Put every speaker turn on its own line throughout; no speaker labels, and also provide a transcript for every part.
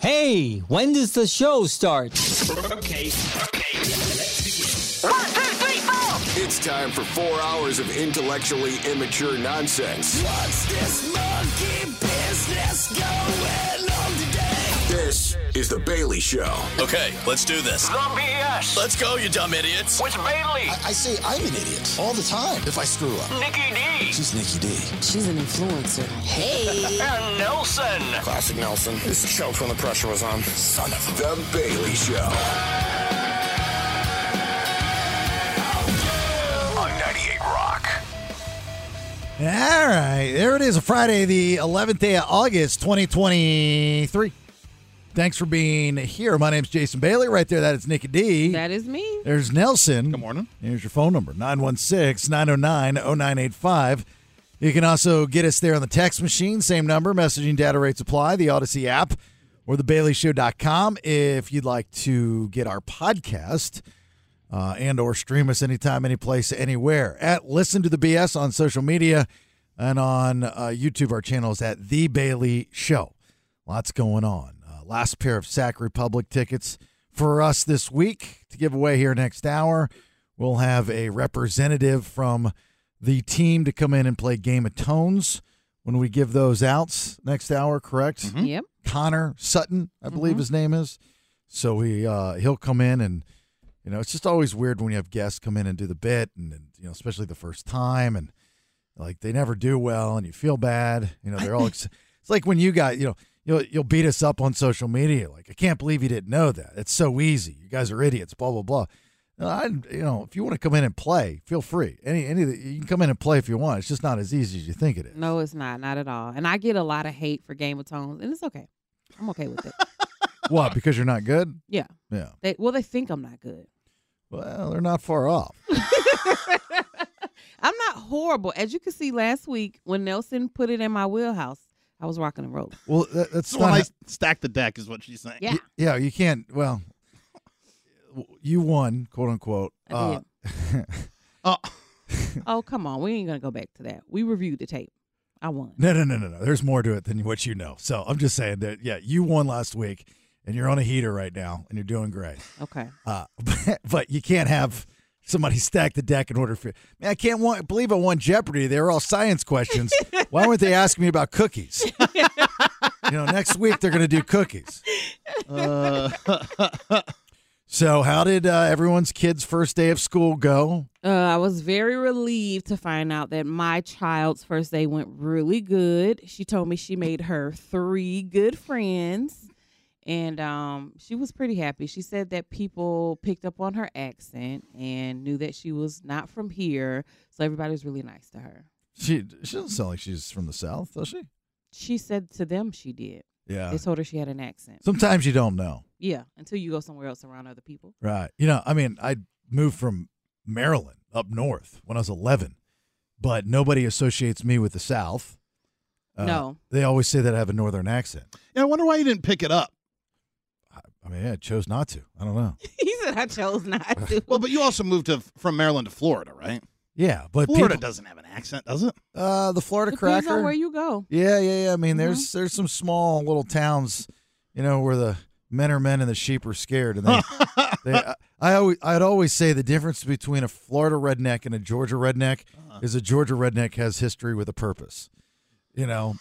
Hey, when does the show start?
Okay,
One, two, three, four.
It's time for four hours of intellectually immature nonsense.
What's this monkey business going on today?
This is The Bailey Show.
Okay, let's do this.
Some BS
Let's go, you dumb idiots.
with Bailey,
I say I'm an idiot all the time if I screw up.
Nikki D,
She's Nikki D.
She's an influencer. Hey.
and Nelson.
Classic Nelson. This choked when the pressure was on. Son of
The Bailey Show.
On 98 Rock.
All right, there it is. Friday, the 11th day of August, 2023. Thanks for being here. My name's Jason Bailey. Right there, that is Nikki D.
That is me.
There's Nelson.
Good morning.
Here's your phone number 916 909 0985. You can also get us there on the text machine, same number, messaging data rates apply, the Odyssey app, or thebaileyshow.com if you'd like to get our podcast uh, and or stream us anytime, any place, anywhere. At Listen to the BS on social media and on uh, YouTube, our channel is at The Bailey Show. Lots going on. Uh, last pair of Sac Republic tickets for us this week to give away here next hour. We'll have a representative from the team to come in and play Game of Tones when we give those out next hour, correct?
Yep.
Connor Sutton, I believe his name is. So he uh, he'll come in and you know it's just always weird when you have guests come in and do the bit and, and you know especially the first time and like they never do well and you feel bad. You know they're all ex- it's like when you got you know you'll you'll beat us up on social media like I can't believe you didn't know that it's so easy you guys are idiots blah blah blah. No, I you know if you want to come in and play feel free any any of the, you can come in and play if you want it's just not as easy as you think it is.
No, it's not. Not at all. And I get a lot of hate for Game of Tones, and it's okay. I'm okay with it.
What because you're not good?
yeah.
Yeah.
They well, they think I'm not good.
Well, they're not far off.
I'm not horrible. As you can see last week when Nelson put it in my wheelhouse, I was rocking and rolling.
Well, that, that's
So when
not-
I stack the deck is what
Uh,
she's saying.
Yeah.
yeah, you can't. Well, you won, quote unquote. Uh,
I did.
Oh,
oh, come on. We ain't gonna go back to that. We reviewed the tape. I won.
no, no, no, no, no. There's more to it than what you know. So I'm just saying that. Yeah, you won last week, and you're on a heater right now, and you're doing great.
Okay.
Uh, but, but you can't have somebody stack the deck in order for. Man, I can't want, believe I won Jeopardy. They were all science questions. Why weren't they asking me about cookies? you know, next week they're going to do cookies. so, how did uh, everyone's kids' first day of school go?
Uh, I was very relieved to find out that my child's first day went really good. She told me she made her three good friends, and um, she was pretty happy. She said that people picked up on her accent and knew that she was not from here, so everybody was really nice to her.
She she doesn't sound like she's from the south, does she?
Oh, She said to them she did.
Yeah.
They told her she had an accent.
Sometimes you don't know,
Yeah, until you go somewhere else around other people.
right? You know, I mean, I moved from Maryland up north when I was 11, but nobody associates me with the south. Uh,
No.
They always say that I have a northern accent.
yeah, I wonder why you didn't pick it up.
I mean, I chose not to. I don't know.
he said I chose not to.
Well, but you also moved to from Maryland to Florida, right?
Yeah, but
Florida
people,
doesn't have an accent, does it?
uh, the Florida
Depends on
cracker.
where you go.
yeah, yeah, yeah. I mean, there's there's some small little towns, you know, where the men are men and the sheep are scared. And they, they I, I always I'd always say the difference between a Florida redneck and a Georgia redneck is a Georgia redneck has history with a purpose, you know,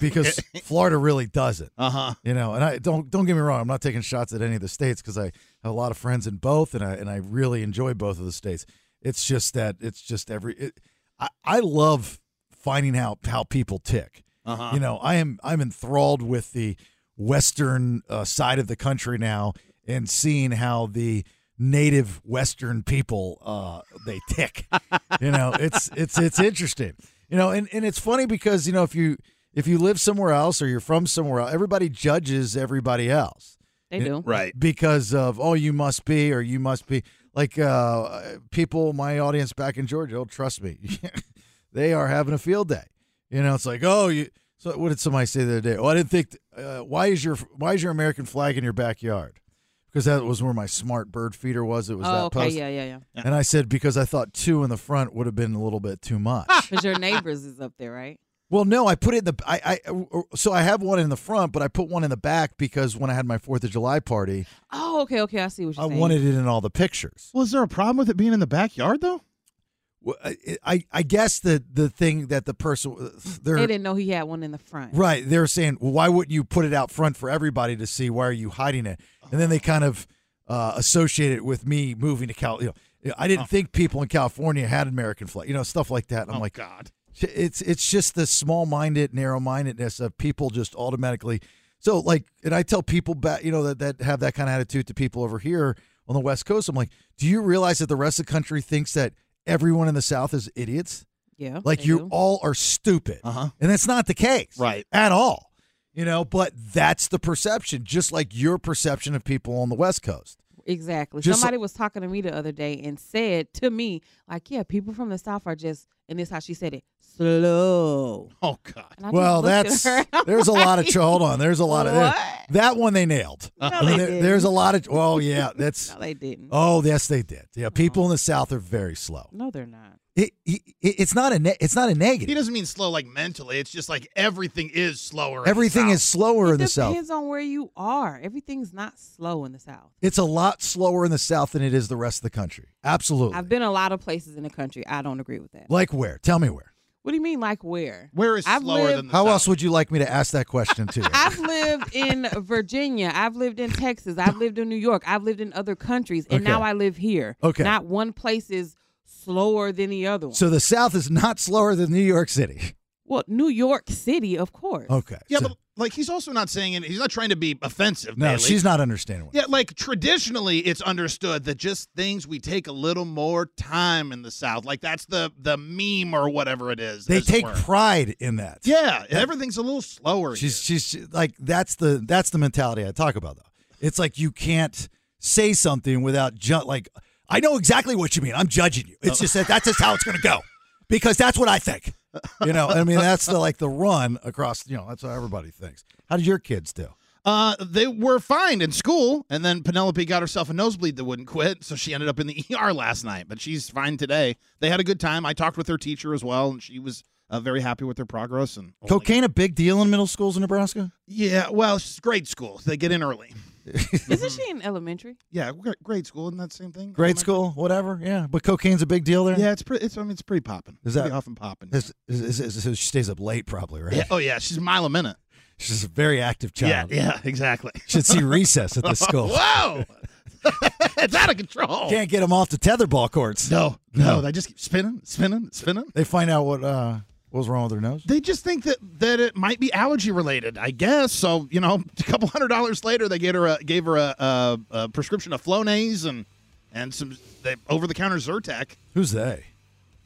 because Florida really doesn't.
Uh huh.
You know, and I don't don't get me wrong. I'm not taking shots at any of the states because I have a lot of friends in both, and I and I really enjoy both of the states. It's just that it's just every. It, I I love finding out how people tick.
Uh-huh.
You know, I am I'm enthralled with the western uh, side of the country now, and seeing how the native western people uh they tick you know it's it's it's interesting you know and and it's funny because you know if you if you live somewhere else or you're from somewhere else everybody judges everybody else
They do.
Right.
because of oh you must be or you must be like uh people my audience back in georgia oh trust me they are having a field day you know it's like oh you so what did somebody say the other day oh i didn't think uh, why is your why is your american flag in your backyard because that was where my smart bird feeder was it was that
Oh, okay.
post
Yeah, yeah, yeah.
and i said because i thought two in the front would have been a little bit too much
Because your neighbors is up there, right?
Well, no, I put it in the I, I so I have one in the front, but I put one in the back because when I had my Fourth of July party,
Oh, okay, okay. I see what you're
I
saying.
wanted it in all the pictures.
Was there a problem with it being in the backyard though?
Well, I, I I guess the the thing that the person they're
They didn't know he had one in the front.
right they're saying, well, why wouldn't you put it out front for everybody to see? Why are you hiding it? And then they kind of uh, associate it with me moving to Cal. You know, I didn't think people in California had American flag. You know, stuff like that. And I'm
oh
like,
God.
it's it's just the small-minded narrow-mindedness of people just automatically so like and i tell people back you know that, that have that kind of attitude to people over here on the west coast i'm like do you realize that the rest of the country thinks that everyone in the south is idiots
Yeah.
like
they
you
do.
all are stupid
Uh-huh.
and that's not the case
Right.
at all you know but that's the perception just like your perception of people on the west coast
Exactly.
Just
Somebody was talking to me the other day and said to me, like, yeah, people from the South are just, and this is how she said it, slow.
Oh God.
And I just
well
looked at
that's
her and I'm
there's a lot of
like,
tr- hold on there's a lot of there-
What?
that one they nailed
No,
I mean,
they
there-
didn't.
there's a lot of well yeah that's
No, they didn't.
Oh yes, they did.
Uh-huh.
Yeah, people in the South are very slow.
No, they're not.
It, it, it's not a ne- it's not a
He
negative.
doesn't mean slow like mentally. It's just like everything is slower. in the
Everything is
South.
slower in the
Just
South.
depends on where you are. Everything's not slow in the South.
It's a lot slower in the South than it is the rest of the country. Absolutely.
I've been a lot of places in the country. I don't agree with that.
like where? Tell me where.
What do you mean, like where?
Where is
I've
slower
lived-
than the
How
South?
else would you like me to ask that question to you?
I've lived in Virginia. I've lived in Texas. I've lived in New York. I've lived in other countries, and
Okay.
now I live here.
Okay.
Not one place is slower than the other one.
so the South is not slower than New York City.
well, New York City, of course.
Okay.
Yeah,
so-
but like he's also not saying it. He's not trying to be offensive.
no,
Bailey.
she's not understanding. What
Yeah, like traditionally, it's understood that just things we take a little more time in the South. Like that's the the meme or whatever it is.
they
as it
take
were.
pride in that.
yeah, everything's a little slower.
She's she's she- like that's the that's the mentality I talk about though. It's like you can't say something without ju- like I know exactly what you mean. I'm judging you.
Oh.
It's just that that's just how it's going to go because that's what I think. You know, I mean that's the like the run across. You know, that's what everybody thinks. How did your kids do?
Uh, they were fine in school, and then Penelope got herself a nosebleed that wouldn't quit, so she ended up in the ER last night. But she's fine today. They had a good time. I talked with her teacher as well, and she was uh, very happy with her progress. And
Cocaine a big deal in middle schools in Nebraska?
yeah, well, it's grade school. They get in early.
Isn't she in elementary?
Yeah, gr- grade school isn't that the same thing?
Grade school, whatever. Yeah, but cocaine's a big deal there.
Yeah, it's pretty. It's I mean, it's pretty popping.
Is that-
pretty often popping?
Is- is- is- is- so she stays up late probably, right?
Yeah, oh yeah, she's a mile a minute.
She's a very active child.
Yeah, yeah, exactly.
Should see recess at the school.
Whoa, it's out of control.
Can't get them off the tetherball courts.
Oh. no, no, they just keep spinning, spinning, spinning.
They find out what uh what was wrong with their nose.
They just think that that it might be allergy related, I guess. So you know, a couple hundred dollars later, they gave her a, gave her a, a, a prescription of Flonase and and some over the counter Zyrtec.
Who's they?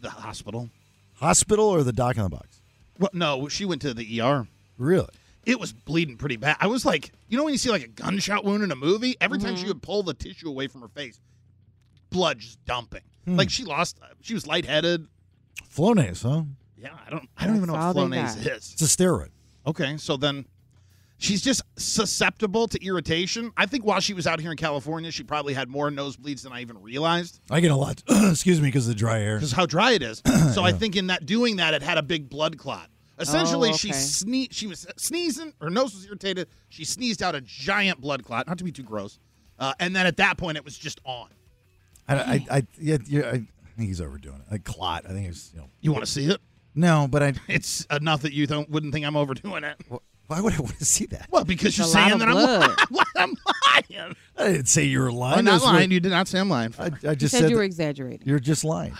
The hospital.
Hospital or the doc in the box?
Well, no, she went to the ER.
Really?
it was bleeding pretty bad. I was like, you know, when you see like a gunshot wound in a movie, every time
Mm-hmm.
she would pull the tissue away from her face, blood just dumping.
Hmm.
Like she lost, she was lightheaded.
Flonase, huh?
Yeah, I don't, I don't even know
That's
what
all they
Flonase is.
It's a steroid.
Okay, so then she's just susceptible to irritation. I think while she was out here in California, she probably had more nosebleeds than I even realized
I get a lot. excuse me, because of the dry air.
because how dry it is. so I think in that doing that, it had a big blood clot. Essentially,
Oh,
she
okay.
sne- she was sneezing. Her nose was irritated. She sneezed out a giant blood clot. Not to be too gross. Uh, and then at that point, it was just on.
I, I, I, yeah, you're, I think he's overdoing it. Like clot. I think it's you know.
You want to see it?
No, but I.
It's enough that you don't wouldn't think I'm overdoing it.
Why would I want to see that?
Well, because you're
a lot
saying
of
that I'm,
blood.
li- I'm lying.
I didn't say you were lying.
I'm not
That's what-
lying. You did not say I'm lying.
I, I
You
just
said,
said
you were
that
exaggerating.
you're just lying.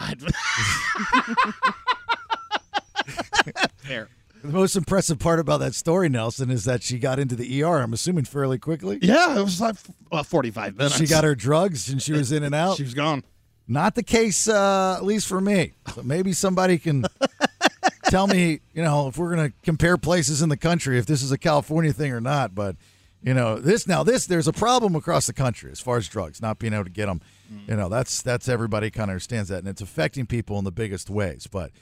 Fair.
The most impressive part about that story, Nelson, is that she got into the ER. I'm assuming fairly quickly.
Yeah, it was like uh, 45 minutes.
She got her drugs and she was in and out.
She was gone.
Not the case, uh, at least for me. So maybe somebody can tell me, you know, if we're going to compare places in the country, if this is a California thing or not. But, you know, this now, this, there's a problem across the country as far as drugs, not being able to get them.
Mm.
You know, that's, that's everybody kind of understands that. And it's affecting people in the biggest ways. But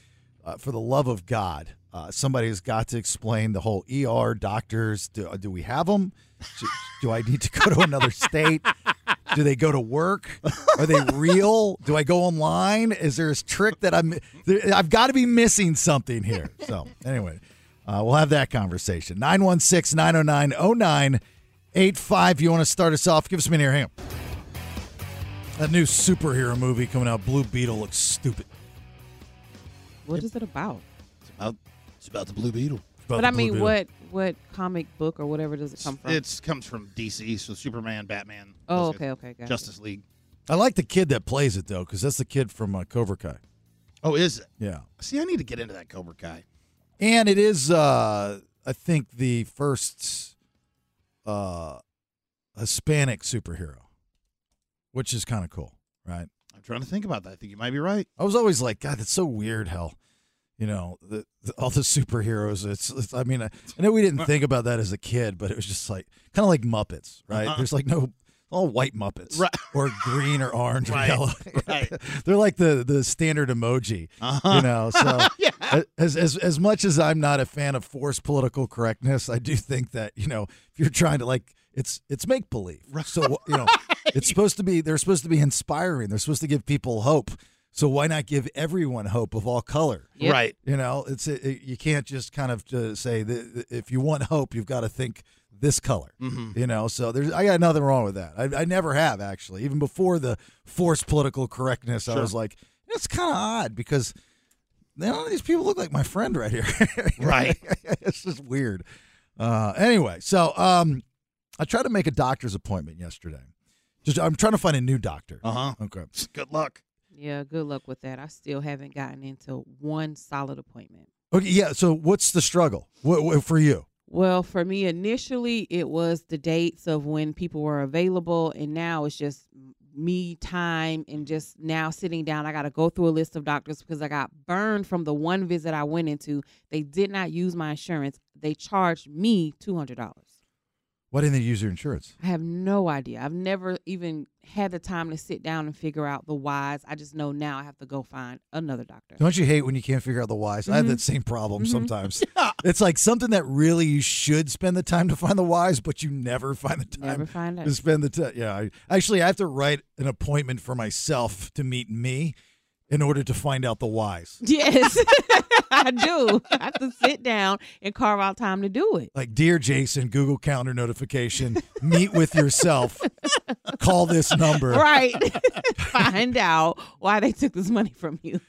uh, for the love of God, uh, somebody has got to explain the whole E uh, ER doctors. Do, do we have them? Do, do I need to go to another state? Do they go to work? Are they real? Do I go online? Is there a trick that I'm? There, I've got to be missing something here. So anyway, uh, we'll have that conversation. 916-909-0985. You want to start us off? Give us a minute here. Hang on. That new superhero movie coming out, Blue Beetle, looks stupid.
What is it about?
About, it's about the Blue Beetle.
But I mean, what what comic book or whatever does it come from?
It comes from DC, so Superman, Batman.
Oh,
those
okay,
guys.
okay, gotcha.
Justice League.
I like the kid that plays it though, because that's the kid from uh, Cobra Kai.
Oh, is it?
Yeah,
See, I need to get into that Cobra Kai.
and it is, uh, I think, the first uh, Hispanic superhero, which is kind of cool, right?
I'm trying to think about that. I think you might be right.
I was always like, God, that's so weird. How, you know, the, the, all the superheroes. It's, it's I mean, I, I know we didn't think about that as a kid, but it was just like kind of like Muppets, right?
Uh-huh.
There's like no all white Muppets,
Right.
or green or orange
Right,
or yellow.
right.
They're like the the standard emoji,
Uh-huh.
you know. So as as as much as I'm not a fan of forced political correctness, I do think that you know if you're trying to like it's it's make believe. So you know it's supposed to be they're supposed to be inspiring. They're supposed to give people hope. So why not give everyone hope of all color?
Yep.
Right.
You know, it's it, it- you can't just kind of uh, say that if you want hope, you've got to think this color. You know, so there's I got nothing wrong with that. I, I never have actually. Even before the forced political correctness, I was like, it's kind of odd because none of these people look like my friend right here.
Right.
it's just weird. Uh, anyway, so um, I tried to make a doctor's appointment yesterday. Just I'm trying to find a new doctor.
Uh huh.
Okay.
Good luck.
Yeah, good luck with that. I still haven't gotten into one solid appointment.
Okay. Yeah. So what's the struggle what, what, for you?
Well, for me, initially it was the dates of when people were available, and now it's just me time and just now sitting down. I got to go through a list of doctors because I got burned from the one visit I went into. They did not use my insurance. They charged me two hundred dollars.
Why didn't they use your insurance?
I have no idea. I've never even had the time to sit down and figure out the whys. I just know now I have to go find another doctor.
Don't you hate when you can't figure out the whys? I have that same problem sometimes. It's like something that really you should spend the time to find the whys, but you never find the time
Never find
to
out.
spend the time. Yeah, I, actually, I have to write an appointment for myself to meet me in order to find out the whys.
Yes, I do. I have to sit down and carve out time to do it.
Like, dear Jason, Google Calendar notification, meet with yourself, call this number.
Right. find out why they took this money from you.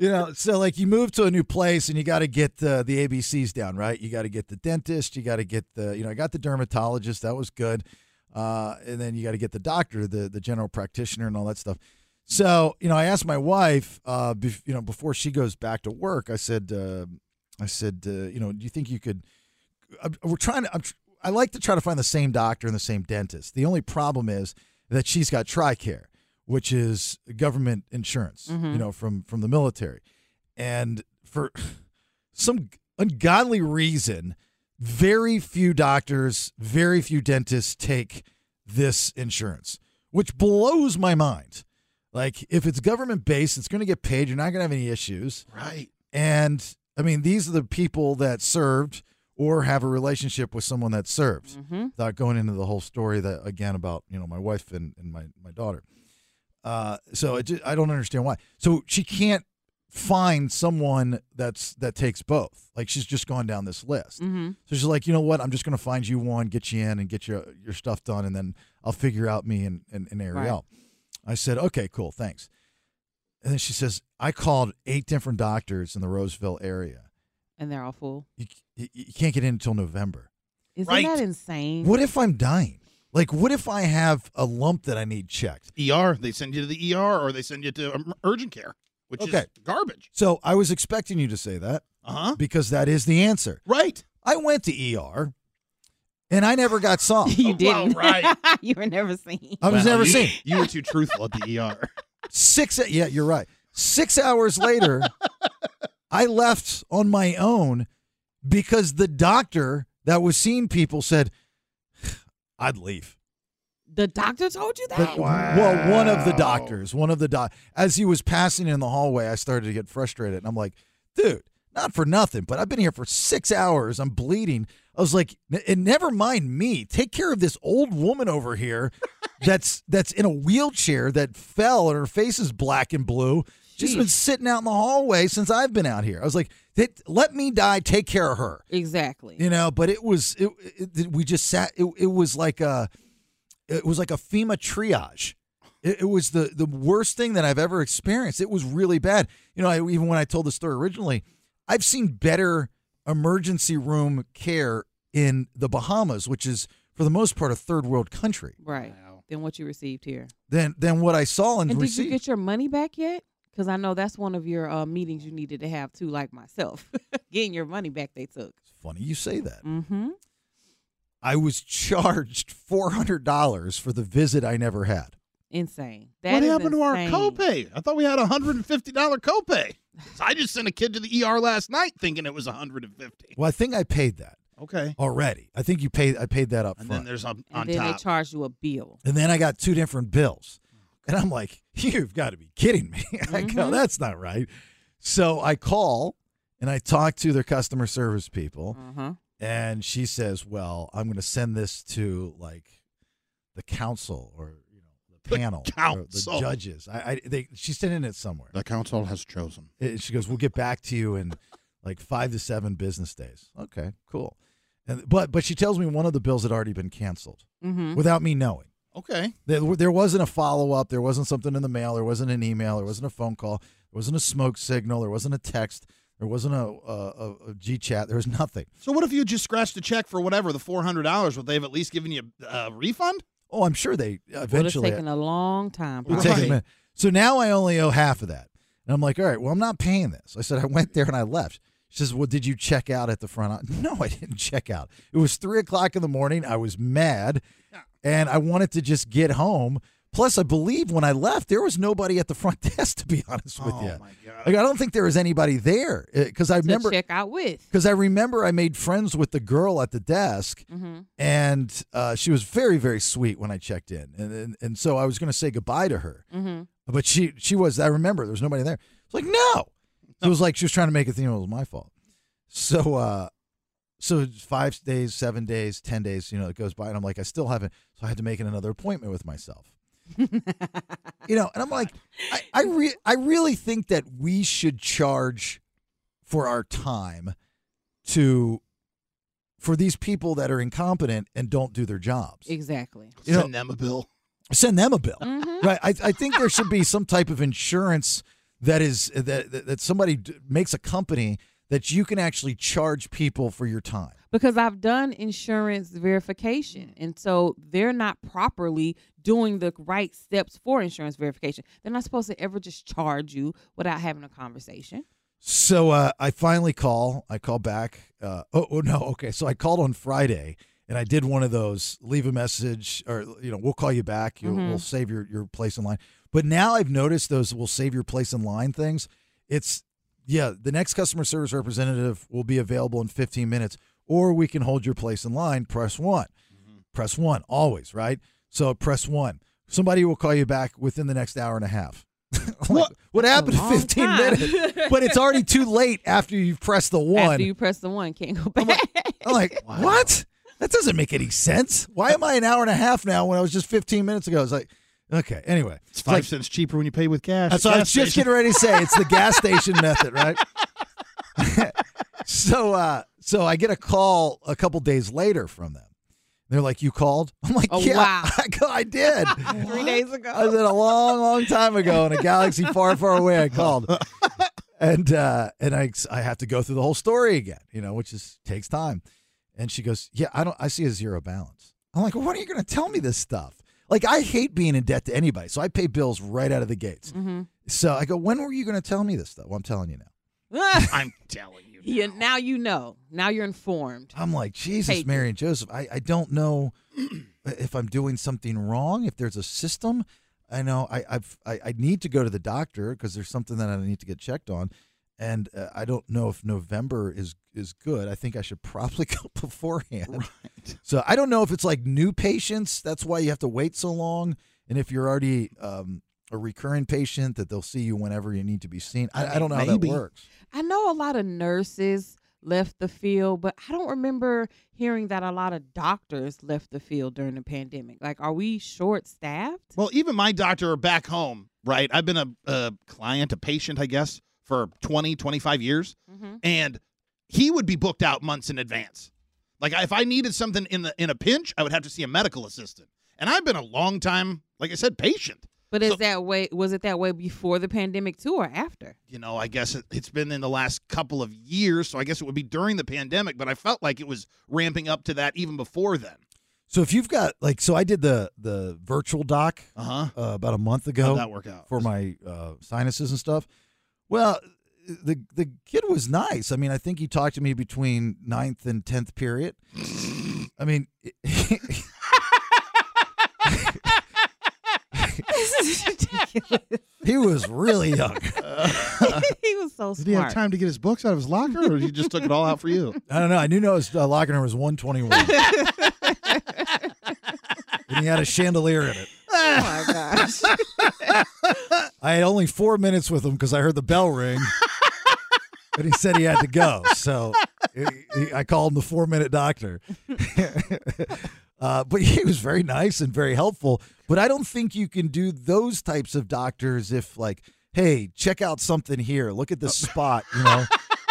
you know, so like you move to a new place and you got to get uh, the ABCs down, right? You got to get the dentist, you got to get the, you know, I got the dermatologist, that was good. Uh, and then you got to get the doctor, the the general practitioner, and all that stuff. So you know, I asked my wife, uh, bef- you know, before she goes back to work, I said, uh, I said, uh, you know, do you think you could? I'm, we're trying to. I'm, tr- I like to try to find the same doctor and the same dentist. The only problem is that she's got Tricare, which is government insurance, you know, from from the military, and for some ungodly reason, very few doctors, very few dentists take this insurance, which blows my mind. Like, if it's government based, it's going to get paid. You're not going to have any issues.
Right.
And I mean, these are the people that served or have a relationship with someone that served. Without going into the whole story that again about you know my wife and, and my my daughter. Uh, so it ju- I don't understand why. So she can't find someone that's that takes both. Like she's just gone down this list. So she's like, you know what? I'm just gonna find you one, get you in, and get your your stuff done, and then I'll figure out me and and, and Ariel. I said, okay, cool, thanks. And then she says, I called eight different doctors in the Roseville area.
And they're all full.
You, you, you can't get in until November.
Isn't
Right.
that insane?
What if I'm dying? Like, what if I have a lump that I need checked?
ER. They send you to the ER or they send you to um, urgent care, which
Okay.
is garbage.
So I was expecting you to say that
Uh huh.
because that is the answer.
Right.
I went to ER and I never got saw.
you
Well,
didn't.
right.
you were never seen.
I was
Well,
never
you-
seen.
You were too truthful at the ER.
Six, yeah, you're right. Six hours later, I left on my own because the doctor that was seeing people said, I'd leave.
The doctor told you that?
But- Well, one of the doctors, one of the doc, as he was passing in the hallway, I started to get frustrated, and I'm like, dude, not for nothing, but I've been here for six hours. I'm bleeding. I was like, "N- and never mind me. Take care of this old woman over here. that's that's in a wheelchair that fell and her face is black and blue. She's been
Jeez.
sitting out in the hallway since I've been out here. I was like, "That- let me die, take care of her.
Exactly.
You know, but it was it, it we just sat it, it was like a it was like a FEMA triage. It, it was the the worst thing that I've ever experienced. It was really bad. You know, I, even when I told the story originally, I've seen better emergency room care in the Bahamas, which is for the most part a third world country,
Right. Than what you received here.
than than what I saw and,
And did you
received.
get your money back yet? Because I know that's one of your uh, meetings you needed to have too, like myself. Getting your money back, they took.
Funny you say that.
Mm-hmm.
I was charged four hundred dollars for the visit I never had.
Insane.
what
That is
happened to our
insane.
copay? I thought we had a hundred and fifty dollar copay. So I just sent a kid to the ER last night thinking it was a hundred and fifty.
Well, I think I paid that
Okay,
already. I think you paid. I paid that up
and
front.
then there's on,
And
on
then
top.
they charged you a bill.
And then I got two different bills. And I'm like, you've got to be kidding me. I
Mm-hmm.
go, that's not right. So I call and I talk to their customer service people.
Uh-huh.
And she says, well, I'm going to send this to like the council or, you know, the
The
panel, or the
council.
judges. I, I they, she's sending it somewhere.
the council has chosen.
And she goes, "We'll get back to you in like five to seven business days." Okay, cool. And but but she tells me one of the bills had already been canceled
Mm-hmm.
without me knowing.
Okay,
There, there wasn't a follow up. There wasn't something in the mail. There wasn't an email. There wasn't a phone call. There wasn't a smoke signal. There wasn't a text. There wasn't a, a, a, a G chat. There was nothing.
so what if you just scratched a check for whatever the four hundred dollars? Would they have at least given you a refund?
Oh, I'm sure they
Would have
eventually.
taken a long time.
It would
Right.
probably.
take a minute. So now I only owe half of that. And I'm like, all right, well, I'm not paying this. I said, I went there and I left. She says, well, did you check out at the front? o-" No, I didn't check out. It was three o'clock in the morning. I was mad and I wanted to just get home. Plus, I believe when I left, there was nobody at the front desk, to be honest with you.
Oh, god!
Like, I don't think there was anybody there because I
To
remember.
check out with.
Because I remember I made friends with the girl at the desk,
Mm-hmm.
and uh, she was very, very sweet when I checked in, and and, and so I was going to say goodbye to her,
Mm-hmm.
but she she was. I remember there was nobody there. It's like no, it was like she was trying to make it seem it was my fault. So uh, so five days, seven days, ten days, you know, it goes by, and I'm like, I still haven't. So I had to make another appointment with myself. you know, and I'm like, I I, re- I really think that we should charge for our time to for these people that are incompetent and don't do their jobs.
Exactly.
You know-
Send them a bill.
Send them a bill, right? I, I think there should be some type of insurance that is that that, that somebody d- makes a company that you can actually charge people for your time.
because I've done insurance verification.
Mm-hmm.
And so they're not properly doing the right steps for insurance verification. They're not supposed to ever just charge you without having a conversation.
So uh, I finally call. I call back. Uh, oh, oh no, okay. So I called on Friday, and I did one of those leave a message, or you know, we'll call you back. You, We'll save your your place in line. But now I've noticed those "we'll save your place in line" things. It's yeah, the next customer service representative will be available in 15 minutes, or we can hold your place in line. Press one. Press one always, right? So press one. Somebody will call you back within the next hour and a half. Like, what, happened in
long
15
time.
minutes? but it's already too late after you've pressed the one.
After you press the one, can't go back.
I'm like, what? That doesn't make any sense. Why am I an hour and a half now when I was just 15 minutes ago? It's like, okay, anyway.
It's five cents cheaper when you pay with cash.
That's what I was just getting ready to say. It's the gas station method, right? so, uh, so I get a call a couple days later from them. They're like, "You called?" I'm like,
Oh,
"Yeah,
wow.
I, go- I did."
Three days ago.
I said a long, long time ago in a galaxy far, far away. I called, and uh, and I I have to go through the whole story again, you know, which is takes time. And she goes, "Yeah, I don't. I see a zero balance." I'm like, "Well, when are you going to tell me this stuff?" Like, I hate being in debt to anybody, so I pay bills right out of the gates.
Mm-hmm.
So I go, "When were you going to tell me this stuff?" Well, I'm telling you now.
I'm telling you.
yeah, now you know. Now you're informed.
I'm like, Jesus,
Hate
Mary and Joseph, I, I don't know if I'm doing something wrong, if there's a system. I know I I've, I, I need to go to the doctor because there's something that I need to get checked on, and uh, I don't know if November is is good. I think I should probably go beforehand.
Right.
So I don't know if it's like new patients. That's why you have to wait so long, and if you're already um, a recurring patient, that they'll see you whenever you need to be seen. I, I don't know how that
Maybe.
works.
I know a lot of nurses left the field, but I don't remember hearing that a lot of doctors left the field during the pandemic. Like, are we short staffed?
Well, even my doctor back home, right? I've been a, a client, a patient, I guess, for 20, 25 years.
Mm-hmm.
Mm-hmm.
And he would be booked out months in advance. Like if I needed something in the in a pinch, I would have to see a medical assistant. And I've been a long time, like I said, patient.
But is that way? Was it that way before the pandemic too, or after?
You know, I guess it, it's been in the last couple of years, so I guess it would be during the pandemic, but I felt like it was ramping up to that even before then.
So if you've got like, so I did the the virtual doc
Uh-huh.
uh, about a month ago.
How'd that work out?
for my uh, sinuses and stuff? Well, the the kid was nice. I mean, I think he talked to me between ninth and tenth period. I mean,
this is ridiculous.
he was really young.
he was so smart.
Did he have time to get his books out of his locker or he just took it all out for you?
I don't know. I knew no, his uh, locker number was one twenty one. and he had a chandelier in it.
Oh my gosh!
I had only four minutes with him because I heard the bell ring, and he said he had to go. So he- he- I called him the four minute doctor. uh, but he was very nice and very helpful. But I don't think you can do those types of doctors if, like, hey, check out something here. Look at this spot. You know,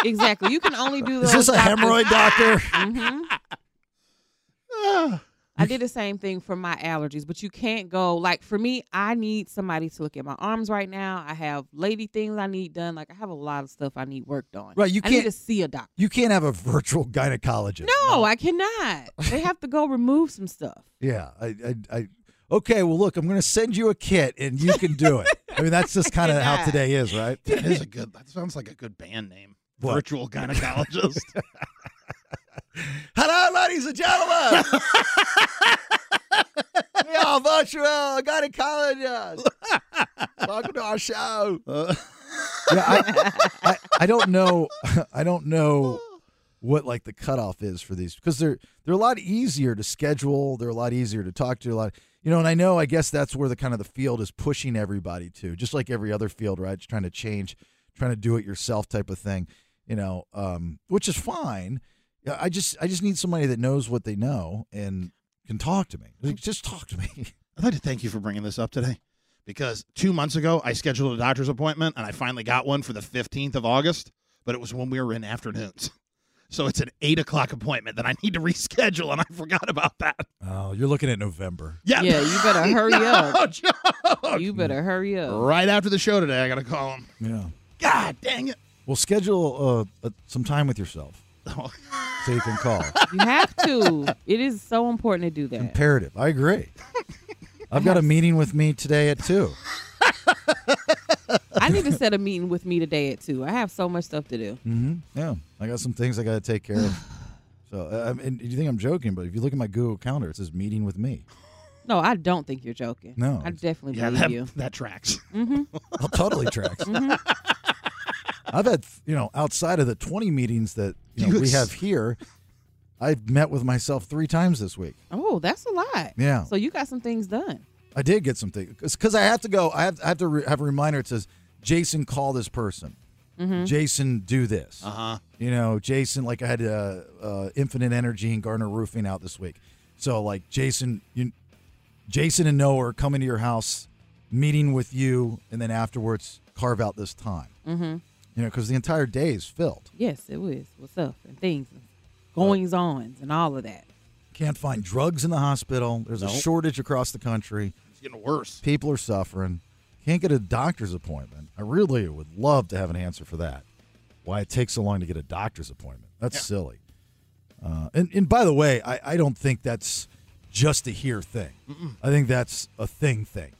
exactly. You can only do
is this
those.
a
doctors-
hemorrhoid doctor?
Mhm. Mm-hmm. I did the same thing for my allergies, but you can't go like for me, I need somebody to look at my arms right now. I have lady things I need done. Like I have a lot of stuff I need worked on.
Right, you
I need
can't-
to see a doctor.
You can't have a virtual gynecologist.
No, I cannot. They have to go remove some stuff.
Yeah. I, I, I, okay. Well, look, I'm going to send you a kit and you can do it. I mean, that's just kind of how
Yeah.
today is, right?
That is a good. That sounds like a good band name.
What?
Virtual gynecologist.
Hello, ladies and gentlemen. we are virtual gynecologists. uh, Welcome to our show.
Uh,
Yeah, I, I, I don't know. I don't know what like the cutoff is for these because they're they're a lot easier to schedule. They're a lot easier to talk to. A lot, you know. And I know. I guess that's where the kind of the field is pushing everybody to, just like every other field, right? Just trying to change, trying to do it yourself type of thing. You know, um, which is fine. Yeah, I just I just need somebody that knows what they know and can talk to me. Like, just talk to me.
I'd like to thank you for bringing this up today, because two months ago I scheduled a doctor's appointment and I finally got one for the fifteenth of August, but it was when we were in afternoons. So it's an eight o'clock appointment that I need to reschedule, and I forgot about that.
Oh, you're looking at November.
Yeah,
Yeah, you better hurry up.
joke.
You better hurry up.
Right after the show today, I gotta call him.
Yeah.
God dang it!
Well, schedule uh, uh, some time with yourself
Oh,
so you can call.
You have to. It is so important to do that.
Imperative. I agree. I've got a meeting with me today at two.
I need to set a meeting with me today at two. I have so much stuff to do.
Mm-hmm. Yeah, I got some things I got to take care of. So, uh, I mean, you think I'm joking? But if you look at my Google calendar, it says meeting with me.
No, I don't think you're joking.
No.
I definitely
yeah,
believe
that,
you. Mm-hmm.
that tracks.
Oh, totally tracks. I've had, you know, outside of the 20 meetings that you know,
You
we
ex-
have here, I've met with myself three times this week.
Oh, that's a lot.
Yeah.
So you got some things done.
I did get something because I have to go. I have, I have to re- have a reminder. It says, Jason, call this person.
Mm-hmm.
Jason, do this. Uh huh. You know, Jason, like I had uh, uh, Infinite Energy and Garner Roofing out this week. So, like, Jason, you, Jason and Noah are coming to your house, meeting with you, and then afterwards, carve out this time. Mm-hmm. You know, because the entire day is filled.
Yes, it was. What's up? And things, and goings ons, and all of that.
Can't find drugs in the hospital. There's a shortage across the country.
It's getting worse.
People are suffering. Can't get a doctor's appointment. I really would love to have an answer for that. Why it takes so long to get a doctor's appointment. That's silly. Uh, and, and by the way, I, I don't think that's just a here thing. I think that's a thing thing.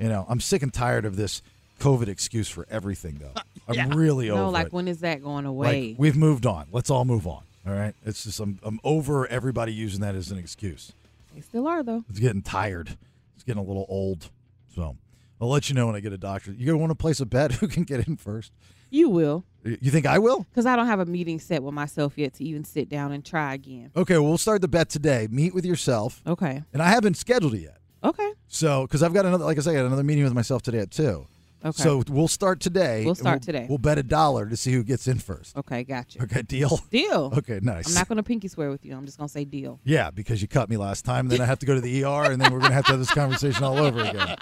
You know, I'm sick and tired of this COVID excuse for everything, though. I'm really over
no, like
it.
when is that going
Like,
away?
we've moved on. Let's all move on. All right. It's just, I'm, I'm over everybody using that as an excuse.
they still are though.
It's getting tired. It's getting a little old. So I'll let you know when I get a doctor. You're going to want to place a bet who can get in first.
You will,
Y- You think I will?
because I don't have a meeting set with myself yet to even sit down and try again.
Okay, well, we'll start the bet today. Meet with yourself.
Okay.
And I haven't scheduled it yet.
Okay.
So, because I've got another, like I said, I got another meeting with myself today at 2.
Okay.
So we'll start today.
We'll
and
start today.
We'll bet a dollar to see who gets in first.
okay, gotcha.
Okay, deal.
Deal.
Okay, nice.
I'm not going to pinky swear with you. I'm just going to say deal.
yeah, because you cut me last time, then I have to go to the ER, and then we're gonna have to have this conversation all over again.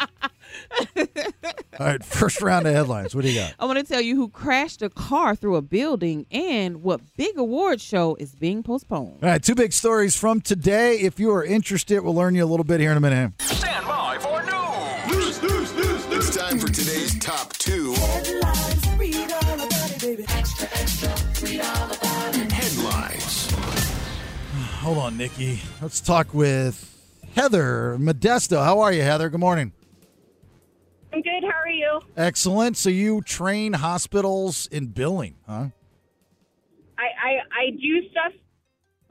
All right, first round of headlines. What do you got?
I want to tell you who crashed a car through a building and what big award show is being postponed.
All right, two big stories from today. If you are interested, we'll learn you a little bit here in a minute.
Stand by for news.
It's time for today's top two headlines.
Hold on, Nikki. Let's talk with Heather Modesto. How are you, Heather? Good morning.
I'm good. How are you?
Excellent. So you train hospitals in billing, huh?
I, I, I do stuff,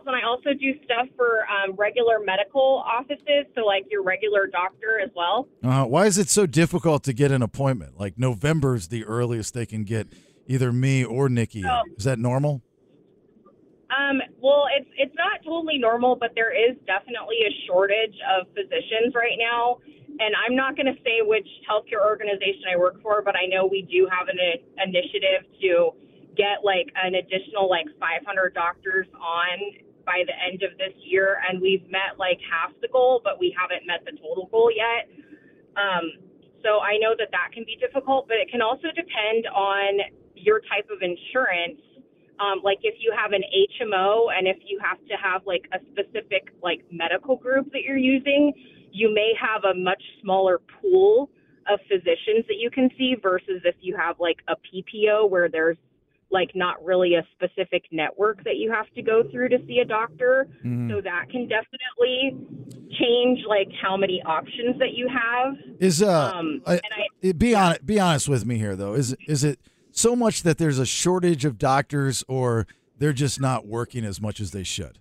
and I also do stuff for um, regular medical offices, so like your regular doctor as well.
Uh, why is it so difficult to get an appointment? Like November is the earliest they can get either me or Nikki.
Oh.
Is that normal?
Um, well, it's it's not totally normal, but there is definitely a shortage of physicians right now. And I'm not going to say which healthcare organization I work for, but I know we do have an i- initiative to get like an additional like 500 doctors on by the end of this year, and we've met like half the goal, but we haven't met the total goal yet. Um, so I know that that can be difficult, but it can also depend on your type of insurance. Um, like if you have an HMO and if you have to have like a specific like medical group that you're using, you may have a much smaller pool of physicians that you can see versus if you have like a PPO where there's like not really a specific network that you have to go through to see a doctor. So that can definitely change like how many options that you have.
Is uh,
Um,
I,
and I-
be hon be honest with me here though. Is is it so much that there's a shortage of doctors, or they're just not working as much as they should?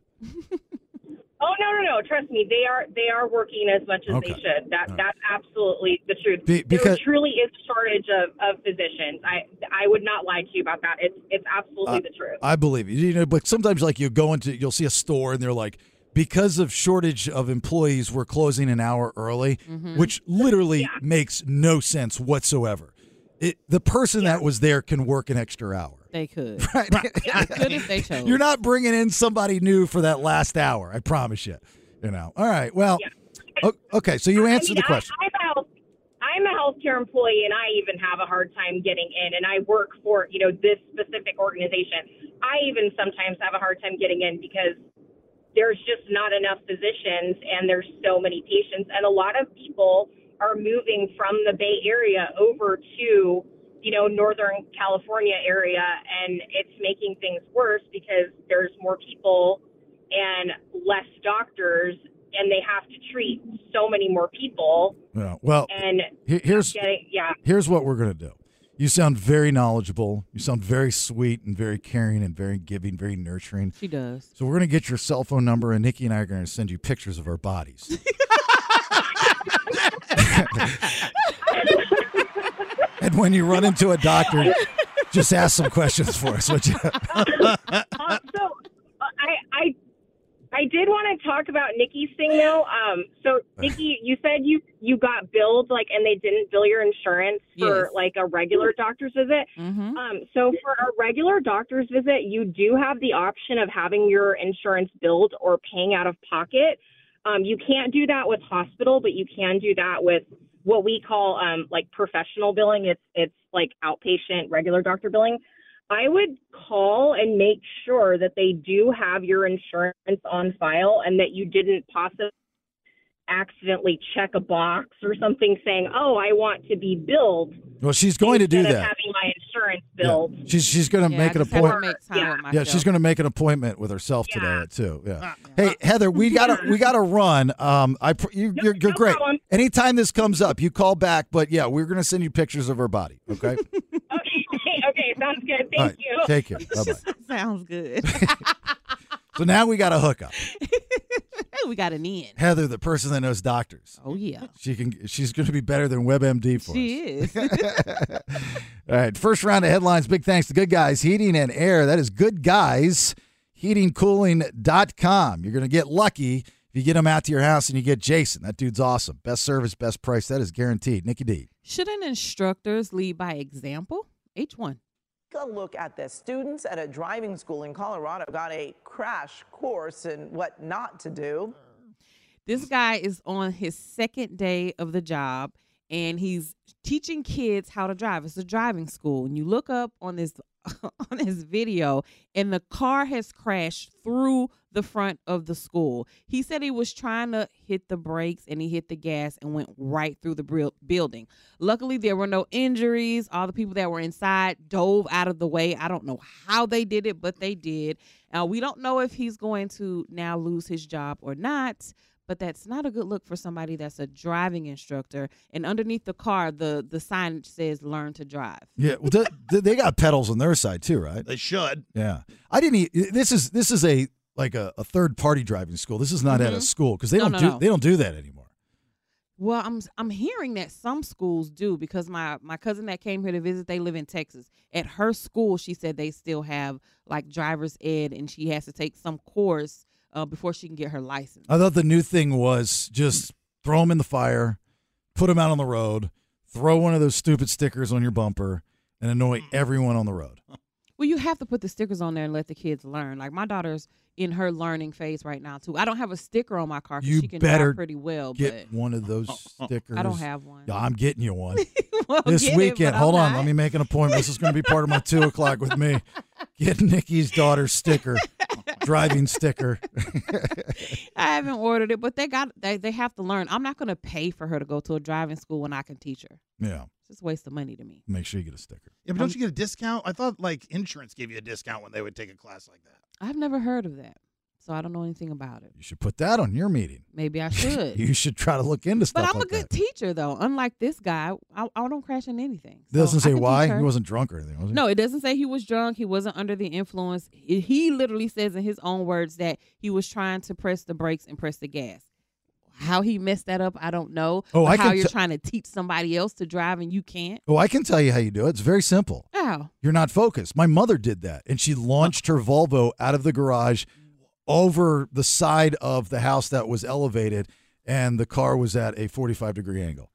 Oh no no no! Trust me, they are they are working as much as
Okay.
they should. That
All right.
that's absolutely the truth.
Be- because-
there truly is a shortage of, of physicians. I I would not lie to you about that. It's it's absolutely
Uh,
the truth.
I believe you. You know, but sometimes like you go into you'll see a store and they're like, because of shortage of employees, we're closing an hour early, which literally makes no sense whatsoever. It, the person that was there can work an extra hour.
They could. Good if they chose.
You're not bringing in somebody new for that last hour. I promise you. You know. All right. Well. o- Okay. So you answered
I mean,
the question.
I, I'm, a health, I'm a healthcare employee, and I even have a hard time getting in. And I work for you know this specific organization. I even sometimes have a hard time getting in because there's just not enough physicians, and there's so many patients, and a lot of people are moving from the Bay Area over to you know Northern California area, and it's making things worse because there's more people and less doctors. And they have to treat so many more people
Yeah, well,
and
he- here's
getting yeah
here's what we're going to do. You sound very knowledgeable. You sound very sweet and very caring and very giving, very nurturing.
She does.
So we're going to get your cell phone number, and Nikki and I are going to send you pictures of our bodies. and when you run into a doctor, just ask some questions for us, would you?
also Uh, i i i did want to talk about nikki's thing though um so nikki you said you you got billed like and they didn't bill your insurance for
Yes.
like a regular doctor's visit
Mm-hmm.
um so for a regular doctor's visit you do have the option of having your insurance billed or paying out of pocket um you can't do that with hospital but you can do that with what we call um like professional billing it's it's like outpatient regular doctor billing I would call and make sure that they do have your insurance on file and that you didn't possibly accidentally check a box or something saying, "Oh, I want to be billed."
Well, she's going to do
instead of
that.
Having my insurance
Yeah.
billed.
She's she's going to
Yeah,
make an
I just have to
appointment.
make time
Yeah.
with myself. Uh-uh.
Yeah, she's going to make an appointment with herself
Yeah. Uh-uh.
today too. Yeah. Hey, Heather, we got to we got to run. Um, I pr- you, you're you're
no
great.
problem.
Anytime this comes up, you call back. But yeah, we're going to send you pictures of her body. Okay.
Okay, okay, sounds good. Thank
All right,
you.
Take care. Bye bye.
Sounds good.
So now we got a hookup.
we got an in.
Heather, the person that knows doctors,
Oh yeah.
she can she's going to be better than WebMD for us.
She is.
All right, first round of headlines. Big thanks to Good Guys Heating and Air. That is Good Guys Heating Cooling.com. You're going to get lucky If you get him out to your house and you get Jason, that dude's awesome. Best service, best price. That is guaranteed. Nikki D.
Shouldn't instructors lead by example? H1.
Take a look at this. Students at a driving school in Colorado got a crash course in what not to do.
This guy is on his second day of the job and he's teaching kids how to drive. It's a driving school. And you look up on this on his video and the car has crashed through the front of the school. He said he was trying to hit the brakes and he hit the gas and went right through the bril- building. Luckily there were no injuries. All the people that were inside dove out of the way. I don't know how they did it, but they did. Uh, we don't know if he's going to now lose his job or not but that's not a good look for somebody that's a driving instructor. And underneath the car, the the sign says "Learn to Drive."
Yeah, well, they, they got pedals on their side too, right?
They should.
Yeah, I didn't. e- This is this is a like a, a third party driving school. This is not at a
Mhm.
school because they
No,
don't
no,
do
no.
they don't do that anymore.
Well, I'm I'm hearing that some schools do because my my cousin that came here to visit, they live in Texas. At her school, she said they still have like driver's ed, and she has to take some course uh, before she can get her license.
I thought the new thing was just throw them in the fire, put them out on the road, throw one of those stupid stickers on your bumper, and annoy everyone on the road.
Well, you have to put the stickers on there and let the kids learn. Like my daughter's in her learning phase right now too. I don't have a sticker on my car because
You
she can
better
drive pretty well,
Get
but
one of those stickers.
I don't have one.
Yeah, I'm getting you one
Well,
this
get it,
weekend.
but I'm
Hold on,
not.
let me make an appointment. This is going to be part of my two o'clock with me. Get Nikki's daughter's sticker, driving sticker.
I haven't ordered it, but they got they, they have to learn. I'm not gonna pay for her to go to a driving school when I can teach her.
Yeah,
It's just a waste of money to me.
make sure you get a sticker.
Yeah, but don't you get a discount? I thought like insurance gave you a discount when they would take a class like that.
I've never heard of that, so I don't know anything about it.
You should put that on your meeting.
Maybe I should.
You should try to look into stuff
but I'm
like
a good
that.
teacher though. Unlike this guy, I, I don't crash in anything.
It doesn't
So
say
Oh, I can teach
why.
her.
He wasn't drunk or anything, was he?
No, it doesn't say he was drunk. He wasn't under the influence. He he literally says in his own words that he was trying to press the brakes and press the gas. How he messed that up, I don't know.
Oh,
Or
I
how
can
you're
t-
trying to teach somebody else to drive and you can't.
Oh, I can tell you how you do it. It's very simple.
How?
You're not focused. My mother did that, and she launched her Volvo out of the garage over the side of the house that was elevated, and the car was at a 45 degree angle.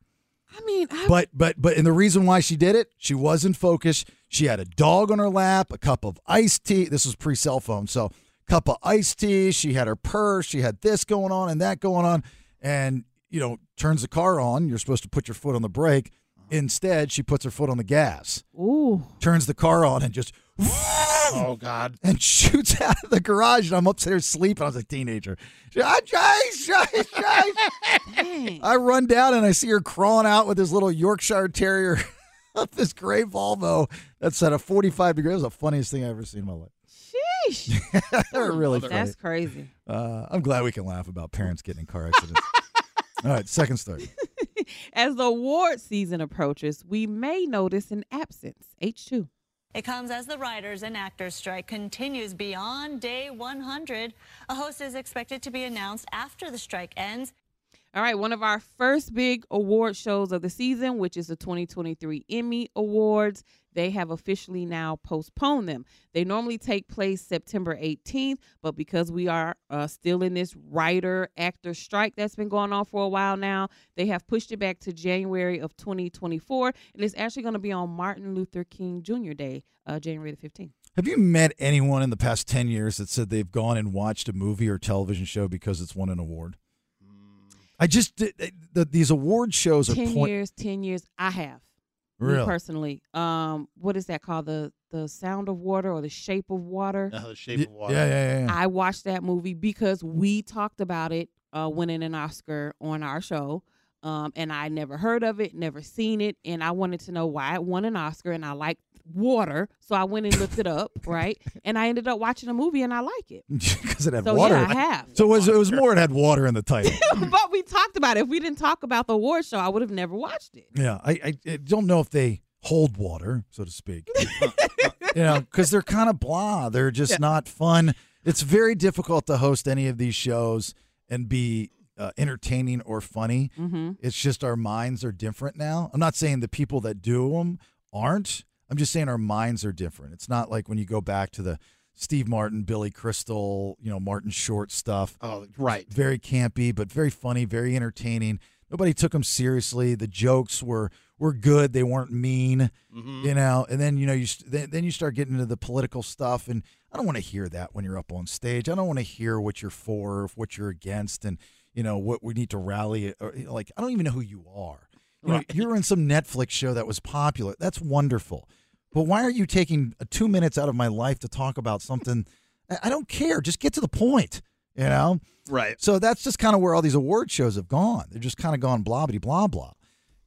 I mean, I,
But but but and the reason why she did it, she wasn't focused. She had a dog on her lap, a cup of iced tea. This was pre cell phone, so cup of iced tea. She had her purse. She had this going on and that going on, and you know turns the car on. You're supposed to put your foot on the brake. Instead, she puts her foot on the gas,
ooh.
turns the car on, and just
Oh God.
and shoots out of the garage. And I'm upstairs sleeping. I was a teenager. "Ah, I, I, I, I,
Dang.
I run down and I see her crawling out with this little Yorkshire Terrier up this gray Volvo that's at a 45 degree. It was the funniest thing I've ever seen in my life.
Sheesh.
They were really funny.
That's crazy.
Uh, I'm glad we can laugh about parents getting in car accidents. All right, second story.
As the award season approaches, we may notice an absence. H2.
It comes as the writers and actors strike continues beyond day 100. A host is expected to be announced after the strike ends.
All right, one of our first big award shows of the season, which is the 2023 Emmy Awards, they have officially now postponed them. They normally take place September 18th, but because we are uh, still in this writer actor strike that's been going on for a while now, they have pushed it back to January of 2024, and it's actually going to be on Martin Luther King Jr. Day, uh, January the 15th.
Have you met anyone in the past 10 years that said they've gone and watched a movie or television show because it's won an award? I just, the, the, these award shows are
10
point.
years 10 years i have
Really?
me personally um what is that called the the sound of water or the shape of water
Uh, the shape of water.
Yeah, yeah, yeah. yeah.
i watched that movie because we talked about it uh winning an oscar on our show um and i never heard of it never seen it and i wanted to know why it won an oscar and i liked water so i went and looked it up right and i ended up watching a movie and i like it
Because it had
so
water.
yeah
in
i
it.
have
So it was, it was more it had water in the title.
but we talked about it if we didn't talk about the award show i would have never watched it
Yeah, I, I, I don't know if they hold water, so to speak. you know, because they're kind of blah. They're just not fun. It's very difficult to host any of these shows and be uh, entertaining or funny.
mm-hmm
It's just our minds are different now. I'm not saying the people that do them aren't. I'm just saying our minds are different. It's not like when you go back to the Steve Martin, Billy Crystal, you know, Martin Short stuff.
Oh, right.
Very campy, but very funny, very entertaining. Nobody took him seriously. The jokes were were good. They weren't mean,
Mm-hmm.
you know. And then you know you st- then, then you start getting into the political stuff, and I don't want to hear that when you're up on stage. I don't want to hear what you're for, or what you're against, and you know what we need to rally. Or, you know, like I don't even know who you are. You know, you're in some Netflix show that was popular. That's wonderful. But why are you taking uh, two minutes out of my life to talk about something? I I don't care. Just get to the point, you know?
Right.
So that's just kind of where all these award shows have gone. They're just kind of gone blah, blah, blah, blah.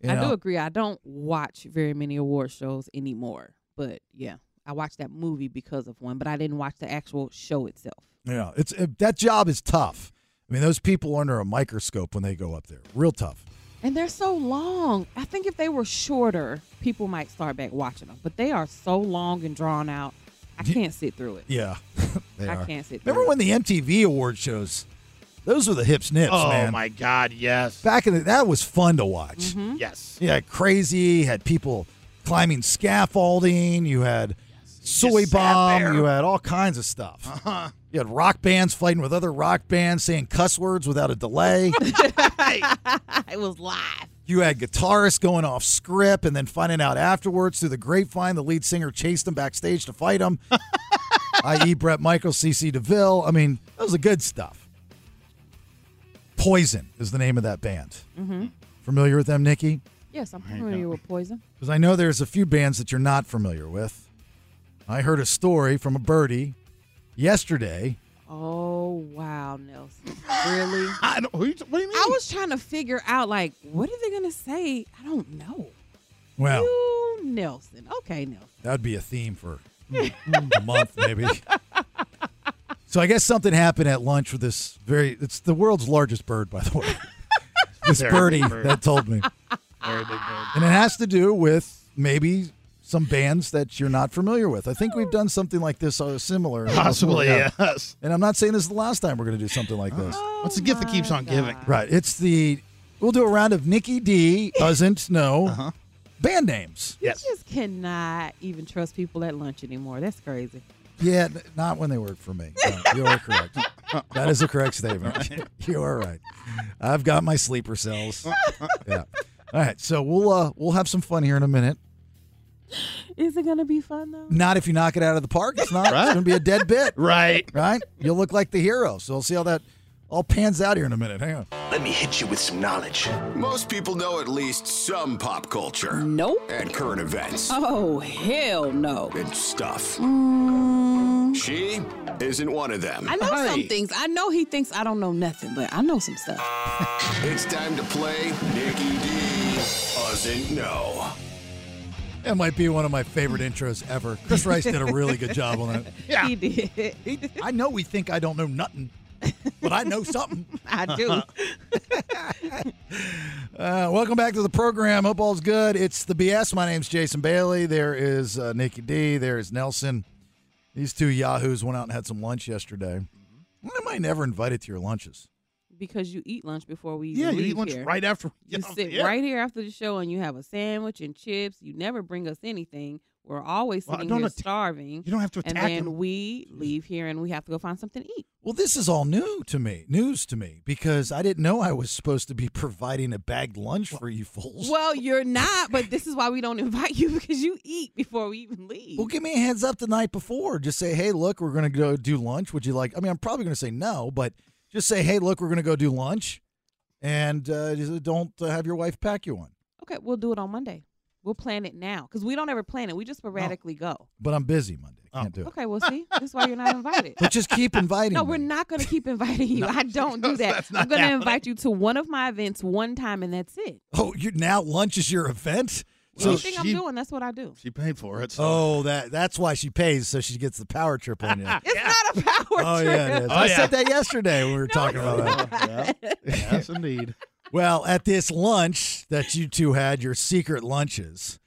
You
I
know?
do agree. I don't watch very many award shows anymore, but yeah, I watched that movie because of one, but I didn't watch the actual show itself.
Yeah, it's uh that job is tough. I mean, those people are under a microscope when they go up there. Real tough.
And they're so long. I think if they were shorter, people might start back watching them, but they are so long and drawn out. I can't sit through it.
Yeah, they
I
are.
can't sit
Remember
through
when the MTV award shows? Those were the hips nips,
oh
man.
my God! Yes.
Back in the, that was fun to watch.
Mm-hmm.
Yes.
Yeah, crazy. Had people climbing scaffolding. You had soy bomb. You had all kinds of stuff.
Uh-huh.
You had rock bands fighting with other rock bands, saying cuss words without a delay.
it was live.
you had guitarists going off script and then finding out afterwards through the grapevine the lead singer chased them backstage to fight him, i.e., Brett Michaels, CC DeVille. I mean, that was the good stuff. Poison is the name of that band.
Mm-hmm.
Familiar with them, Nikki?
Yes, I'm familiar with Poison.
Because I know there's a few bands that you're not familiar with. I heard a story from a birdie yesterday.
Oh wow, Nelson! Really?
I don't, what do you mean?
I was trying to figure out like what are they gonna say? I don't know.
Well,
You, Nelson. Okay, Nelson.
that would be a theme for a month, maybe. So I guess something happened at lunch with this very, it's the world's largest bird, by the way. this
Very big
birdie
bird.
that told me.
Very big bird.
And it has to do with maybe some bands that you're not familiar with. I think we've done something like this uh, similar.
Possibly,
Yeah.
yes. Oh
And I'm not saying this is the last time we're going to do something like this.
What's the gift that keeps on giving?
Right. It's the we'll do a round of Nikki D doesn't know
Uh-huh.
band names.
Yes.
You just cannot even trust people at lunch anymore. That's crazy.
Yeah, n- not when they work for me. No, you are correct. That is a correct statement. You are right. I've got my sleeper cells. Yeah. All right. So we'll uh, we'll have some fun here in a minute.
Is it gonna be fun though?
Not if you knock it out of the park. It's not.
Right.
It's gonna be a dead bit.
Right.
Right. You'll look like the hero. So we'll see how that all pans out here in a minute. Hang on.
Let me hit you with some knowledge. Most people know at least some pop culture.
Nope.
And current events.
Oh hell no. Mm.
And stuff. She isn't one of them.
I know some
Hey.
things. I know he thinks I don't know nothing, but I know some stuff.
It's time to play Nikki D doesn't know.
That might be one of my favorite intros ever. Chris Rice did a really good job on that.
Yeah. He did.
I know we think I don't know nothing, but I know something.
I do.
Uh, welcome back to the program. Hope all's good. It's the BS. My name's Jason Bailey. There is uh, Nikki D. There is Nelson. These two yahoos went out and had some lunch yesterday.
Mm-hmm.
Why am I never invited to your lunches?
because you eat lunch before we even
Yeah, you
leave
eat lunch
here.
right after.
You
Yeah,
sit
yeah.
right here after the show and you have a sandwich and chips. You never bring us anything. We're always
Well, I
sitting
don't
here
atta-
starving.
you don't have to
And
attack
then
him.
we leave here and we have to go find something to eat.
Well, this is all new to me, news to me, because I didn't know I was supposed to be providing a bagged lunch for you fools.
Well, you're not, but this is why we don't invite you because you eat before we even leave.
Well, give me a heads up the night before. Just say, hey, look, we're going to go do lunch. Would you like? I mean, I'm probably going to say no, but just say, hey, look, we're going to go do lunch. And uh, just don't uh, have your wife pack you one.
Okay, we'll do it on Monday. We'll plan it now because we don't ever plan it. We just sporadically go.
But I'm busy Monday. Can't do it.
Okay, well, see, this is why you're not invited.
But just keep inviting
No,
me.
we're not going to keep inviting you. I don't do that.
not
I'm going to
happening.
invite you to one of my events one time, and that's it.
Oh, you now lunch is your event?
So Anything I'm doing, that's what I do.
She paid for it. So.
Oh, that that's why she pays, so she gets the power trip on you.
It's not a power
oh,
trip.
yeah, it is.
Oh,
I
yeah.
said that yesterday when we were talking about that.
yes, indeed.
Well, at this lunch that you two had, your secret lunches,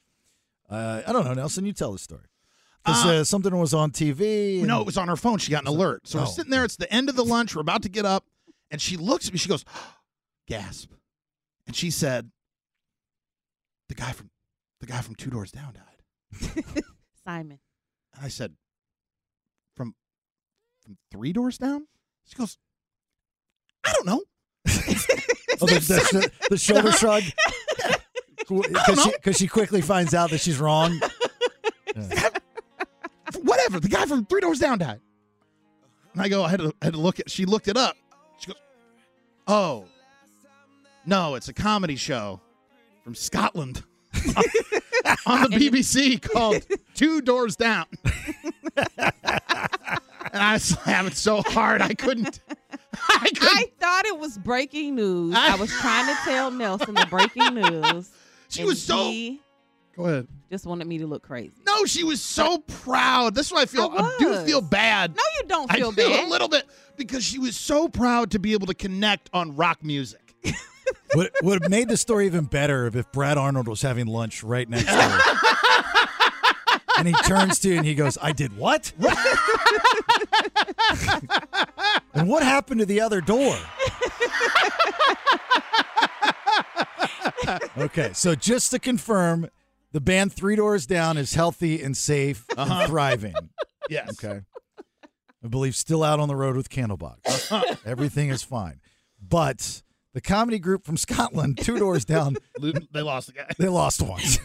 uh, I don't know, Nelson, you tell the story. 'Cause, uh, something was on TV. and-
No, it was on her phone. She got an alert. So we're
Oh.
sitting there. It's the end of the lunch. We're about to get up, and she looks at me. She goes, gasp, and she said, "The guy from, the guy from Two Doors Down died."
Simon.
And I said, "From from three doors down? She goes, I don't know.
Oh, the, the, the, the shoulder shrug.
don't
Because
know.
she, 'cause she quickly finds out that she's wrong.
Whatever. The guy from three doors down died. And I go, I had to, I had to look at, she looked it up. She goes, oh, no, it's a comedy show from Scotland on the BBC called Two Doors Down. and I was laughing so hard I couldn't. I,
thought it was breaking news. I, was trying to tell Nelson the breaking news.
She
and
was so-
He
Go ahead.
just wanted me to look crazy.
No, she was so proud. This is what I feel. I, do
was.
feel bad.
No, you don't
I
feel
do
bad.
a little bit because she was so proud to be able to connect on rock music.
Would, would have made the story even better if Brad Arnold was having lunch right next to her. and he turns to you and he goes, I did what? and what happened to the other door? okay, so just to confirm, the band Three Doors Down is healthy and safe
Uh-huh.
and thriving.
Yes.
Okay. I believe still out on the road with
Uh-huh.
Candlebox. Everything is fine. But the comedy group from Scotland, two doors down,
Lo- They lost the guy.
they lost once.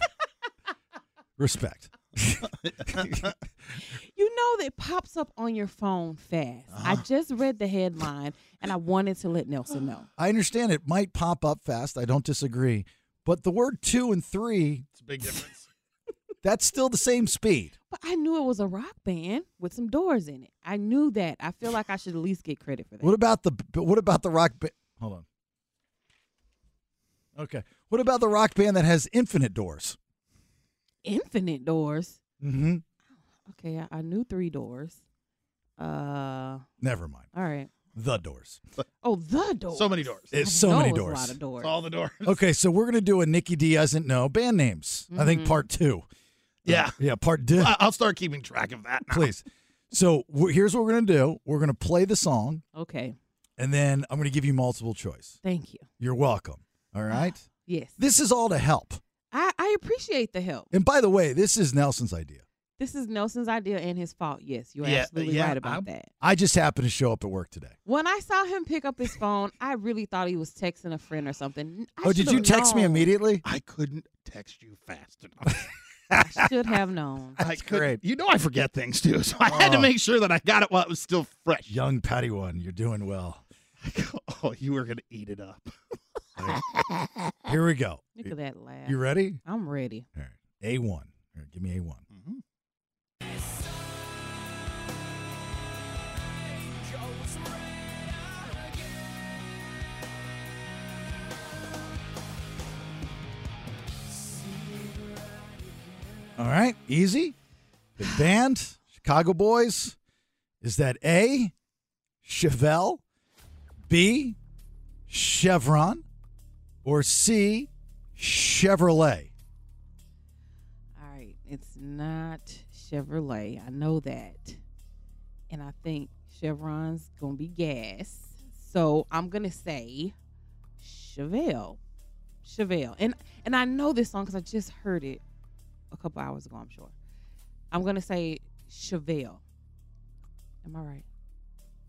Respect.
You know that pops up on your phone fast. I just read the headline and I wanted to let Nelson know.
I understand it might pop up fast. I don't disagree. But the word two and three,
It's a big difference.
that's still the same speed.
But I knew it was a rock band with some doors in it. I knew that. I feel like I should at least get credit for that.
What about the but what about the rock band? Hold on. Okay. What about the rock band that has infinite doors?
Infinite doors.
Mm-hmm.
Okay, I, I knew three doors. Uh,
Never mind.
all right.
The doors.
Oh, the doors.
So many doors.
It's
I
so
know
many
it's
doors.
A lot of doors.
It's all the doors.
Okay, so we're gonna do a Nikki D doesn't know band names. I think
Mhm.
part two.
Yeah.
Yeah, part two.
I- I'll start keeping track of that now.
Please. So we here's what we're gonna do. We're gonna play the song,
Okay,
and then I'm gonna give you multiple choice.
thank you.
You're welcome. All right.
Yes,
This is all to help.
I, I appreciate the help.
And by the way, this is Nelson's idea.
This is Nelson's idea and his fault. Yes, you're
Yeah,
absolutely
yeah,
right about
I'm-
that.
I just happened to show up at work today.
When I saw him pick up his phone, I really thought he was texting a friend or something. I
oh, did
should've
you text me
known.
immediately?
I couldn't text you fast enough.
I should have known.
I couldn't-
great.
You know I forget things too, so I had to
Oh.
make sure that I got it while it was still fresh.
Young Patty one, you're doing well.
Oh, you were gonna eat it up.
Here we go.
Look at that laugh.
You ready?
I'm ready.
All right. A1. All right, give me A1. All right. Easy. The band, Chicago Boys. Is that A, Chevelle, B, Chevron, or C, Chevrolet?
All right, it's not Chevrolet. I know that. And I think Chevron's going to be gas. So I'm going to say Chevelle. Chevelle. And and I know this song cuz I just heard it a couple hours ago, I'm sure. I'm going to say Chevelle. Am I right?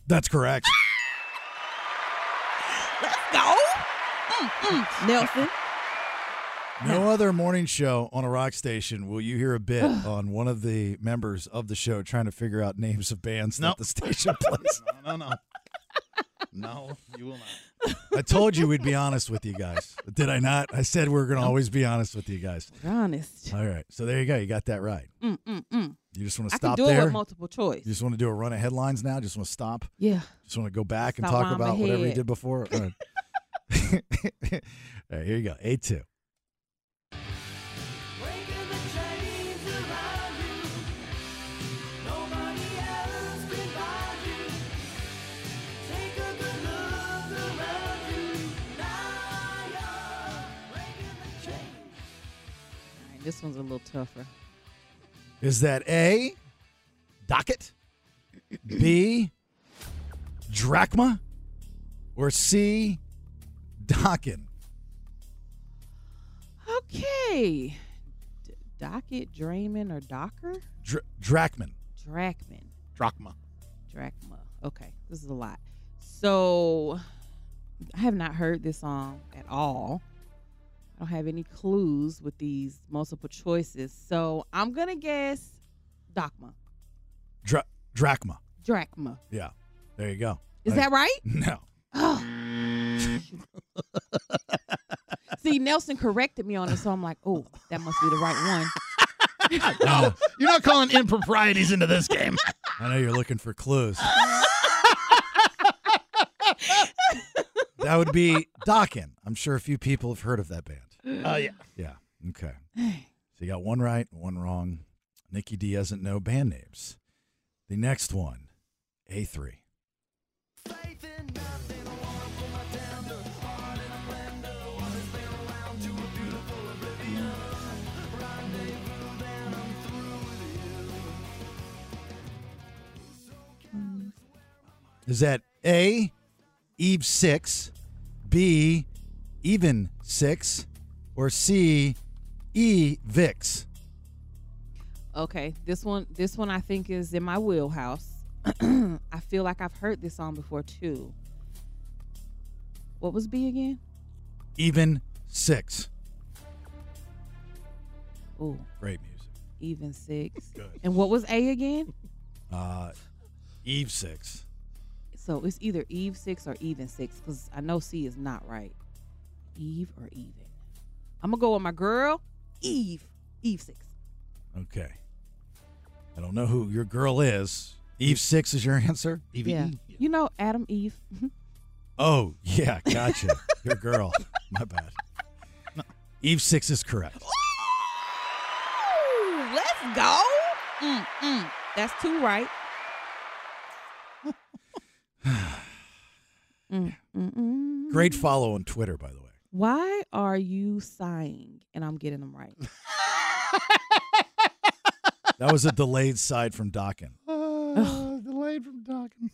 That's correct.
Go. Mm-mm. Nelson.
No other morning show on a rock station will you hear a bit on one of the members of the show trying to figure out names of bands
Nope.
that the station plays.
No, no, no. No, you will not.
I told you we'd be honest with you guys. Did I not? I said we are going to always be honest with you guys.
You're honest.
All right. So there you go. You got that right.
Mm, mm, mm.
You just want to
I can
stop
do it
there.
with multiple choice.
you just want to do a run of headlines now. Just want to stop.
yeah.
Just want to go back and
Stop while
talk
I'm
about whatever you
ahead.
did before. All right. All right, here you go. A2.
All right, this one's a little tougher.
Is that A, docket, B, drachma, or C, dockin?
Okay. D- docket, Draymond, or Docker?
Dr- drachman.
Drachman.
Drachma.
Drachma. Okay, this is a lot. So I have not heard this song at all. I don't have any clues with these multiple choices. So I'm gonna guess Dogma.
Dra- drachma.
Drachma.
Yeah. There you go.
Is
I-
that right?
No.
See, Nelson corrected me on it, so I'm like, oh, that must be the right one.
no, you're not calling improprieties into this game.
I know you're looking for clues. that would be Dokken. I'm sure a few people have heard of that band.
Oh, yeah.
Yeah. Okay. So you got one right, one wrong. Nikki D doesn't know band names. The next one, A3. Is that A, Eve 6, B, Even 6, or C, E, Vix?
Okay, this one, this one I think is in my wheelhouse. I feel like I've heard this song before too. What was B again?
Even 6.
Ooh,
Great music.
even six. And what was A again?
Uh, Eve 6.
So it's either Eve six or even six, because I know C is not right. Eve or even. I'm gonna go with my girl, Eve. Eve six.
Okay. I don't know who your girl is. Eve 6 is your answer?
Yeah. You know Adam Eve.
Oh, yeah. Gotcha. your girl. My bad. Eve 6 is correct.
Ooh, let's go. Mm-mm. That's two right. Mm, Mm-mm.
Great follow on Twitter, by the way.
Why are you sighing? And I'm getting them right.
That was a delayed side from Dokken.
Uh, delayed from talking.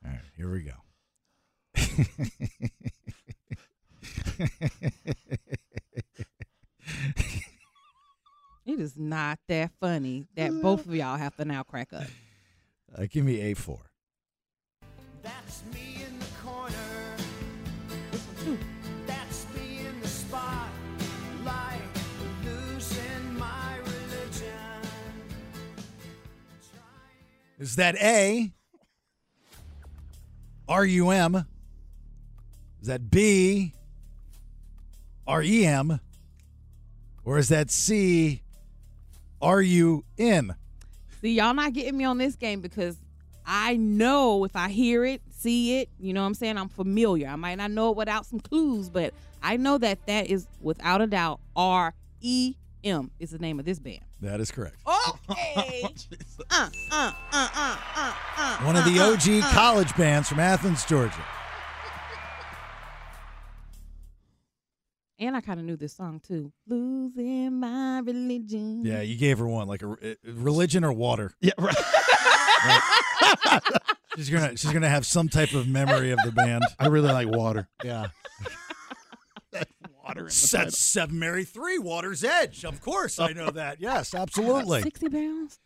All right, here we go.
It is not that funny that both of y'all have to now crack up.
Uh, give me A4.
That's me in the corner. That's me in the spotlight, losing my religion.
Is that A? R U M? Is that B? R E M? Or is that C? R U N?
See, y'all not getting me on this game because I know if I hear it, see it, you know what I'm saying? I'm familiar. I might not know it without some clues, but I know that that is without a doubt R E M is the name of this band.
That is correct.
Okay. uh, uh, uh, uh, uh, uh,
One of the
uh, uh,
OG
uh.
college bands from Athens, Georgia.
And I kind of knew this song too. Losing my religion.
Yeah, you gave her one like a uh, religion or water.
Mm-hmm. Yeah, right.
She's gonna she's gonna have some type of memory of the band.
I really like water.
Yeah.
Water. In the
Set Seven Mary Three, Water's Edge. Of course, I know that. Yes, absolutely.
60 pounds.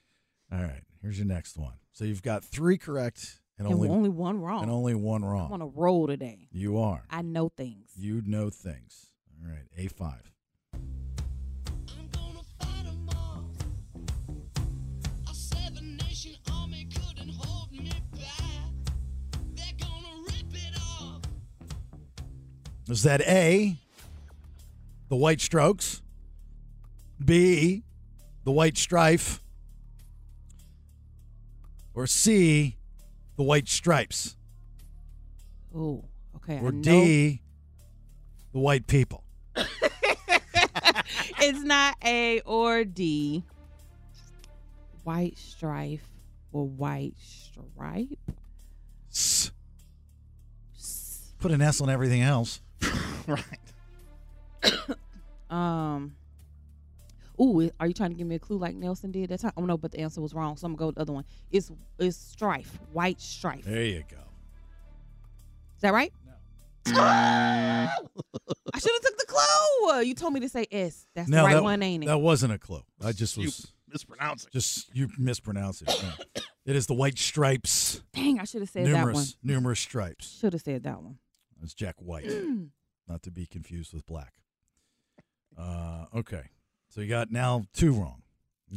All right, here's your next one. So you've got three correct and,
And
only,
only, only one wrong.
and only one
I'm on
wrong.
a roll today.
You are.
I know things.
You know things. All right, A five.
A seven nation army couldn't hold me back. They're gonna rip it off.
Is that A? The White Strokes. B. The White Strife. Or C. The White Stripes.
Oh, okay. I
Or
know
D. The White People.
it's not A or D. White strife or white stripe?
S. Put an S on everything else.
right.
Um. Ooh, are you trying to give me a clue like Nelson did that time? Oh no, but the answer was wrong, so I'm gonna go with the other one. It's it's strife, white strife. Is
There you go.
that right? No. I should have took the clue. You told me to say S. That's the right
that,
one, ain't it?
That wasn't a clue. I just was
mispronouncing.
Just you mispronounce it. yeah. it is the white stripes.
Dang, I should have said
numerous,
that one.
Numerous stripes.
Should have said that one.
That's Jack White, not to be confused with black. Uh, okay, so you got now two wrong.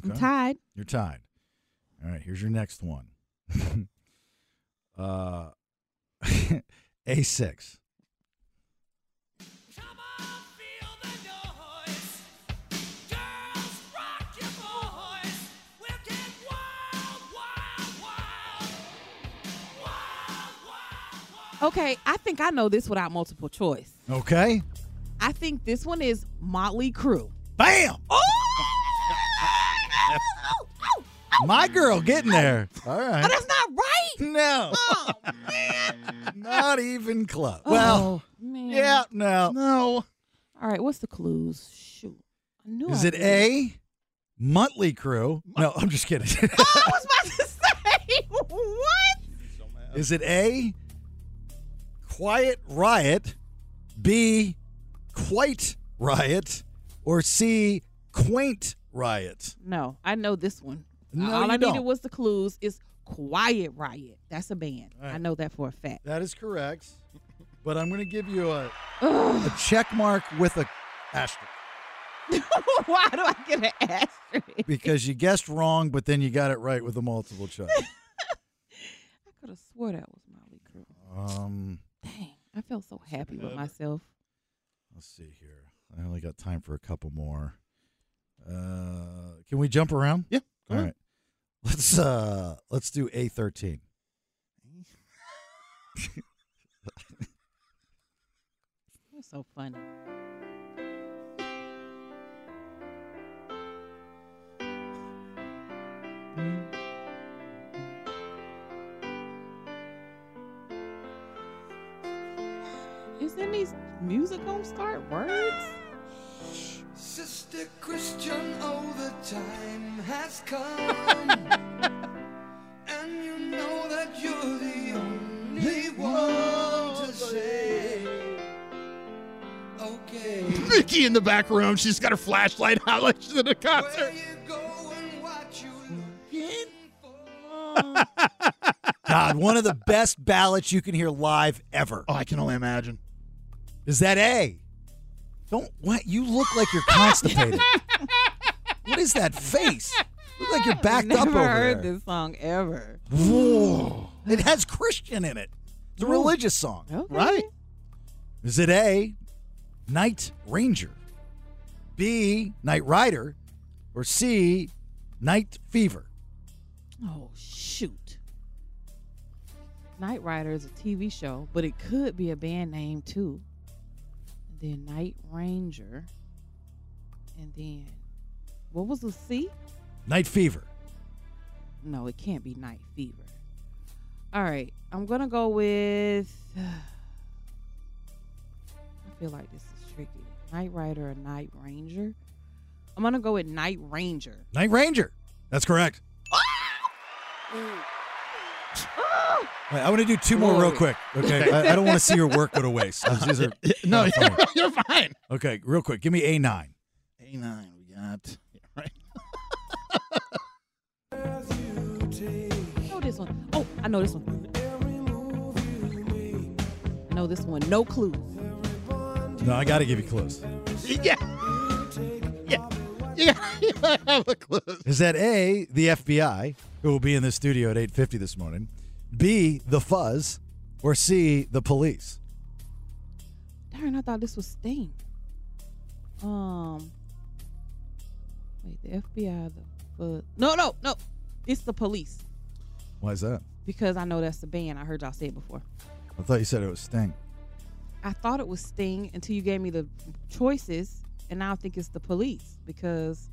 I'm tied.
You're tied. All right, here's your next one. uh, A six.
Okay, I think I know this without multiple choice.
Okay.
I think this one is Motley Crue.
Bam! My girl getting there. All right.
That's not right. Oh,
No. Not even close. Well, yeah, no.
No.
All right, what's the clues? Shoot. I knew
Is
I
it
did
A, Muttley Crew? No, I'm just kidding.
Oh, I was about to say what?
Is it A, Quiet Riot, B, Quite Riot, or C, Quaint Riot?
No, I know this one.
No,
All
you
I needed
don't.
was the clues. Is Quiet Riot? That's a band.
All right.
I know that for a fact.
That is correct. But I'm going to give you a, a check mark with a asterisk.
Why do I get an asterisk?
because you guessed wrong, but then you got it right with a multiple choice.
I could have swore that was Motley Crue.
Um, uh,
Dang, I felt so happy with
good.
myself.
let's see here. I only got time for a couple more. Uh, can we jump around?
Yeah. go
All
ahead.
right. Let's uh let's do A thirteen.
You're so funny. Is in these music gonna start words?
Sister Christian, oh, the time has come. and you know that you're the only one to say, okay.
Mickey in the back room. She's got her flashlight out like she's at a concert.
God, one of the best ballads you can hear live ever.
Oh, I can only imagine.
Is that A? Don't what you look like you're constipated. what is that face? You Look like you're backed
Never
up over
heard
there.
this song ever.
Whoa. It has Christian in it. It's a religious song.
Okay.
Right.
Is it A, Night Ranger, B, Night Rider, or C, Night Fever?
Oh shoot. Knight Rider is a TV show, but it could be a band name too. And then Night Ranger. And then what was the C?
Night Fever.
No, it can't be Night Fever. All right, I'm gonna go with. I feel like this is tricky. Night Rider or Night Ranger? I'm gonna go with Night Ranger.
Night Ranger. That's correct. Wait, I want to do two more real quick. Okay. I, I don't want to see your work go to waste. These are
No,
kinda
you're,
funny.
you're fine.
Okay, real quick. Give me A9.
A nine, we got yeah, right.
I know this one. Oh, I know this one. I know this one. No clues.
No, I got to give you clues.
Yeah, yeah, yeah. I have a clue.
Is that A, the FBI, who will be in the studio at 8.50 this morning, B, the fuzz, or C, the police?
Darn, I thought this was Sting. Um, wait, the FBI, the uh, no, no, no, it's the police
Why is that?
because I know that's the band. I heard y'all say it before.
I thought you said it was Sting.
I thought it was Sting until you gave me the choices, and now I think it's the police because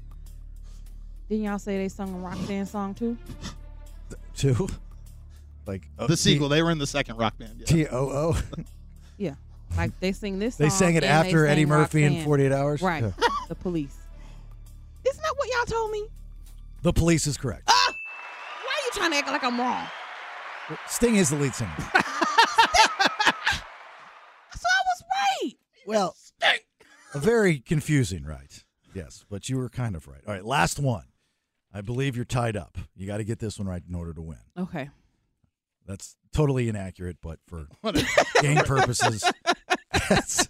didn't y'all say they sung a Roxanne song too?
Two? Like uh,
The sequel. They were in the second rock band. Yeah.
T O O.
Yeah, like they sing this.
They
song
sang it
and they
after Eddie
sang
Murphy in
Roxanne.
48 Hours?
Right,
Yeah.
the police. Isn't that what y'all told me?
The police is correct.
Why are you trying to act like I'm wrong?
Sting is the lead singer.
So I was right.
Well, a very confusing right. Yes, but you were kind of right. All right, last one. I believe you're tied up. You got to get this one right in order to win.
Okay.
That's totally inaccurate, but for game purposes, that's,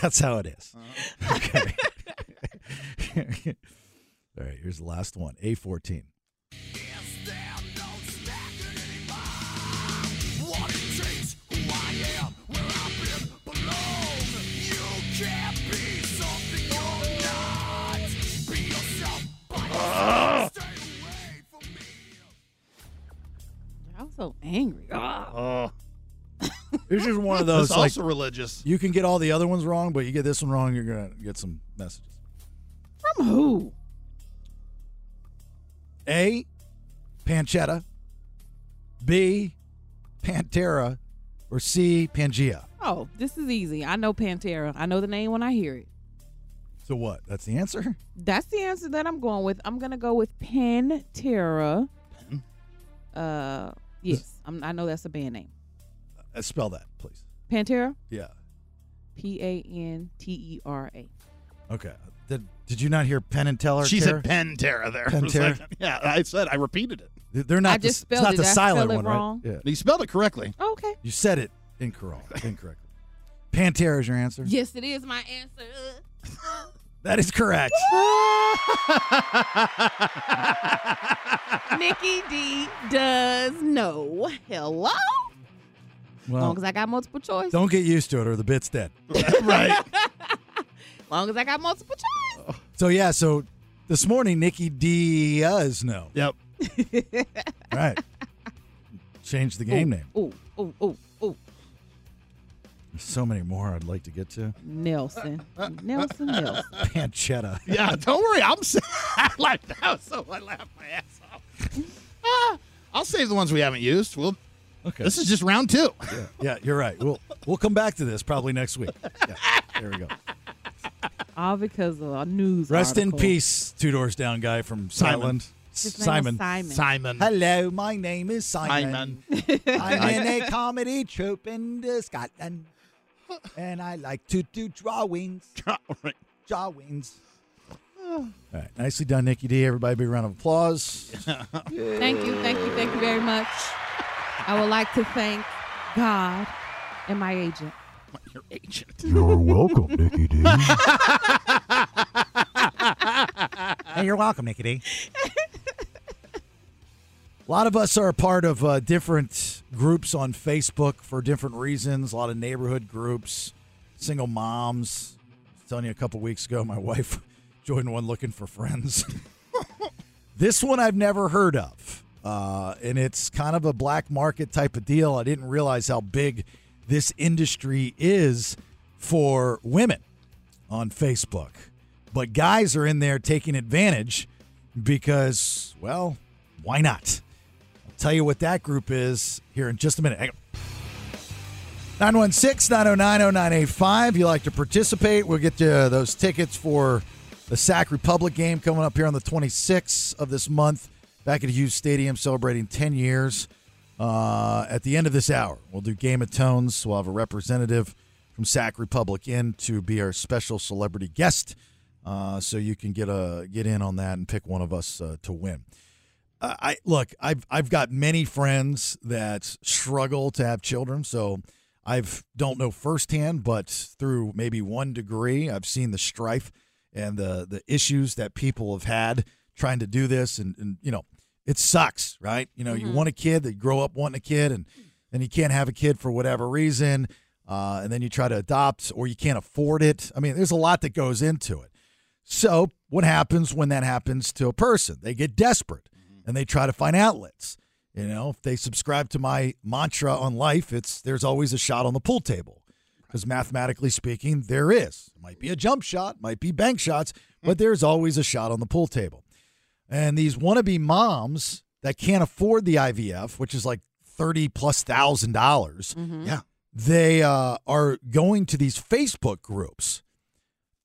that's how it is.
Uh-huh.
Okay. All right, here's the last one A14.
I'm so angry.
Oh.
This is one of those.
That's
like,
also religious.
You can get all the other ones wrong, but you get this one wrong, you're going to get some messages.
From who?
A. Panchetta. B. Pantera. Or C. Pangea.
Oh, this is easy. I know Pantera. I know the name when I hear it.
So what? That's the answer?
That's the answer that I'm going with. I'm gonna go with Pantera.
Mm-hmm.
Uh, yes, I'm, I know that's a band name.
Uh, spell that, please.
Pantera.
Yeah.
P A N T E R A.
Okay. Did, did you not hear Penn and Teller?
She
Tara?
said Pantera there. It was
Pantera.
like- yeah, I said I repeated it.
They're not.
I just
the,
spelled
it's not
it.
the
Did I spell
silent
it
one,
wrong? Oh,
right? Yeah.
You spelled it correctly.
okay.
You said it incorrect. incorrectly. Pantera is your answer.
Yes, it is my answer.
That is correct.
Nikki D does know. Hello.
Well,
long as I got multiple choice.
don't get used to it, or the bit's dead.
long as I got multiple choice.
So yeah. So this morning, Nikki D does know.
Yep.
Right. Change the game name.
Ooh, ooh, ooh, ooh.
There's so many more I'd like to get to.
Nelson.
Uh,
Nelson Nelson.
Panchetta.
Yeah, don't worry. I'm s- I laughed out, so I laughed my ass off. Ah, I'll save the ones we haven't used. We'll.
Okay.
This is just round two.
Yeah, yeah, you're right. We'll we'll come back to this probably next week. Yeah, there we go.
All because of a news.
Rest in
article.
peace, Two Doors Down guy from
Simon.
Scotland.
His name was
Simon.
Simon.
Simon.
Hello, my name is Simon. I'm in a comedy troupe in uh, Scotland, and I like to do drawings. Drawings. All right, nicely done, Nikki D. Everybody, big round of applause.
Thank you, thank you, thank you very much. I would like to thank God and my agent.
Your agent.
You're welcome, Nikki D. hey, you're welcome, Nikki D. A lot of us are a part of uh, different groups on Facebook for different reasons. A lot of neighborhood groups, single moms. I was telling you a couple weeks ago, my wife joined one looking for friends. this one I've never heard of, uh, and it's kind of a black market type of deal. I didn't realize how big this industry is for women on Facebook, but guys are in there taking advantage because, well, why not? I'll tell you what that group is here in just a minute. Hang on. 916-909-0985. You like to participate? We'll get you those tickets for the Sac Republic game coming up here on the 26th of this month. Back at Hughes Stadium, celebrating 10 years. Uh, at the end of this hour, we'll do Game of Tones. We'll have a representative from Sac Republic in to be our special celebrity guest, uh, so you can get a get in on that and pick one of us uh, to win. I I- look, I've I've got many friends that struggle to have children, so I've don't know firsthand, but through maybe one degree, I've seen the strife and the the issues that people have had trying to do this, and, and you know, it sucks, right? You know, you want a kid, they grow up wanting a kid, and then you can't have a kid for whatever reason, uh, and then you try to adopt or you can't afford it. I mean, there's a lot that goes into it. So, what happens when that happens to a person? They get desperate Mm-hmm. and they try to find outlets. You know, if they subscribe to my mantra on life, it's there's always a shot on the pool table. Because mathematically speaking, there is. It might be a jump shot, might be bank shots, but there's always a shot on the pool table. And these wannabe moms that can't afford the IVF, which is like thirty plus thousand dollars,
Yeah.
they uh, are going to these Facebook groups.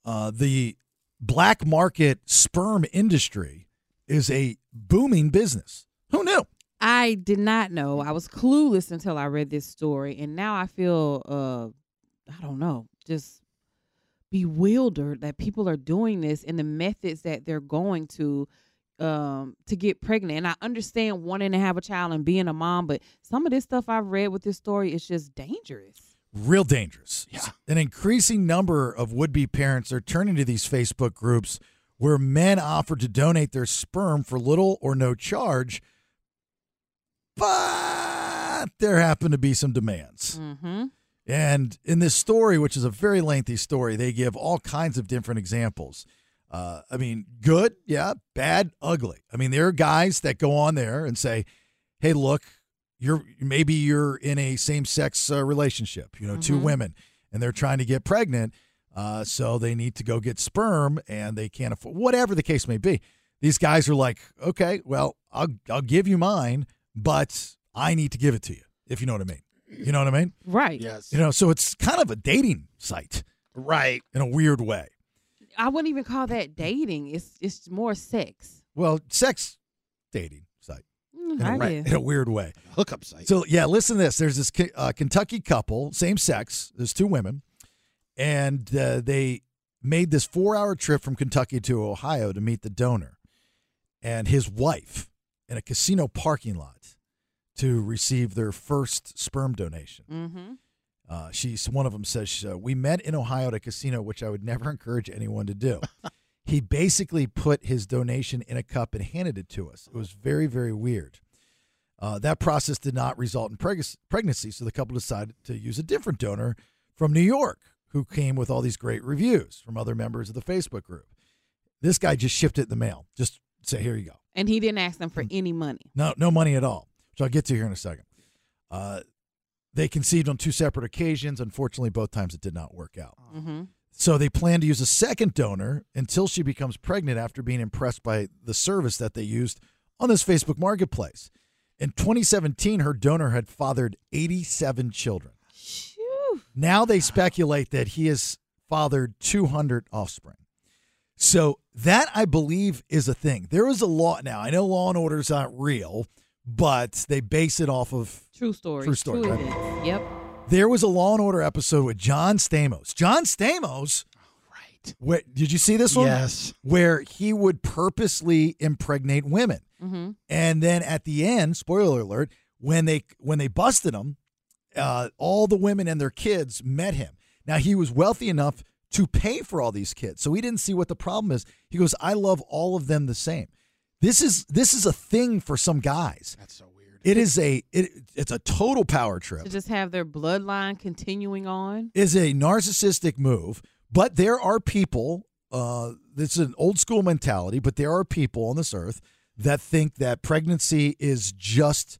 Uh, the black market sperm industry is a booming business. Who knew?
I did not know. I was clueless until I read this story, and now I feel, uh, I don't know, just bewildered that people are doing this and the methods that they're going to um to get pregnant and i understand wanting to have a child and being a mom but some of this stuff i've read with this story is just dangerous
real dangerous. An increasing number of would be parents are turning to these Facebook groups where men offer to donate their sperm for little or no charge, but there happen to be some demands.
mm-hmm
And in this story, which is a very lengthy story, they give all kinds of different examples. Uh, I mean, good, yeah, bad, ugly. I mean, there are guys that go on there and say, "Hey, look, you're maybe you're in a same-sex uh, relationship, you know, two
Mhm.
women, and they're trying to get pregnant, uh, so they need to go get sperm, and they can't afford whatever the case may be." These guys are like, "Okay, well, I'll I'll give you mine, but I need to give it to you, if you know what I mean." You know what I mean?
Right.
Yes.
You know, so it's kind of a dating site.
Right.
In a weird way.
i wouldn't even call that dating it's it's more sex
Well, sex dating site.
Mm,
in, a,
I
right-
guess.
in a weird way.
Hookup site.
So, yeah, listen to this. There's this K- uh, Kentucky couple, same sex. There's two women, and uh, they made this four hour trip from Kentucky to Ohio to meet the donor and his wife in a casino parking lot to receive their first sperm donation.
mm-hmm
Uh, she's one of them says uh, we met in Ohio at a casino, which I would never encourage anyone to do. he basically put his donation in a cup and handed it to us. It was very very weird. Uh, that process did not result in preg- pregnancy, so the couple decided to use a different donor from New York, who came with all these great reviews from other members of the Facebook group. This guy just shipped it in the mail. Just say, here you go.
and he didn't ask
Mm.
them for any money
No, no money at all, which I'll get to here in a second. Uh, they conceived on two separate occasions. Unfortunately, both times it did not work out.
mm-hmm
So they plan to use a second donor until she becomes pregnant after being impressed by the service that they used on this Facebook marketplace. In 2017, her donor had fathered 87 children. Now they speculate that he has fathered 200 offspring. So that I believe is a thing. There is a law now. I know Law and Order is not real, but they base it off of
true story
True story, right?
events. yep
there was a Law and Order episode with John Stamos. John Stamos. Right. Where, did you see this one?
Yes.
Where he would purposely impregnate women,
mm-hmm
and then at the end, spoiler alert, when they when they busted him, uh, all the women and their kids met him. Now he was wealthy enough to pay for all these kids, so he didn't see what the problem is. He goes, "I love all of them the same." This is this is a thing for some guys. That's so weird. It is a it, it's a total power trip
to just have their bloodline continuing on
is a narcissistic move, but there are people, uh, this is an old school mentality, but there are people on this earth that think that pregnancy is just,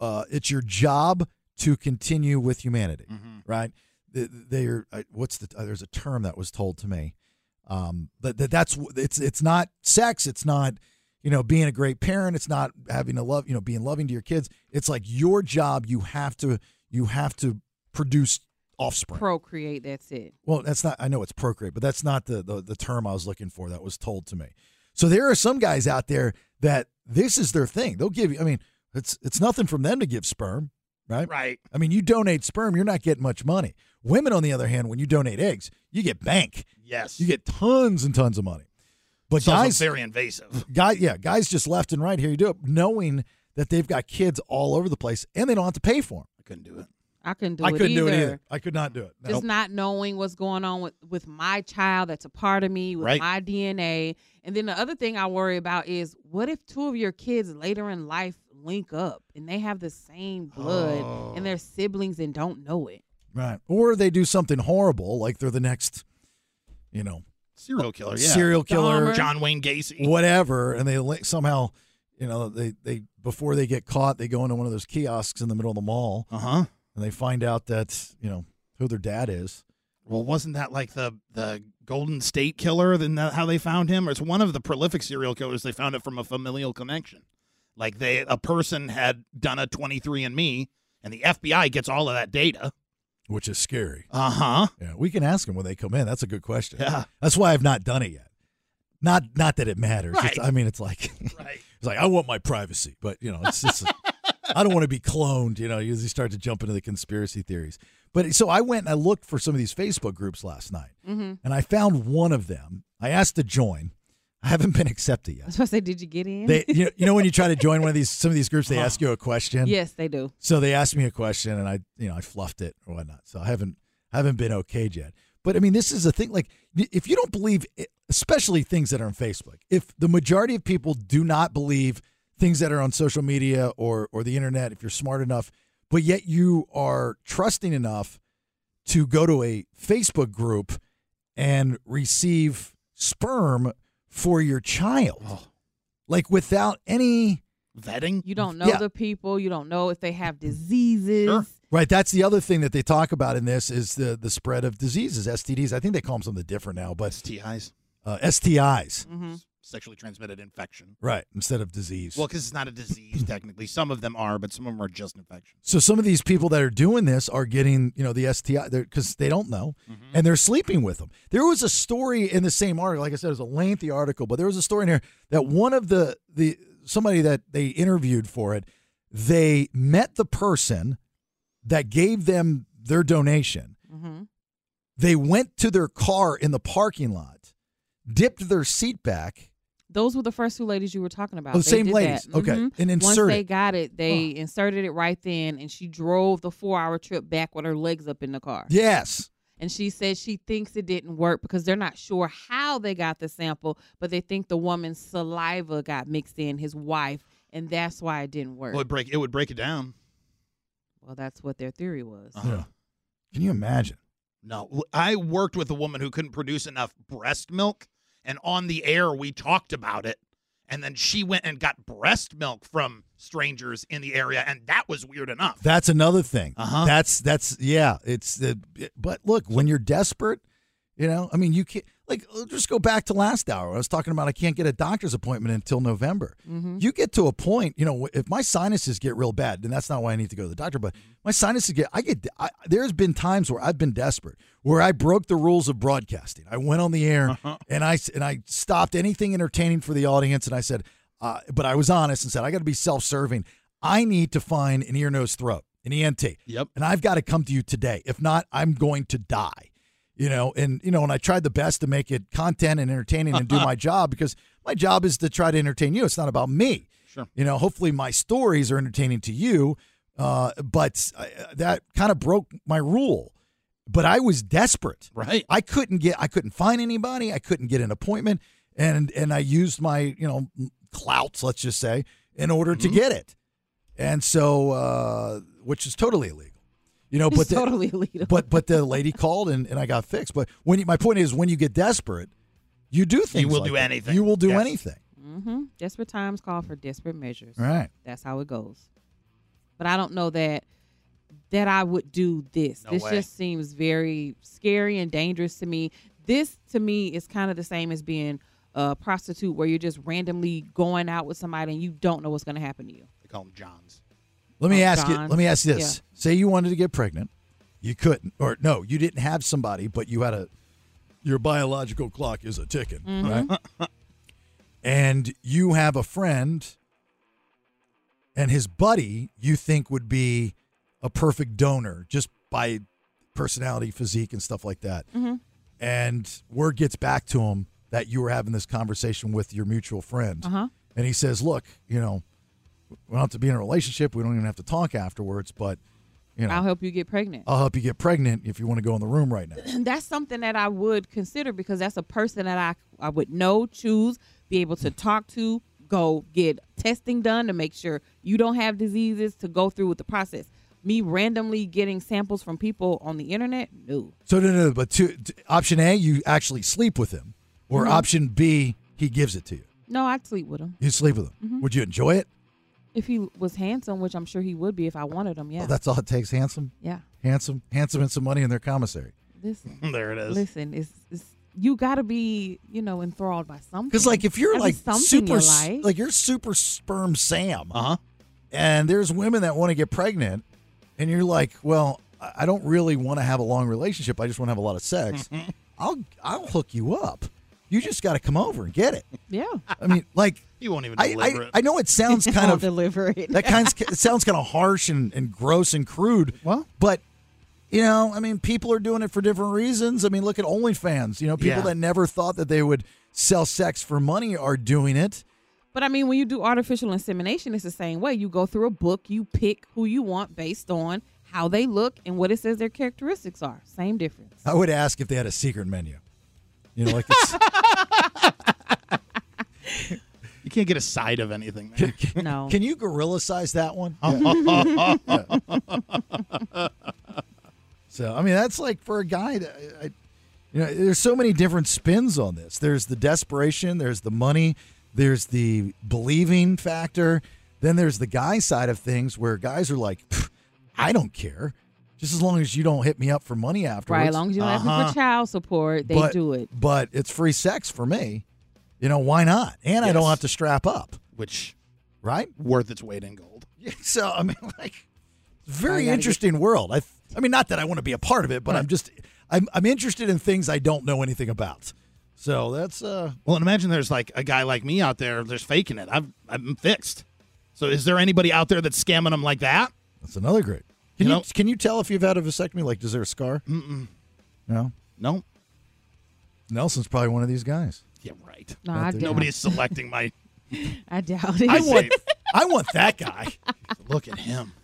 uh, it's your job to continue with humanity, right? Th- They're, I- what's the, uh, there's a term that was told to me. Um, that, that that's wh- it's it's not sex. It's not you know being a great parent. It's not having a love you know being loving to your kids. It's like your job. You have to you have to produce offspring.
procreate that's it
Well, that's not. I know it's procreate, but that's not the, the the term I was looking for. That was told to me. So there are some guys out there that this is their thing. They'll give you. I mean, it's it's nothing from them to give sperm, right?
Right.
I mean, you donate sperm, you're not getting much money. Women, on the other hand, when you donate eggs, you get bank.
Yes.
You get tons and tons of money. But
It's also
guys,
very invasive.
guy, yeah, guys, just left and right here you do it, knowing that they've got kids all over the place and they don't have to pay for them.
I couldn't do it.
i couldn't do
I
it
couldn't
either.
do it either. I could not do it. No.
just not knowing what's going on with, with my child that's a part of me with
Right.
my dna and then the other thing i worry about is what if two of your kids later in life link up and they have the same blood
Oh.
and they're siblings and don't know it
Right. Or they do something horrible, like they're the next, you know,
Serial killer. Yeah.
serial killer,
John Wayne Gacy.
whatever, and they li- somehow, you know, they they before they get caught, they go into one of those kiosks in the middle of the mall,
Uh huh.
and they find out that you know who their dad is.
Well, wasn't that like the the Golden State Killer? Then that how they found him, or it's one of the prolific serial killers. They found it from a familial connection, like they a person had done a 23andMe, and the FBI gets all of that data.
Which is scary.
Uh huh.
Yeah, we can ask them when they come in. That's a good question.
Yeah.
That's why I've not done it yet. Not not that it matters. It's-
Right.
I mean, it's like it's like I want my privacy, but you know, it's just I don't want to be cloned. You know, you usually start to jump into the conspiracy theories. But so I went and I looked
Mm.
for some of these Facebook groups last night,
mm-hmm.
and I found one of them. I asked to join. I haven't been accepted
I
yet.
was supposed to say, did you get in?
They, you know, you know when you try to join one of these, some of these
Uh-huh.
groups, they ask you a question.
yes, they do.
So they asked me a question, and I, you know, I fluffed it or whatnot. So I haven't, I haven't been okayed yet. But I mean, this is the thing. Like, if you don't believe, especially things that are on Facebook, if the majority of people do not believe things that are on social media or or the internet, if you're smart enough, but yet you are trusting enough to go to a Facebook group and receive sperm for your child, like without any
vetting.
You don't know
Yeah.
the people. You don't know if they have diseases.
Right. That's the other thing that they talk about in this is the the spread of diseases, STDs. I think they call them something different now, but
STIs.
Uh, STIs.
Mm-hmm. Sexually transmitted infection.
Right. Instead of disease.
Well, because it's not a disease technically. Some of them are, but some of them are just infection.
so some of these people that are doing this are getting, you know, the STI because they don't know, and they're sleeping with them. There was a story in the same article. Like I said, it was a lengthy article, but there was a story in here that one of the the somebody that they interviewed for it, they met the person that gave them their donation.
Mm-hmm.
They went to their car in the parking lot, dipped their seat back.
Those were the first two ladies you were talking about.
Oh,
They
same
did
ladies.
that.
Okay.
Mhm.
And
Once
insert
they
it.
got it, they inserted it right then, and she drove the four-hour trip back with her legs up in the car.
Yes.
And she said she thinks it didn't work because they're not sure how they got the sample, but they think the woman's saliva got mixed in, his wife, and that's why it didn't work.
Well, it break it would break it down. Uh-huh.
Well, that's what their theory was.
Yeah. Can you imagine?
No, I worked with a woman who couldn't produce enough breast milk, and on the air we talked about it, and then she went and got breast milk from strangers in the area, and that was weird enough.
That's another thing. Uh-huh. That's that's yeah. It's the but look when you're desperate, you know. I mean, you can't like uh, just go back to last hour. I was talking about I can't get a doctor's appointment until November. You get to a point, you know, if my sinuses get real bad, then that's not why I need to go to the doctor. But my sinuses get, I get. I, there's been times where I've been desperate, where I broke the rules of broadcasting. I went on the air and I and I stopped anything entertaining for the audience, and I said, uh, but I was honest and said I got to be self-serving. I need to find an ear, nose, throat, an ENT. Yep. And I've got to come to you today. If not, I'm going to die. You know, and you know, and I tried the best to make it content and entertaining and do my job because my job is to try to entertain you. It's not about me.
Sure.
You know, hopefully my stories are entertaining to you. Uh, but I, that kind of broke my rule. But I was desperate.
Right.
I couldn't get. I couldn't find anybody. I couldn't get an appointment. And and I used my you know clout, let's just say, in order to
Mm-hmm.
get it. And so, uh, which is totally illegal. You know,
It's
but the,
totally illegal.
But but the lady called and, and I got fixed. But when you, my point is, when you get desperate, you do things.
will
like
do
that.
anything.
You will do
Yes.
anything.
hmm Desperate times call for desperate measures.
Right.
That's how it goes. But I don't know that that I would do this.
No
this
way.
just seems very scary and dangerous to me. This to me is kind of the same as being a prostitute where you're just randomly going out with somebody and you don't know what's going to happen to you.
They call them Johns.
Let me
Oh,
ask you.
John.
Let me ask you this. Say you wanted to get pregnant, you couldn't, or no, you didn't have somebody, but you had a your biological clock is a ticking,
Mm-hmm.
Mhm.
right? and you have a friend, and his buddy you think would be a perfect donor just by personality, physique, and stuff like that.
mm-hmm.
Mhm.
And word gets back to him that you were having this conversation with your mutual friend,
Uh-huh.
and he says, "Look, you know." we don't have to be in a relationship. We don't even have to talk afterwards, but you know,
I'll help you get pregnant.
I'll help you get pregnant if you want to go in the room right now.
that's something that I would consider because that's a person that I I would know, choose, be able to talk to, go get testing done to make sure you don't have diseases to go through with the process. Me randomly getting samples from people on the internet, no.
So no, no, no but two, t- option A, you actually sleep with him, or
Mhm.
option B, he gives it to you.
No, I'd sleep with him.
You sleep with him.
Mhm.
Would you enjoy it?
If he was handsome, which I'm sure he would be if I wanted him, yeah.
Oh, that's all it takes. Handsome,
yeah.
handsome, handsome, and some money in their commissary.
Listen.
There it is.
Listen, it's, it's you gotta be, you know, enthralled by something.
Because like if you're
Gotta be
like
something
super,
you
s-
like.
like you're super sperm Sam, uh-huh. and there's women that want to get pregnant, and you're like, well, I I don't really want to have a long relationship. I just want to have a lot of sex. I'll I'll hook you up. You just got to come over and get it.
Yeah.
I mean, like
You won't even
I,
deliver
I,
it.
I know it sounds kind
I'll
of
deliver it.
that kind it sounds kind of harsh and, and gross and crude. Well, but you know, I mean, people are doing it for different reasons. I mean, look at OnlyFans. You know, people
Yeah.
that never thought that they would sell sex for money are doing it.
But I mean, when you do artificial insemination, it's the same way. You go through a book, you pick who you want based on how they look and what it says their characteristics are. Same difference.
I would ask if they had a secret menu. You know, like it's,
You can't get a side of anything. Man.
no.
can you gorilla size that one?
Yeah.
Yeah. So I mean, that's like for a guy. To, I, I- you know, there's so many different spins on this. There's the desperation. There's the money. There's the believing factor. Then there's the guy side of things where guys are like, "Pff, I don't care, just as long as you don't hit me up for money afterwards.
Right, as long as you don't ask me
Uh-huh.
for child support, they
but,
do it.
But it's free sex for me. You know why not? And I don't
Yes.
have to strap up.
Which
right
worth its weight in gold.
So I mean, like,
I
very
gotta
interesting world. I, I mean, not that I want to be a part of it, but I'm just, I'm, I'm interested in things I don't know anything about. So that's uh,
Well, and imagine there's like a guy like me out there that's faking it. I've I'm fixed. So is there anybody out there that's scamming them like that?
that's another great. Can you, can you tell if you've had a vasectomy? Like, is there a scar?
Mm-mm.
No,
no.
Nelson's probably one of these guys.
Yeah, right.
No, I doubt
Nobody
it.
is selecting my.
I doubt it.
I want.
I want that guy.
Look at him.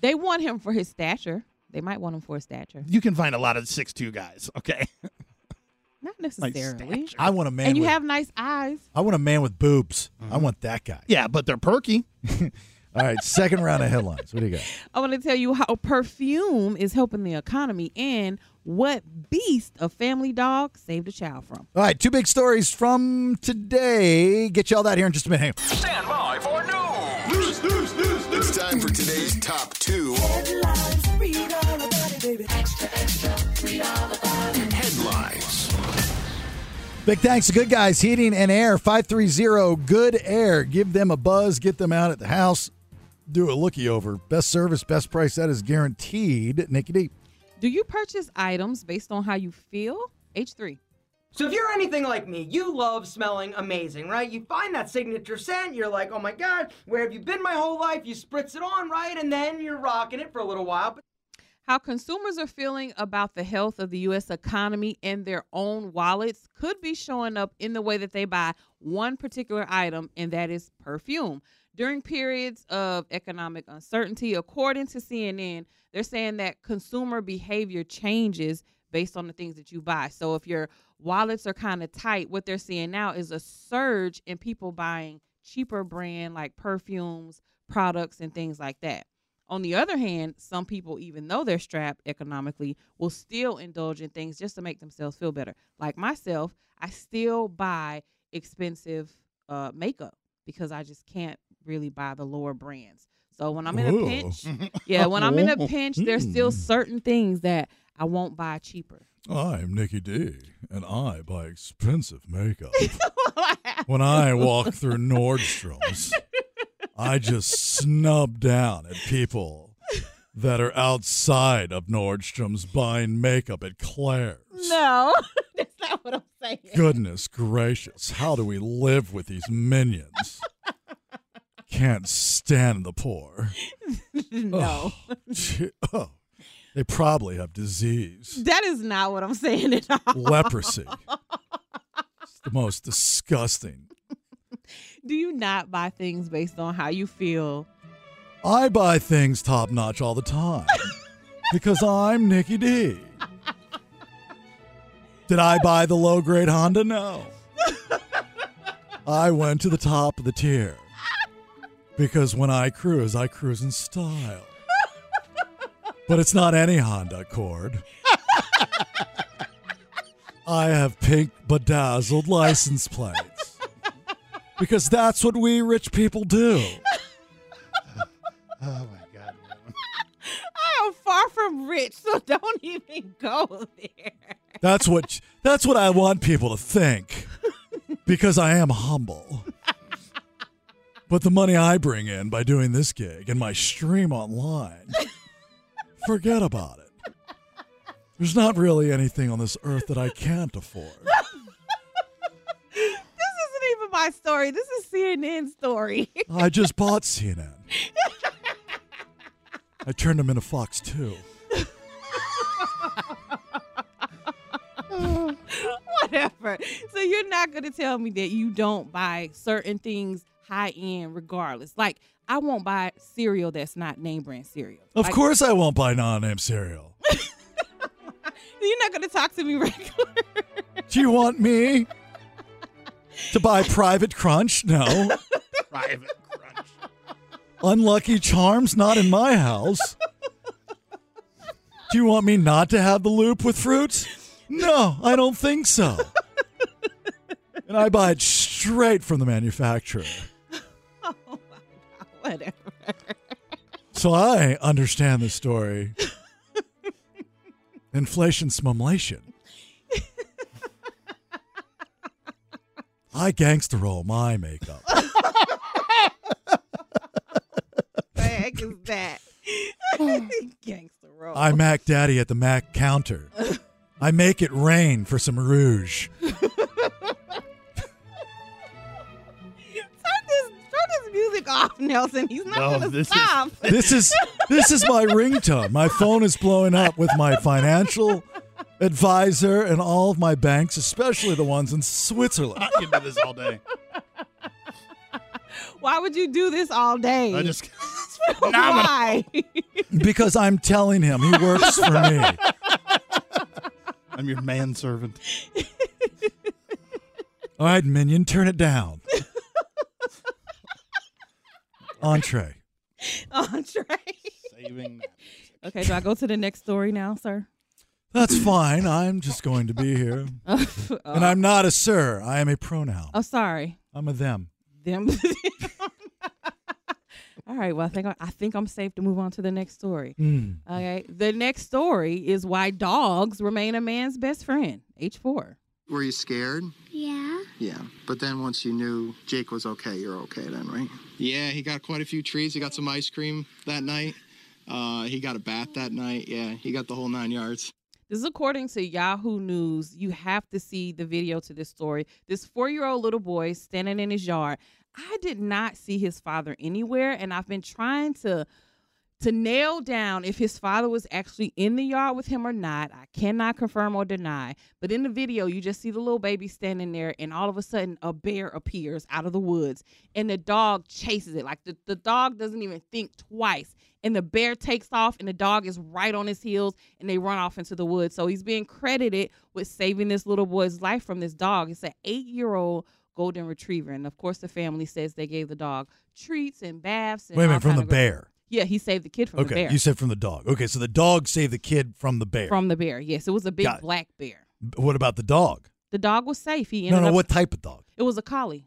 They want him for his stature. They might want him for his stature.
You can find a lot of six two guys. Okay.
Not necessarily.
I want a man.
and you
with,
have nice eyes.
I want a man with boobs. I want that guy.
Mm-hmm. Yeah, but they're perky.
All right, second round of headlines. What do you got?
I want to tell you how perfume is helping the economy and what beast a family dog saved a child from.
All right, two big stories from today. Get you all that here in just a minute. Hang on.
Stand by for news.
News, news, news, news. It's time for today's top two.
Headlines, read all about it, baby. Extra, extra, read all about it.
Headlines.
Big thanks to Good Guys Heating and Air 530 Good Air. Give them a buzz, get them out at the house, do a looky over. Best service, best price, that is guaranteed. Nikki D.
Do you purchase items based on how you feel? H3.
So if you're anything like me, you love smelling amazing, right? You find that signature scent, you're like, oh my god, where have you been my whole life? You spritz it on, right? And then you're rocking it for a little while. But
How consumers are feeling about the health of the U.S. economy and their own wallets could be showing up in the way that they buy one particular item, and that is perfume. During periods of economic uncertainty, according to CNN, they're saying that consumer behavior changes based on the things that you buy. So if your wallets are kind of tight, what they're seeing now is a surge in people buying cheaper brand like perfumes, products, and things like that. On the other hand, some people, even though they're strapped economically, will still indulge in things just to make themselves feel better. Like myself, I still buy expensive uh, makeup because I just can't really buy the lower brands. So when I'm in a
Ooh.
pinch, yeah, when I'm in a pinch, there's still
Mm.
certain things that I won't buy cheaper.
I'm Nikki D, and I buy expensive makeup. when I walk through Nordstrom's, I just snub down at people that are outside of Nordstrom's buying makeup at Claire.
No, that's not what I'm saying.
Goodness gracious, how do we live with these minions? Can't stand the poor.
no.
Oh, gee- oh, they probably have disease,
That is not what I'm saying at all.
leprosy. It's the most disgusting.
Do you not buy things based on how you feel?
I buy things top notch all the time because I'm Nikki D. Did I buy the low grade Honda? No. I went to the top of the tier because when I cruise, I cruise in style. But it's not any Honda Accord. I have pink bedazzled license plates because that's what we rich people do.
Oh my
I am far from rich, so don't even go there.
That's what that's what I want people to think. Because I am humble. But the money I bring in by doing this gig and my stream online, forget about it. There's not really anything on this earth that I can't afford.
This isn't even my story. This is CNN's story.
I just bought CNN. I turned them into Fox 2.
whatever. So you're not gonna tell me that you don't buy certain things high end, regardless. Like I won't buy cereal that's not name brand cereal.
Of
Like,
course, I won't buy non-name cereal.
You're not gonna talk to me regular.
Do you want me to buy Private Crunch? No.
Private.
Unlucky Charms? Not in my house. Do you want me not to have the loop with fruit? No, I don't think so. And I buy it straight from the manufacturer.
Oh, whatever.
So I understand the story. Inflation smumlation. I gangster roll my makeup.
the heck is that? Gangster roll.
I Mac Daddy at the Mac counter. I make it rain for some rouge.
turn this turn this music off, Nelson. He's not
No,
gonna
this is-
stop.
This is this is my ringtone. My phone is blowing up with my financial advisor and all of my banks, especially the ones in Switzerland.
I can do this all day.
Why would you do this all day?
I just-
Why?
Because I'm telling him he works for me.
I'm your manservant.
All right, minion, turn it down. Entree.
Entree.
Saving.
Okay, do I go to the next story now, sir?
That's fine. I'm just going to be here. And I'm not a sir. I am a pronoun.
Oh, sorry.
I'm a them.
Them. All right. Well, I think I, I think I'm safe to move on to the next story.
Mm.
Okay. The next story is why dogs remain a man's best friend. H four.
Were you scared?
Yeah.
Yeah. But then once you knew Jake was okay, you're okay then, right?
Yeah, he got quite a few treats. He got some ice cream that night. Uh, he got a bath that night. Yeah, he got the whole nine yards.
This is according to Yahoo News. You have to see the video to this story. This four year old little boy standing in his yard. I did not see his father anywhere, and I've been trying to to nail down if his father was actually in the yard with him or not. I cannot confirm or deny. But in the video, you just see the little baby standing there, and all of a sudden, a bear appears out of the woods, and the dog chases it. Like the, the dog doesn't even think twice. And the bear takes off, and the dog is right on his heels, and they run off into the woods. So he's being credited with saving this little boy's life from this dog. It's an eight year old golden retriever. And of course, the family says they gave the dog treats and baths. And
Wait a
all
minute, from
kind
the
of great-
bear.
yeah, he saved the kid from the
Okay,
bear.
you said from the dog. Okay, so the dog saved the kid from the bear.
from the bear. Yes, it was a big
Got it.
black bear.
B- What about the dog?
The dog was safe. He
No,
ended
no,
up.
what type of dog?
It was a collie.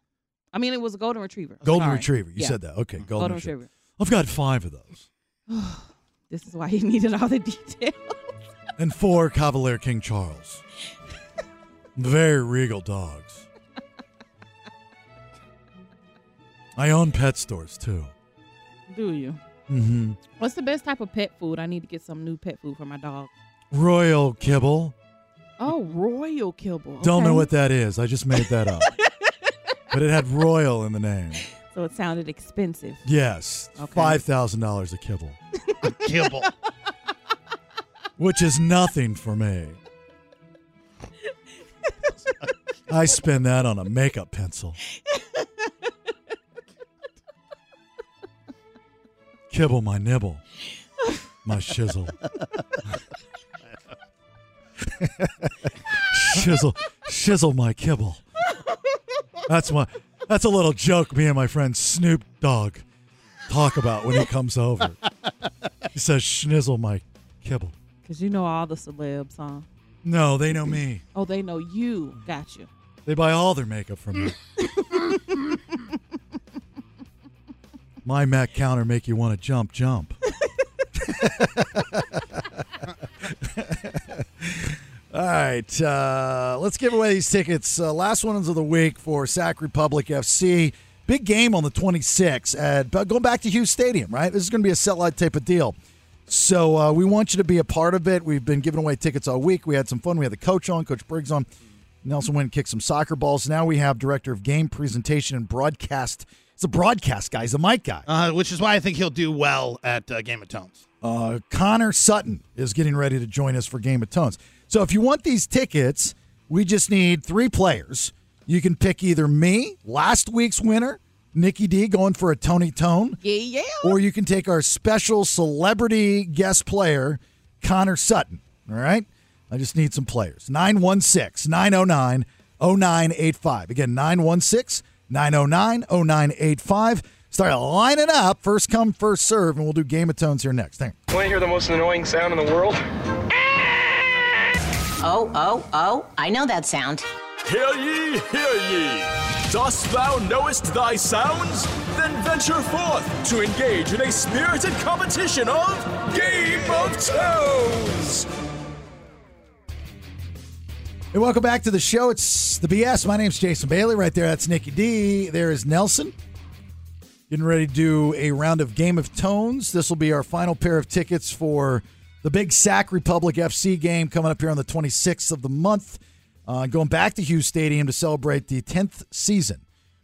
I mean, it was a golden retriever.
golden
Sorry.
retriever. You
Yeah. Mm-hmm.
said that. Okay, golden,
Golden
retriever. I've got five of those
This is why he needed all the details.
and four Cavalier King Charles. Very regal dogs. I own pet stores too.
Do you?
hmm
What's the best type of pet food? I need to get some new pet food for my dog.
Royal kibble.
Oh, royal kibble.
Don't know
Okay.
what that is. I just made that up. but it had royal in the name.
So it sounded expensive.
Yes,
Okay.
five thousand dollars a kibble,
Kibble.
which is nothing for me. I spend that on a makeup pencil. Kibble my nibble, my shizzle. shizzle, shizzle my kibble. That's my. That's a little joke me and my friend Snoop Dogg talk about when he comes over. He says, "Schnizzle my kibble."
Because you know all the celebs, huh?
No, they know me.
Oh, they know you. Got you.
They buy all their makeup from me. my Mac counter make you want to jump, jump.
Uh,
All right, uh, let's give away these tickets. Uh, last ones of the week for Sac Republic FC. Big game on the 26th at but going back to Hughes Stadium, right? This is going to be a sellout type of deal. So uh, we want you to be a part of it. We've been giving away tickets all week. We had some fun. We had the coach on, Coach Briggs on. Nelson went and kicked some soccer balls. Now we have director of game presentation and broadcast. He's a broadcast guy. He's a mic guy.
Uh, which is why I think he'll do well at uh, Game of Tones.
Uh, Connor Sutton is getting ready to join us for Game of Tones. So if you want these tickets,
We just need three players. You can pick either me, last week's winner, Nikki D going for a Tony Tone.
Yeah, yeah.
Or you can take our special celebrity guest player, Connor Sutton. All right. I just need some players. 916 909 0985. Again, 916 909 0985. Start lining up. First come, first serve. And we'll do Game of Tones here next. Thanks.
Want to hear the most annoying sound in the world?
Oh, oh, oh, I know that sound.
Hear ye, hear ye. Dost thou knowest thy sounds? Then venture forth to engage in a spirited competition of Game of Tones.
Hey, welcome back to the show. It's the BS. My name's Jason Bailey. Right there, that's Nikki D. There is Nelson. Getting ready to do a round of Game of Tones. This will be our final pair of tickets for the Big Sack Republic FC game coming up here on the 26th of the month. Uh, going back to Hughes Stadium to celebrate the 10th season,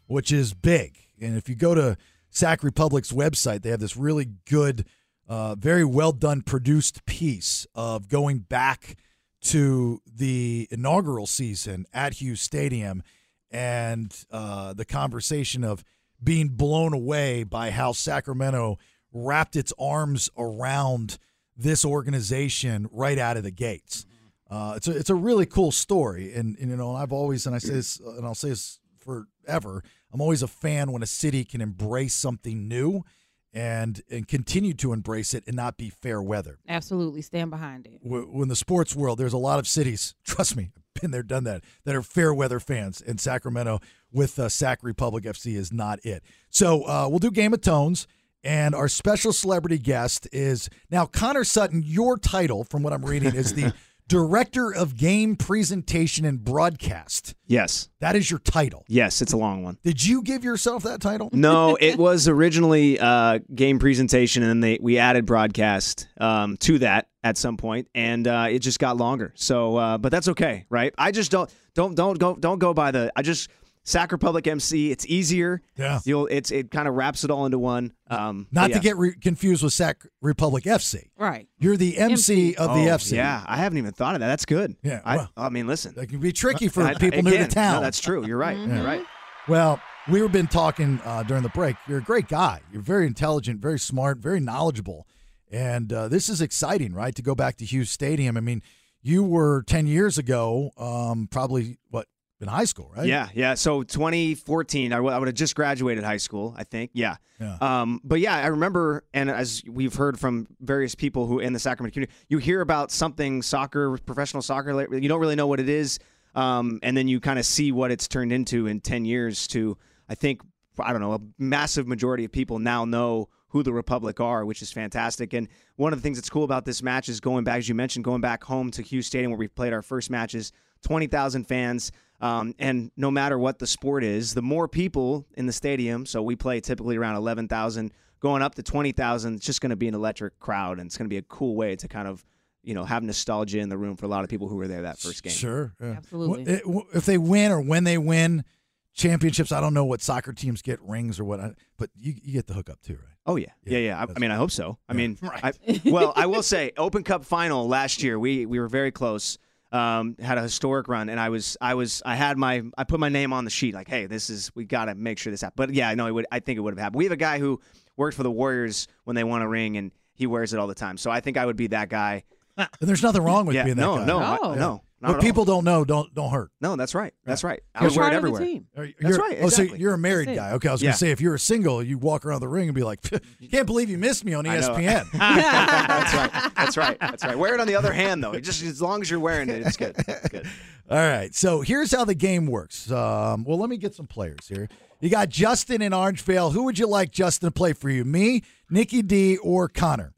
which is big. And if you go to Sac Republic's website, they have this really good, uh, very well done produced piece of going back to the inaugural season at Hughes Stadium and uh, the conversation of being blown away by how Sacramento wrapped its arms around this organization right out of the gates. Uh, it's a it's a really cool story, and, and you know I've always and I say this and I'll say this forever. I'm always a fan when a city can embrace something new, and and continue to embrace it and not be fair weather
Absolutely, stand behind it.
w- when the sports world, there's a lot of cities. Trust me, I've been there, done that. That are fair weather fans, and Sacramento with uh, Sac Republic FC is not it. So uh, we'll do Game of Tones, and our special celebrity guest is now Connor Sutton. Your title, from what I'm reading, is the director of game presentation and broadcast.
Yes.
That is your title.
Yes, it's a long one.
Did you give yourself that title?
No, it was originally uh, game presentation, and then they we added broadcast um, to that at some point, and uh, it just got longer. So, uh, but that's okay, right? I just don't don't don't go don't go by the. I just Sac Republic MC. It's easier.
Yeah.
You'll it's it kind of wraps it all into one. Um,
Not
but
to
yeah.
get re- confused with Sac Republic FC.
Right.
You're the MC, of the
Oh,
FC.
Yeah, I haven't even thought of that. That's good.
Yeah,
I,
well,
I mean, listen,
that can be tricky for
I-
people new to
again, no,
town.
that's true. You're right. You're right.
Well, we've been talking uh, during the break. You're a great guy. You're very intelligent, very smart, very knowledgeable, and uh, this is exciting, right? To go back to Hughes Stadium. I mean, you were ten years ago, um, probably what in high school, right?
Yeah, yeah. So 2014, I would have just graduated high school, I think. Yeah.
Yeah.
Um, but yeah, I remember, and as we've heard from various people who in the Sacramento community, you hear about something soccer, professional soccer, like, you don't really know what it is, um, and then you kind of see what it's turned into in 10 years. To I think I don't know, a massive majority of people now know who the Republic are, which is fantastic. And one of the things that's cool about this match is going back, as you mentioned, going back home to Hughes Stadium where we played our first matches, 20,000 fans. Um, and no matter what the sport is, the more people in the stadium, so we play typically around 11,000, going up to 20,000, it's just going to be an electric crowd. And it's going to be a cool way to kind of, you know, have nostalgia in the room for a lot of people who were there that first game.
Sure. yeah.
Absolutely.
W- it- w- If they win or when they win championships, I don't know what soccer teams get rings or what, uh, but you, you get the hookup too, right?
Oh yeah, yeah, yeah. I, I mean, I hope so. I mean, I, well, I will say, Open Cup final last year, we we were very close. Um, had a historic run, and I was, I was, I had my, I put my name on the sheet, like, hey, this is, we got to make sure this happens. But yeah, no, it would, I think it would have happened. We have a guy who worked for the Warriors when they won a ring, and he wears it all the time. So I think I would be that guy.
And there's nothing wrong with
Yeah,
being that
no,
guy.
no, I- No. no, not at
What
all.
people don't know don't don't hurt.
No, that's right. That's right. I
You're
would wear it
part of the
everywhere.
team.
That's
You're-
right.
Oh, so
exactly.
you're a married
That's it.
guy. Okay, I was
Yeah.
gonna say if you're a single, you walk around the ring and be like, "Can't believe you missed me on E
I know.
ESPN."
that's right. That's right. That's right. Wear it on the other hand, though. Just as long as you're wearing it, it's good. It's good.
All right. So here's how the game works. Um, well, let me get some players here. You got Justin in Orangevale. Who would you like Justin to play for you? Me, Nikki D, or Connor?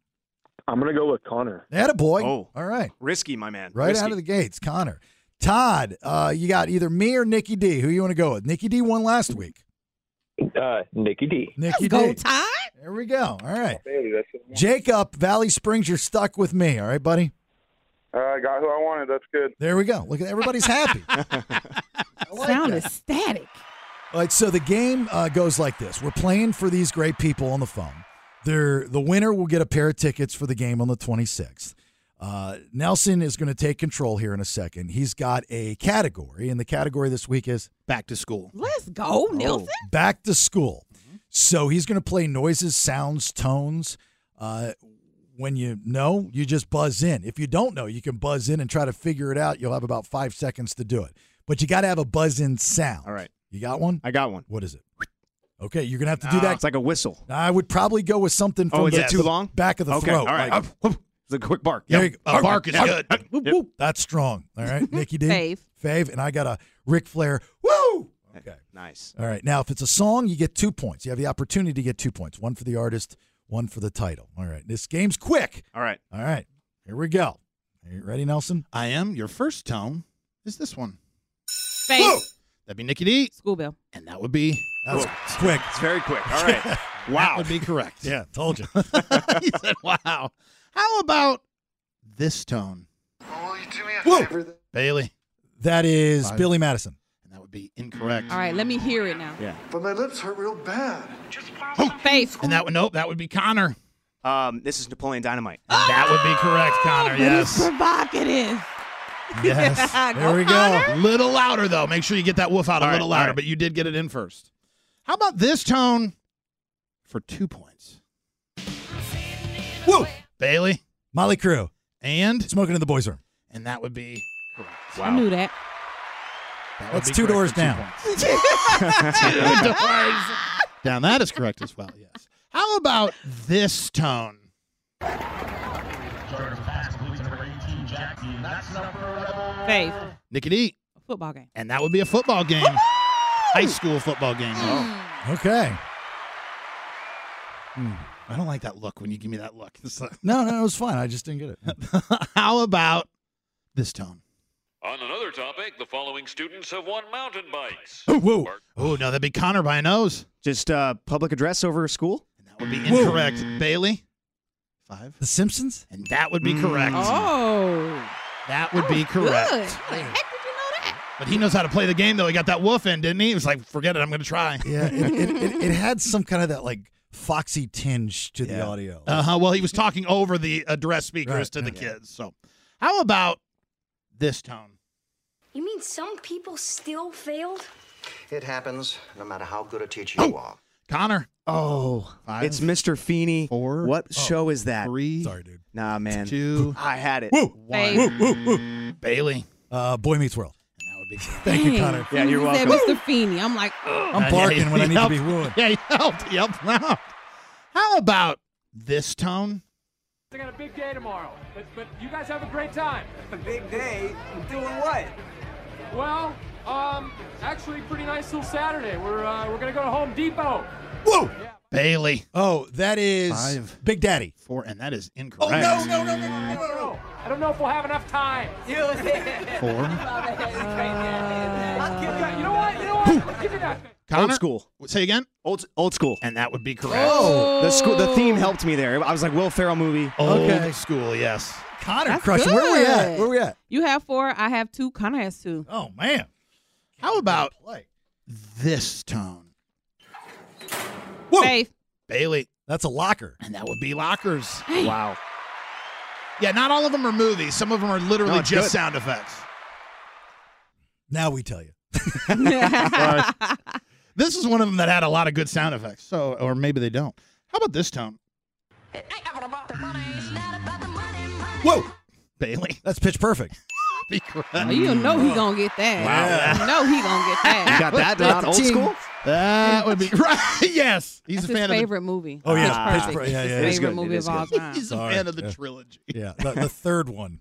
I'm gonna go with Connor.
That a boy.
Oh.
All right.
Risky, my man.
Right out of the gates, Connor. Todd, uh, you got either me or Nikki D. Who you want to go with? Nikki D won last week.
Uh, Nikki D.
Nikki D.
Todd.
There we go. All right.
Oh,
Bailey, that's it.
Jacob, Valley Springs, you're stuck with me. All right, buddy.
Uh, I got who I wanted. That's good.
There we go. Look at everybody's happy.
Sound ecstatic.
All right, so the game uh, goes like this: We're playing for these great people on the phone. They're, the winner will get a pair of tickets for the game on the 26th. Uh, Nelson is going to take control here in a second. He's got a category, and the category this week is
back to school.
Let's
Oh,
go, Nelson.
Oh,
Oh.
Back to school. So he's going to play noises, sounds, tones. Uh, when you know, you just buzz in. If you don't know, you can buzz in and try to figure it out. You'll have about five seconds to do it. But you got to have a buzz in sound. All right. You got one? I
got one. Uh,
What is it? Okay, you're going to have to do that.
It's like a whistle.
I would probably go with something from
Oh, is
the,
it too
the
long?
back of the
okay.
throat.
All right.
like-
it's a quick bark.
There
Yep.
you go. A bark is
Yep.
good. Whoop,
Yep.
whoop. That's strong. All right, Nikki D.
Fave.
Fave, and I got a Ric Flair. Woo! Okay.
Nice.
All right. Now, if it's a song, you get two points. You have the opportunity to get two points one for the artist, one for the title. All right. This game's quick.
All right.
All right. Here we go. Are you ready, Nelson?
I am. Your first tone is this one.
Faith.
That'd be Nikki D.
School bell.
And that would be.
That's quick.
It's very quick. All right.
Wow. That would be correct.
Yeah, told you.
he said, wow. How about this tone?
Whoa!
Bailey.
That is
Five.
Billy Madison.
That would be incorrect.
All right, let me hear it now.
Yeah.
But my lips hurt real bad. Faith.
And that would, nope, that would be Connor.
Um, this is Napoleon Dynamite.
That would be correct, Connor. Yes.
Provocative.
Yes.
Go
there we go.
Connor.
Little louder, though. Make sure you get that woof out a
All right,
little
all
louder,
right.
but you did get it in first. How about this tone for two points? Woo! Bailey.
Molly Crew.
And?
Smoking in the Boys Room.
And that would be correct.
I knew that.
That would
That's
be
two
correct
doors
for two
down.
points. Two doors down. That is correct as well, yes. How about this tone?
Faith.
Nicky D.
Football game.
And that would be a football game. High school football game. Oh.
Okay.
I don't like that look when you give me that look. It's like-
No, no, it was fine. I just didn't get it.
How about this tone?
On another topic, the following students have won mountain bikes.
Oh, whoa. Oh, no, that'd be Connor by a nose.
Just uh, public address over school.
That would be incorrect. Bailey? Five.
The Simpsons? Mm.
And that would be correct.
Oh.
That would be
Good.
correct.
How the heck did you know that?
But he knows how to play the game, though. He got that wolf in, didn't he? He was like, forget it. I'm going to try.
Yeah, it, it, it, it had some kind of that like foxy tinge to the audio.
Uh huh. Well, he was talking over the address speakers
Right,
to the
yeah.
kids. So, how about this tone?
You mean some people still failed?
It happens no matter how good a teacher
Oh.
you are.
Connor. oh,
Oh, it's Mr. Feeney. Four. What show is that?
Three.
Sorry, dude.
Nah, man.
Two.
I had it.
One. Bailey.
Uh, Boy Meets World.
That would be.
Thank you, Connor.
Yeah, you're
He said
welcome.
Mr. Feeney. I'm like, ugh.
I'm barking when I need to be wooed.
Yeah, he helped. He helped him out. How about this tone?
I got a big day tomorrow, but, but you guys have a great time. A big day? Doing what? Well, um, actually, pretty nice little Saturday. We're uh, we're gonna go to Home Depot.
Whoa!
Bailey.
Oh, that is
Five.
Big Daddy. Oh,
Four, and that is incorrect.
no, no, no, no, no, no! I don't know if we'll have enough time. you
Four.
got- you know what? You know what? Give me that.
Connor.
Old school.
Say again.
Old old school.
And that would be correct.
Oh, the school. The theme helped me there. I was like Will Ferrell movie.
Old
Okay.
school. Yes.
Connor
That's
crushing. Where we at?
good.
Where we at?
You have four. I have two. Connor has two. Oh,
Oh man.
How about
Play.
this tone?
Faith.
Bailey.
That's a locker.
And that would be lockers.
Wow.
Yeah, not all of them are movies. Some of them are literally
No, it's
just
good.
sound effects.
Now we tell you.
This is one of them that had a lot of good sound effects. So, or maybe they don't. How about this tone? Whoa, Bailey,
That's pitch perfect.
be correct.
Oh, you know he gonna get
Mm.
that.
Wow.
You know he gonna get that.
You got that down. Old school.
That would be right. Yes, he's
That's
a fan
his
of
favorite movie.
Oh, yeah.
Pitch
Pitch
Perfect.
Perfect. Yeah,
It's
yeah,
it
his
is
favorite
good.
movie
It
of
is
all
good.
the.
time.
He's a
Sorry,
fan of the
yeah.
trilogy.
Yeah. The, the third one.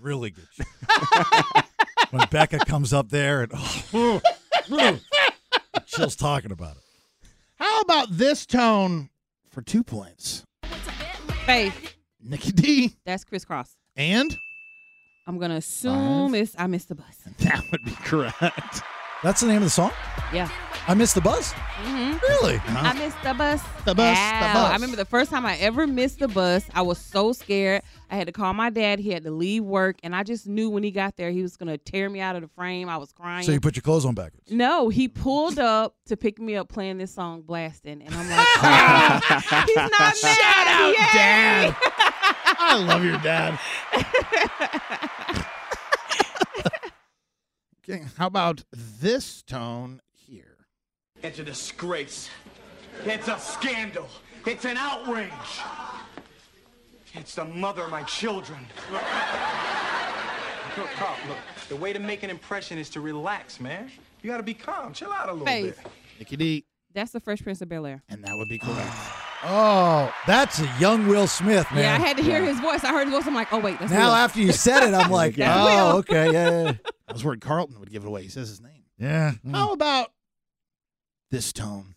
Really good. shit. when Becca comes up there and oh, chill's talking about it.
How about this tone for two points?
Faith.
Nikki D
That's crisscross.
and
I'm gonna assume it's I missed the bus.
that would be correct.
That's the name of the song?
Yeah.
I missed the buzz.
Mm-hmm.
Really?
I missed the bus.
The bus, the
Ow.
bus.
I remember the first time I ever missed the bus. I was so scared. I had to call my dad. He had to leave work, and I just knew when he got there, he was gonna tear me out of the frame. I was crying.
So you put your clothes on backwards.
No, he pulled up to pick me up playing this song "Blasting," and I'm like, oh, he's not mad.
Shout out,
Yay.
Dad. I love your dad. okay, how about this tone here?
It's a disgrace. It's a scandal. It's an outrage. It's the mother of my children. Look, look, Carl, look. The way to make an impression is to relax, man. You gotta be calm. Chill out a little
Faith.
bit.
Nikki D.
That's the Fresh Prince of Bel Air.
And that would be correct.
Oh, that's a young Will Smith, man.
Yeah, I had to hear his voice. I heard his voice. I'm like, oh wait, that's
Now,
Will.
after you said it, I'm like,
That's
oh,
Will.
okay, yeah, yeah.
I was worried Carlton would give it away. He says his name.
yeah.
Mm.
How about this tone?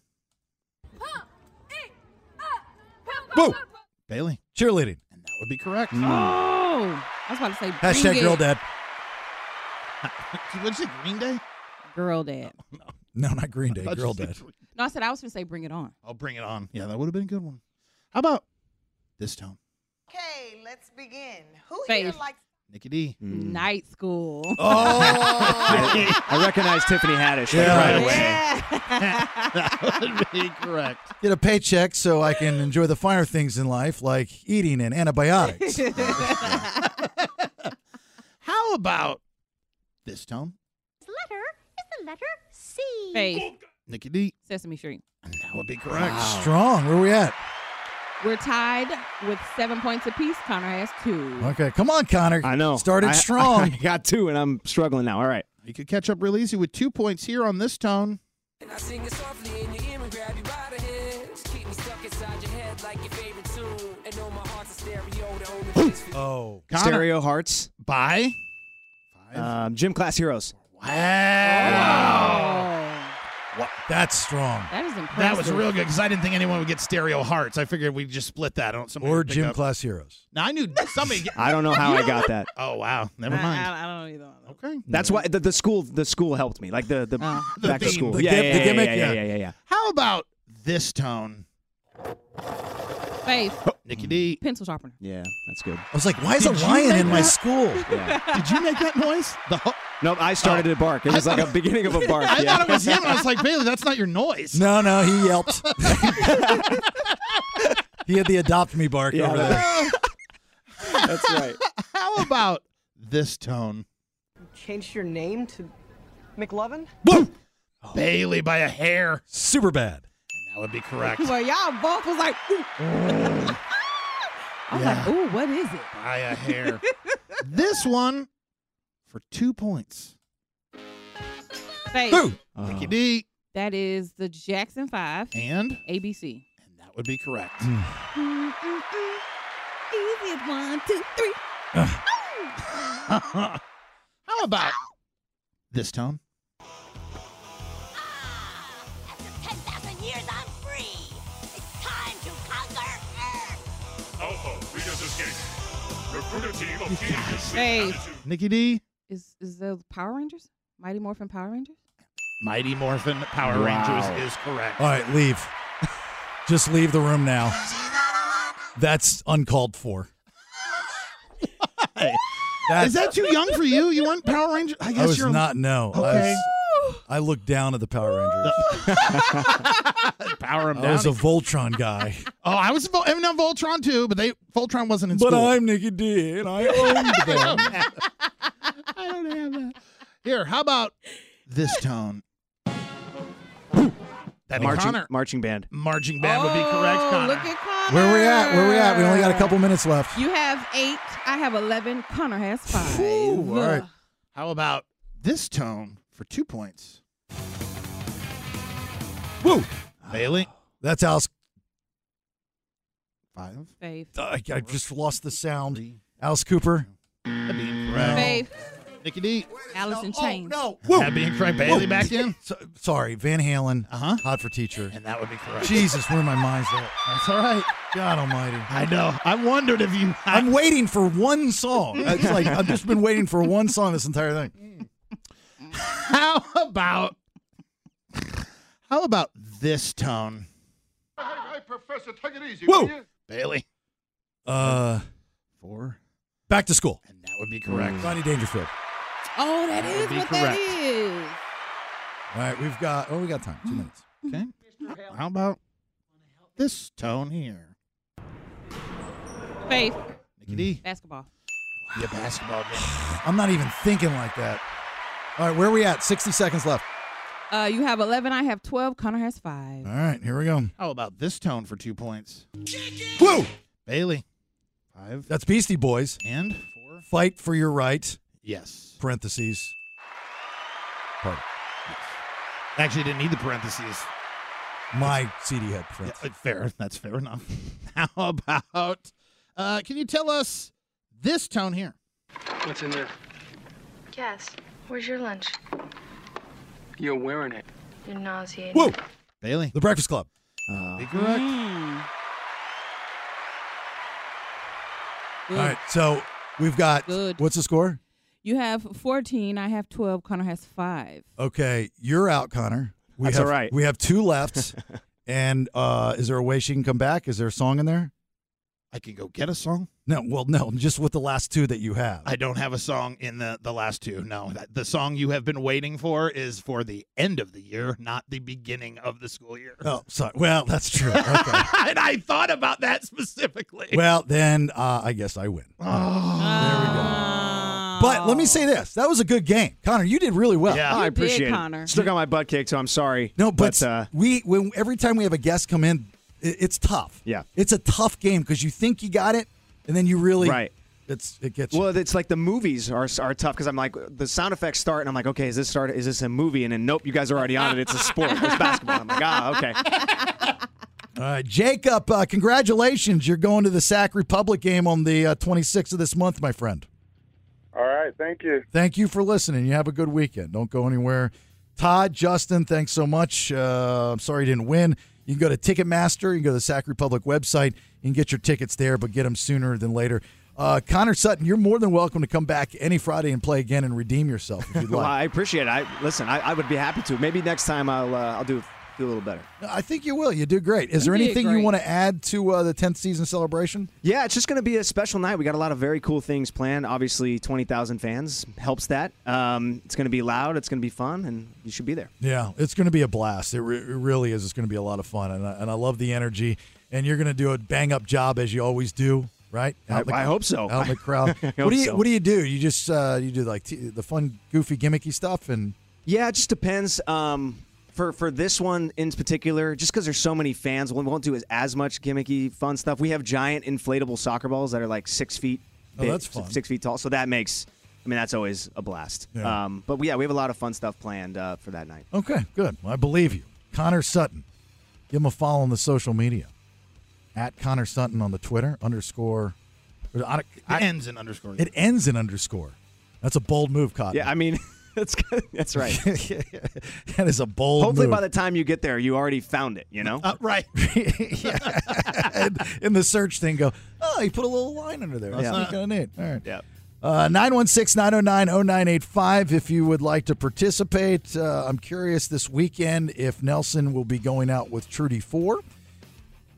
Boo!
Bailey.
Cheerleading. Mm.
That would be correct. Ah.
Oh, I was about to say. bring
Hashtag
it.
girl dad.
What's it, Green Day?
Girl dad.
No, not Green Day.
I thought
Girl
you said
dad.
No, I said I was gonna say bring it on.
I'll Oh, bring it on. Yeah, that would have been a good one. How about this tone?
Okay, let's begin. Who here
Faith.
likes
Nikki D.
Mm.
Night school.
Oh.
I, I recognize Tiffany Haddish like,
Yeah.
right away.
that would be correct.
Get a paycheck so I can enjoy the finer things in life, like eating and antibiotics.
How about this tone?
letter is the letter C.
Faith.
Nikki D.
Sesame Street.
That would be correct.
Strong. Where we at?
We're tied with seven points apiece. Connor has two.
Okay, come on, Connor.
I know.
Started
I-
strong.
I got two, and I'm struggling now. All right.
You could catch up real easy with two points here on this tone.
And I sing it softly in your ear and grab you by the hands. Keep me stuck inside your head like your favorite tune. And know my heart's a stereo, the only place for
Oh,
Connor.
Stereo Hearts
by
um, Gym Class Heroes.
Wow.
That's strong.
That is impressive.
That was real good because I didn't think anyone would get stereo hearts. I figured we'd just split that. I don't, somebody
Or
would pick
gym
up-
class heroes.
Now I knew somebody. Get-
I don't know how I got that.
Oh wow, never
I-
mind.
I, I don't either.
Okay.
That's why the, the school the school helped me. Like the the
The
back to
theme,
school.
the
yeah,
gim-
yeah,
the
yeah,
gimmick,
Yeah, yeah,
yeah.
yeah, yeah, yeah.
How about this tone,
Faith.
Oh. Nikki D?
Pencil sharpener.
Yeah, that's good.
I was like, why is
Did
a
you
lion
make
in my
that?
school?
Yeah.
Did you make that noise? The ho-
Nope, I started to bark. It was like a beginning of a bark.
I
yeah.
thought it was him, and I was like, Bailey, that's not your noise.
No, no, he yelped. he had the adopt me bark
Yeah,
over there.
That's right.
How about this tone,
Changed your name to McLovin?
Bailey, by a hair?
Super bad.
That would be correct.
Well, y'all both was like, ooh.
Oh
I was like, ooh, what is it?
By a hair. this one for two points.
Faith.
Nikki
Uh-huh.
D.
That is the Jackson Five
Uh-huh. And
ABC.
that would be correct.
Mm, mm, mm. Easy as one, two, three.
Hmm.
How about this tone?
Alpha, we just escaped. Recruit a team of teenagers with
Faith.
Nikki D.
Is is the Power Rangers? Mighty Morphin Power Rangers?
Mighty Morphin Power Rangers is correct.
All right, leave. Just leave the room now. That's uncalled for. That's,
Is that too young for you? You want Power Rangers? I guess
I was
you're
not no. I,
Okay.
was- I looked down at the Power Rangers.
Power 'em
I
down.
was a Voltron guy.
oh, I was Vol- I'm not Voltron too, but they Voltron wasn't in
but
school.
I'm Nikki D, and I owned them.
I don't have that. Here, how about this tone? That'd be
marching,
Connor.
marching band.
Marching band would be correct,
Oh,
Connor.
look at Connor.
Where we at? Where we at? We only got a couple minutes left.
You have eight. I have eleven. Connor has five.
Ooh, all right. How about this tone for two points?
Woo!
Bailey,
That's Al's.
five.
Faith.
I, I just lost the sound. Alice Cooper.
That'd be incorrect.
Faith.
Nikki D.
Alice
Oh,
in Chains.
no.
That'd be incorrect. Bailey back in.
So, sorry, Van Halen.
Uh huh.
Hot for teacher.
And that would be correct.
Jesus, where my mind's at.
That's all right.
God Almighty.
I know. I wondered if you.
I'm waiting for one song. It's like I've just been waiting for one song this entire thing.
How about how about this tone,
Hey, Professor, take it easy,
Whoa.
will you?
Bailey?
Uh,
Four.
back to school.
That would be correct.
Johnny Dangerfield.
Oh, that
That
is
would be
what that
correct.
is.
All right, we've got. Oh, we got time. Two minutes.
Okay. How about this tone here,
Faith.
E.
D.
Basketball.
Hmm.
Yeah, basketball.
I'm not even thinking like that. All right, where are we at? 60 seconds left.
Uh, you have 11. I have 12. Connor has five.
All right, here we go.
How about this tone for two points? Whoa! Bailey. Five.
That's Beastie Boys.
And
Fight for your right.
Yes.
Parentheses. Part.
Actually, didn't need the parentheses.
My CD had parentheses.
Yeah, fair. That's fair enough. How about? Uh, can you tell us this tone here?
What's in there?
Cass, where's your lunch?
You're wearing it.
You're nauseating.
Whoa!
Bailey. Uh,
The Breakfast Club.
Be correct.
All right, so we've got.
Good.
What's the score?
You have 14. I have 12. Connor has five.
Okay, you're out, Connor. We
That's
have,
all right.
We have two left. and uh, is there a way she can come back? Is there a song in there?
I can go get a song.
No, well, no, just with the last two that you have.
I don't have a song in the the last two. No, that, the song you have been waiting for is for the end of the year, not the beginning of the school year.
Oh, sorry. Well, that's true. Okay.
and I thought about that specifically.
well, then uh, I guess I win.
Ah.
But let me say this: that was a good game, Connor. You did really well.
Yeah,
You
I
did,
appreciate
Connor.
it. Still got my butt kicked, so I'm sorry.
No, but,
uh,
we when every time we have a guest come in, it, it's tough.
yeah.
It's a tough game because you think you got it, and then you really
Right.
It's it gets you.
Well, it's like the movies are, are tough because I'm like the sound effects start and I'm like, okay, is this start? Is this a movie? And then nope, you guys are already on it. It's a sport. It's basketball. I'm like, ah, okay.
All right, Jacob, uh, congratulations! You're going to the Sac Republic game on the uh, 26th of this month, my friend.
All right, thank you.
Thank you for listening. You have a good weekend. Don't go anywhere. Todd, Justin, thanks so much. Uh, I'm sorry you didn't win. You can go to Ticketmaster. You can go to the Sac Republic website and get your tickets there, but get them sooner than later. Uh, Connor Sutton, you're more than welcome to come back any Friday and play again and redeem yourself if you'd
Well,
like.
I appreciate it. I listen. I, I would be happy to. Maybe next time I'll uh, I'll do do a little better.
I think you will. You do great. Is
You
there
did
anything you
great.
want to add to uh, the 10th season celebration?
Yeah, it's just going to be a special night. We got a lot of very cool things planned. Obviously, twenty thousand fans helps that. Um, it's going to be loud. It's going to be fun, and you should be there.
Yeah, it's going to be a blast. It, re- it really is. It's going to be a lot of fun, and I, and I love the energy. And you're going to do a bang up job as you always do, right?
I-
Out in the-
I hope so.
Out in the crowd.
I
what
hope
do you
so.
What do you do? You just uh, you do like t- the fun, goofy, gimmicky stuff, and
Yeah, it just depends. Um, for for this one in particular, just because there's so many fans, we won't do as, as much gimmicky fun stuff. We have giant inflatable soccer balls that are like six feet.
Oh, that's fun.
Six feet tall. So that makes. I mean, that's always a blast.
Yeah.
Um, but yeah, we have a lot of fun stuff planned uh, for that night.
okay, good. Well, I believe you, Connor Sutton. Give him a follow on the social media at Connor Sutton on the Twitter underscore. or I- I-
It ends in underscore.
it ends in underscore. That's a bold move, Cotton.
Yeah, I mean, that's that's right.
that is a bold.
Hopefully,
move.
by the time you get there, you already found it. You know.
Uh, right.
and in the search thing go, oh, he put a little line under there. That's
Yeah.
not going to need. All right.
yeah.
Uh, 916-909-0985 if you would like to participate. Uh, I'm curious this weekend if Nelson will be going out with Trudy 4.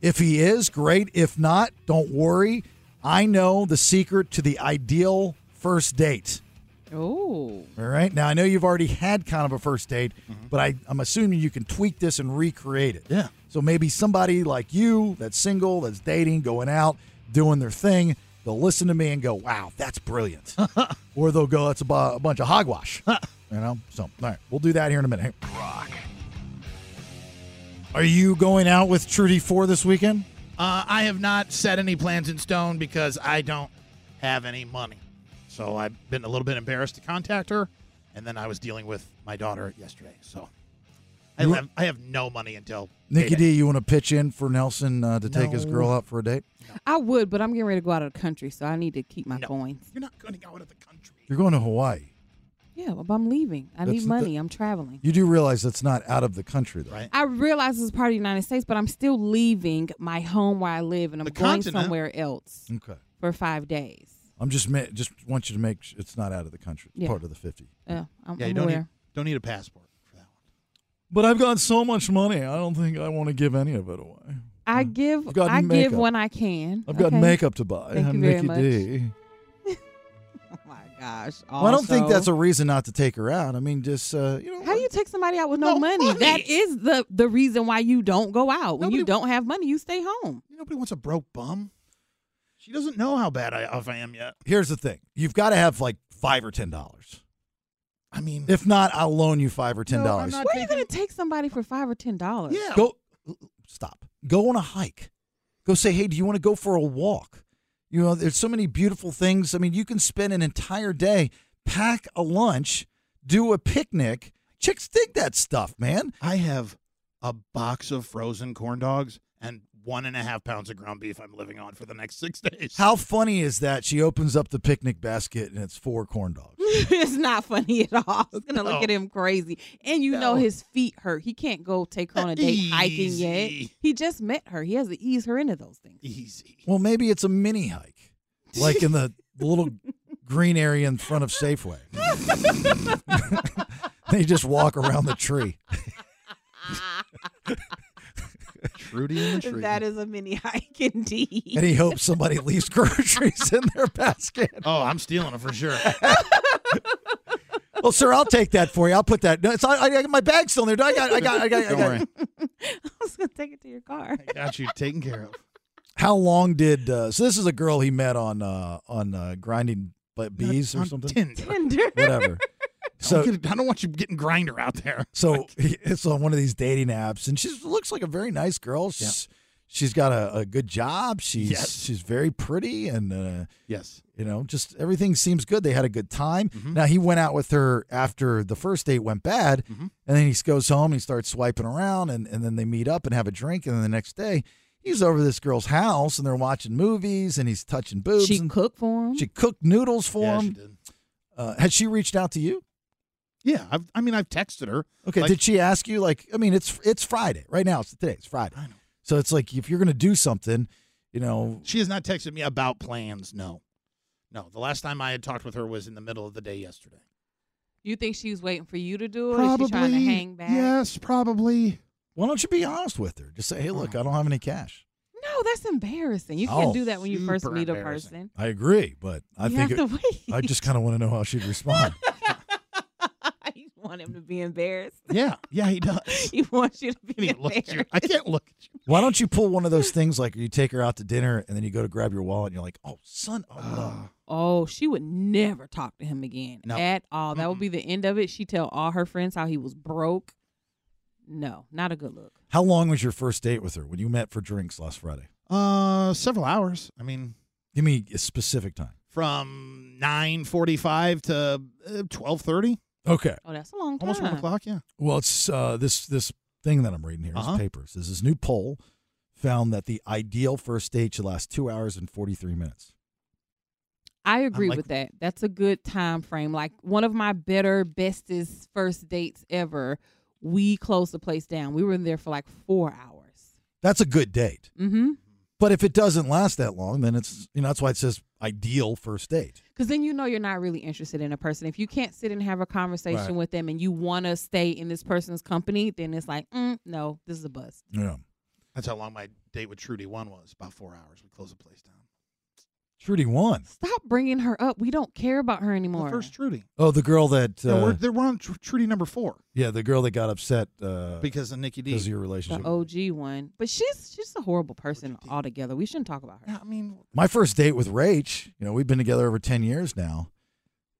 If he is, great. If not, don't worry. I know the secret to the ideal first date.
Oh.
All right. Now, I know you've already had kind of a first date, but I, I'm assuming you can tweak this and recreate it.
Yeah.
So maybe somebody like you that's single, that's dating, going out, doing their thing, they'll listen to me and go, wow, that's brilliant. or they'll go, that's a, bu- a bunch of hogwash. you know? So, all right. We'll do that here in a minute. Rock. Are you going out with Trudy 4 this weekend?
Uh, I have not set any plans in stone because I don't have any money. So I've been a little bit embarrassed to contact her, and then I was dealing with my daughter yesterday. So I
You-
have I have no money until
Nikki D,
payday.
you want to pitch in for Nelson uh, to take his
No.
girl out for a date?
I would, but I'm getting ready to go out of the country, so I need to keep my coins.
You're not going to go out of the country.
You're going to Hawaii.
Yeah, but I'm leaving. I
That's
need
the-
money. I'm traveling.
You do realize that's not out of the country, though.
Right.
I realize this is part of the United States, but I'm still leaving my home where I live, and I'm
The
going
continent.
somewhere else
Okay.
for five days.
I'm just ma- just want you to make sh- it's not out of the country. It's
Yeah.
part of the 50.
Yeah, I'm,
Yeah, you
I'm
don't
aware.
need, don't need a passport for that one.
But I've got so much money. I don't think I want to give any of it away.
I give.
Mm. I've got
I give
makeup.
when I can.
I've got
okay?
makeup to buy.
Thank
I'm
you very
Nikki D.
Oh my gosh!
Well, I don't think
Also-
that's a reason not to take her out. I mean, just uh, you know,
How do you take somebody out with no,
No
money?
money.
That is the the reason why you don't go out. When
Nobody-
you don't have money, you stay home.
Nobody wants a broke bum. She doesn't know how bad I, off I am yet.
Here's the thing: you've got to have like five or ten dollars.
I mean,
if not, I'll loan you five or ten
Where
dollars.
are you going to take somebody for five or ten dollars?
Yeah.
Go stop. Go on a hike. Go say, hey, do you want to go for a walk? You know, there's so many beautiful things. I mean, you can spend an entire day, pack a lunch, do a picnic. Chicks dig that stuff, man.
I have a box of frozen corn dogs and one and a half pounds of ground beef I'm living on for the next six days.
How funny is that? She opens up the picnic basket and it's four corn dogs.
it's not funny at all. I was gonna look
No.
at him crazy, and you
No.
know his feet hurt. He can't go take her on a date hiking yet.
Easy.
He just met her. He has to ease her into those things.
Easy.
Well, maybe it's a mini hike, like in the little green area in front of Safeway. they just walk around the tree.
Trudy and the tree.
That is a mini hike indeed.
and he hopes somebody leaves groceries in their basket.
Oh, I'm stealing it for sure.
Well, sir, I'll take that for you. I'll put that. No, it's I, I got my bag's still in there. I got, I got, I got, I
Don't
got.
worry.
I was gonna take it to your car.
Got you taken care of.
How long did? Uh, so this is a girl he met on uh, on uh, grinding but bees or
on
something.
Tinder.
Tinder.
Whatever. So
So I don't want you getting grinder out there.
So he, it's on one of these dating apps, and she looks like a very nice girl. She's she's got a, a good job. She's
Yes.
she's very pretty, and uh,
Yes. Mm-hmm.
you know, just everything seems good. They had a good time. Now he went out with her after the first date went bad,
Mm-hmm.
and then he goes home and he starts swiping around, and and then they meet up and have a drink, and then the next day. He's over at this girl's house and they're watching movies and he's touching boobs.
She
and
cooked for him.
She cooked noodles for
Yeah,
him.
she did.
Uh, had she reached out to you?
Yeah, I've, I mean, I've texted her.
Okay.
Like,
did she ask you? Like, I mean, it's it's Friday right now. It's today. It's Friday. So it's like if you're gonna do something, you know.
She has not texted me about plans. No, no. The last time I had talked with her was in the middle of the day yesterday.
You think she's waiting for you to do it? or is she trying to
Probably,
hang back?
Yes, probably.
Why don't you be honest with her? Just say, hey,
Oh.
look, I don't have any cash.
No, that's embarrassing. You can't
Oh,
do that when you first
super
meet a
embarrassing.
person.
I agree, but I
You
think
have to wait.
I just kind of want to know how she'd respond.
You want him to be embarrassed.
yeah, yeah, he does.
You want you to be
he looks at you. I can't look at you.
Why don't you pull one of those things like you take her out to dinner and then you go to grab your wallet and you're like, oh, son, of
Ah.
a-
Oh, she would never talk to him again
No.
at all. That would be the end of it. She tell all her friends how he was broke. No, not a good look.
How long was your first date with her when you met for drinks last Friday?
Uh, several hours. I mean,
Give me a specific time.
from nine forty-five to uh, twelve thirty.
Okay.
Oh, that's a long time.
Almost one o'clock. Yeah.
Well, it's uh, this this thing that I'm reading here.
Uh-huh.
This paper. It says this new poll found that the ideal first date should last two hours and 43 minutes.
I agree
like-
with that. That's a good time frame. Like one of my better, bestest first dates ever. We closed the place down. We were there for like four hours.
That's a good date.
Mm.
Mm-hmm.
But if it doesn't last that long, then it's you know that's why it says ideal first date.
Because then you know you're not really interested in a person. If you can't sit and have a conversation
Right.
with them and you want to stay in this person's company, then it's like, mm, no, this is a bust.
Yeah.
That's how long my date with Trudy one was. About four hours. We closed the place down.
Trudy won.
Stop bringing her up. We don't care about her anymore.
First Trudy.
Oh, the girl that
No, we're,
uh,
they- we're on Tr- Trudy number four
yeah, the girl that got upset uh,
because of Nikki D.
because of your
the
relationship.
OG one, but she's she's a horrible person altogether. We shouldn't talk about her.
I mean,
My first date with Rach, you know, we've been together over 10 years now.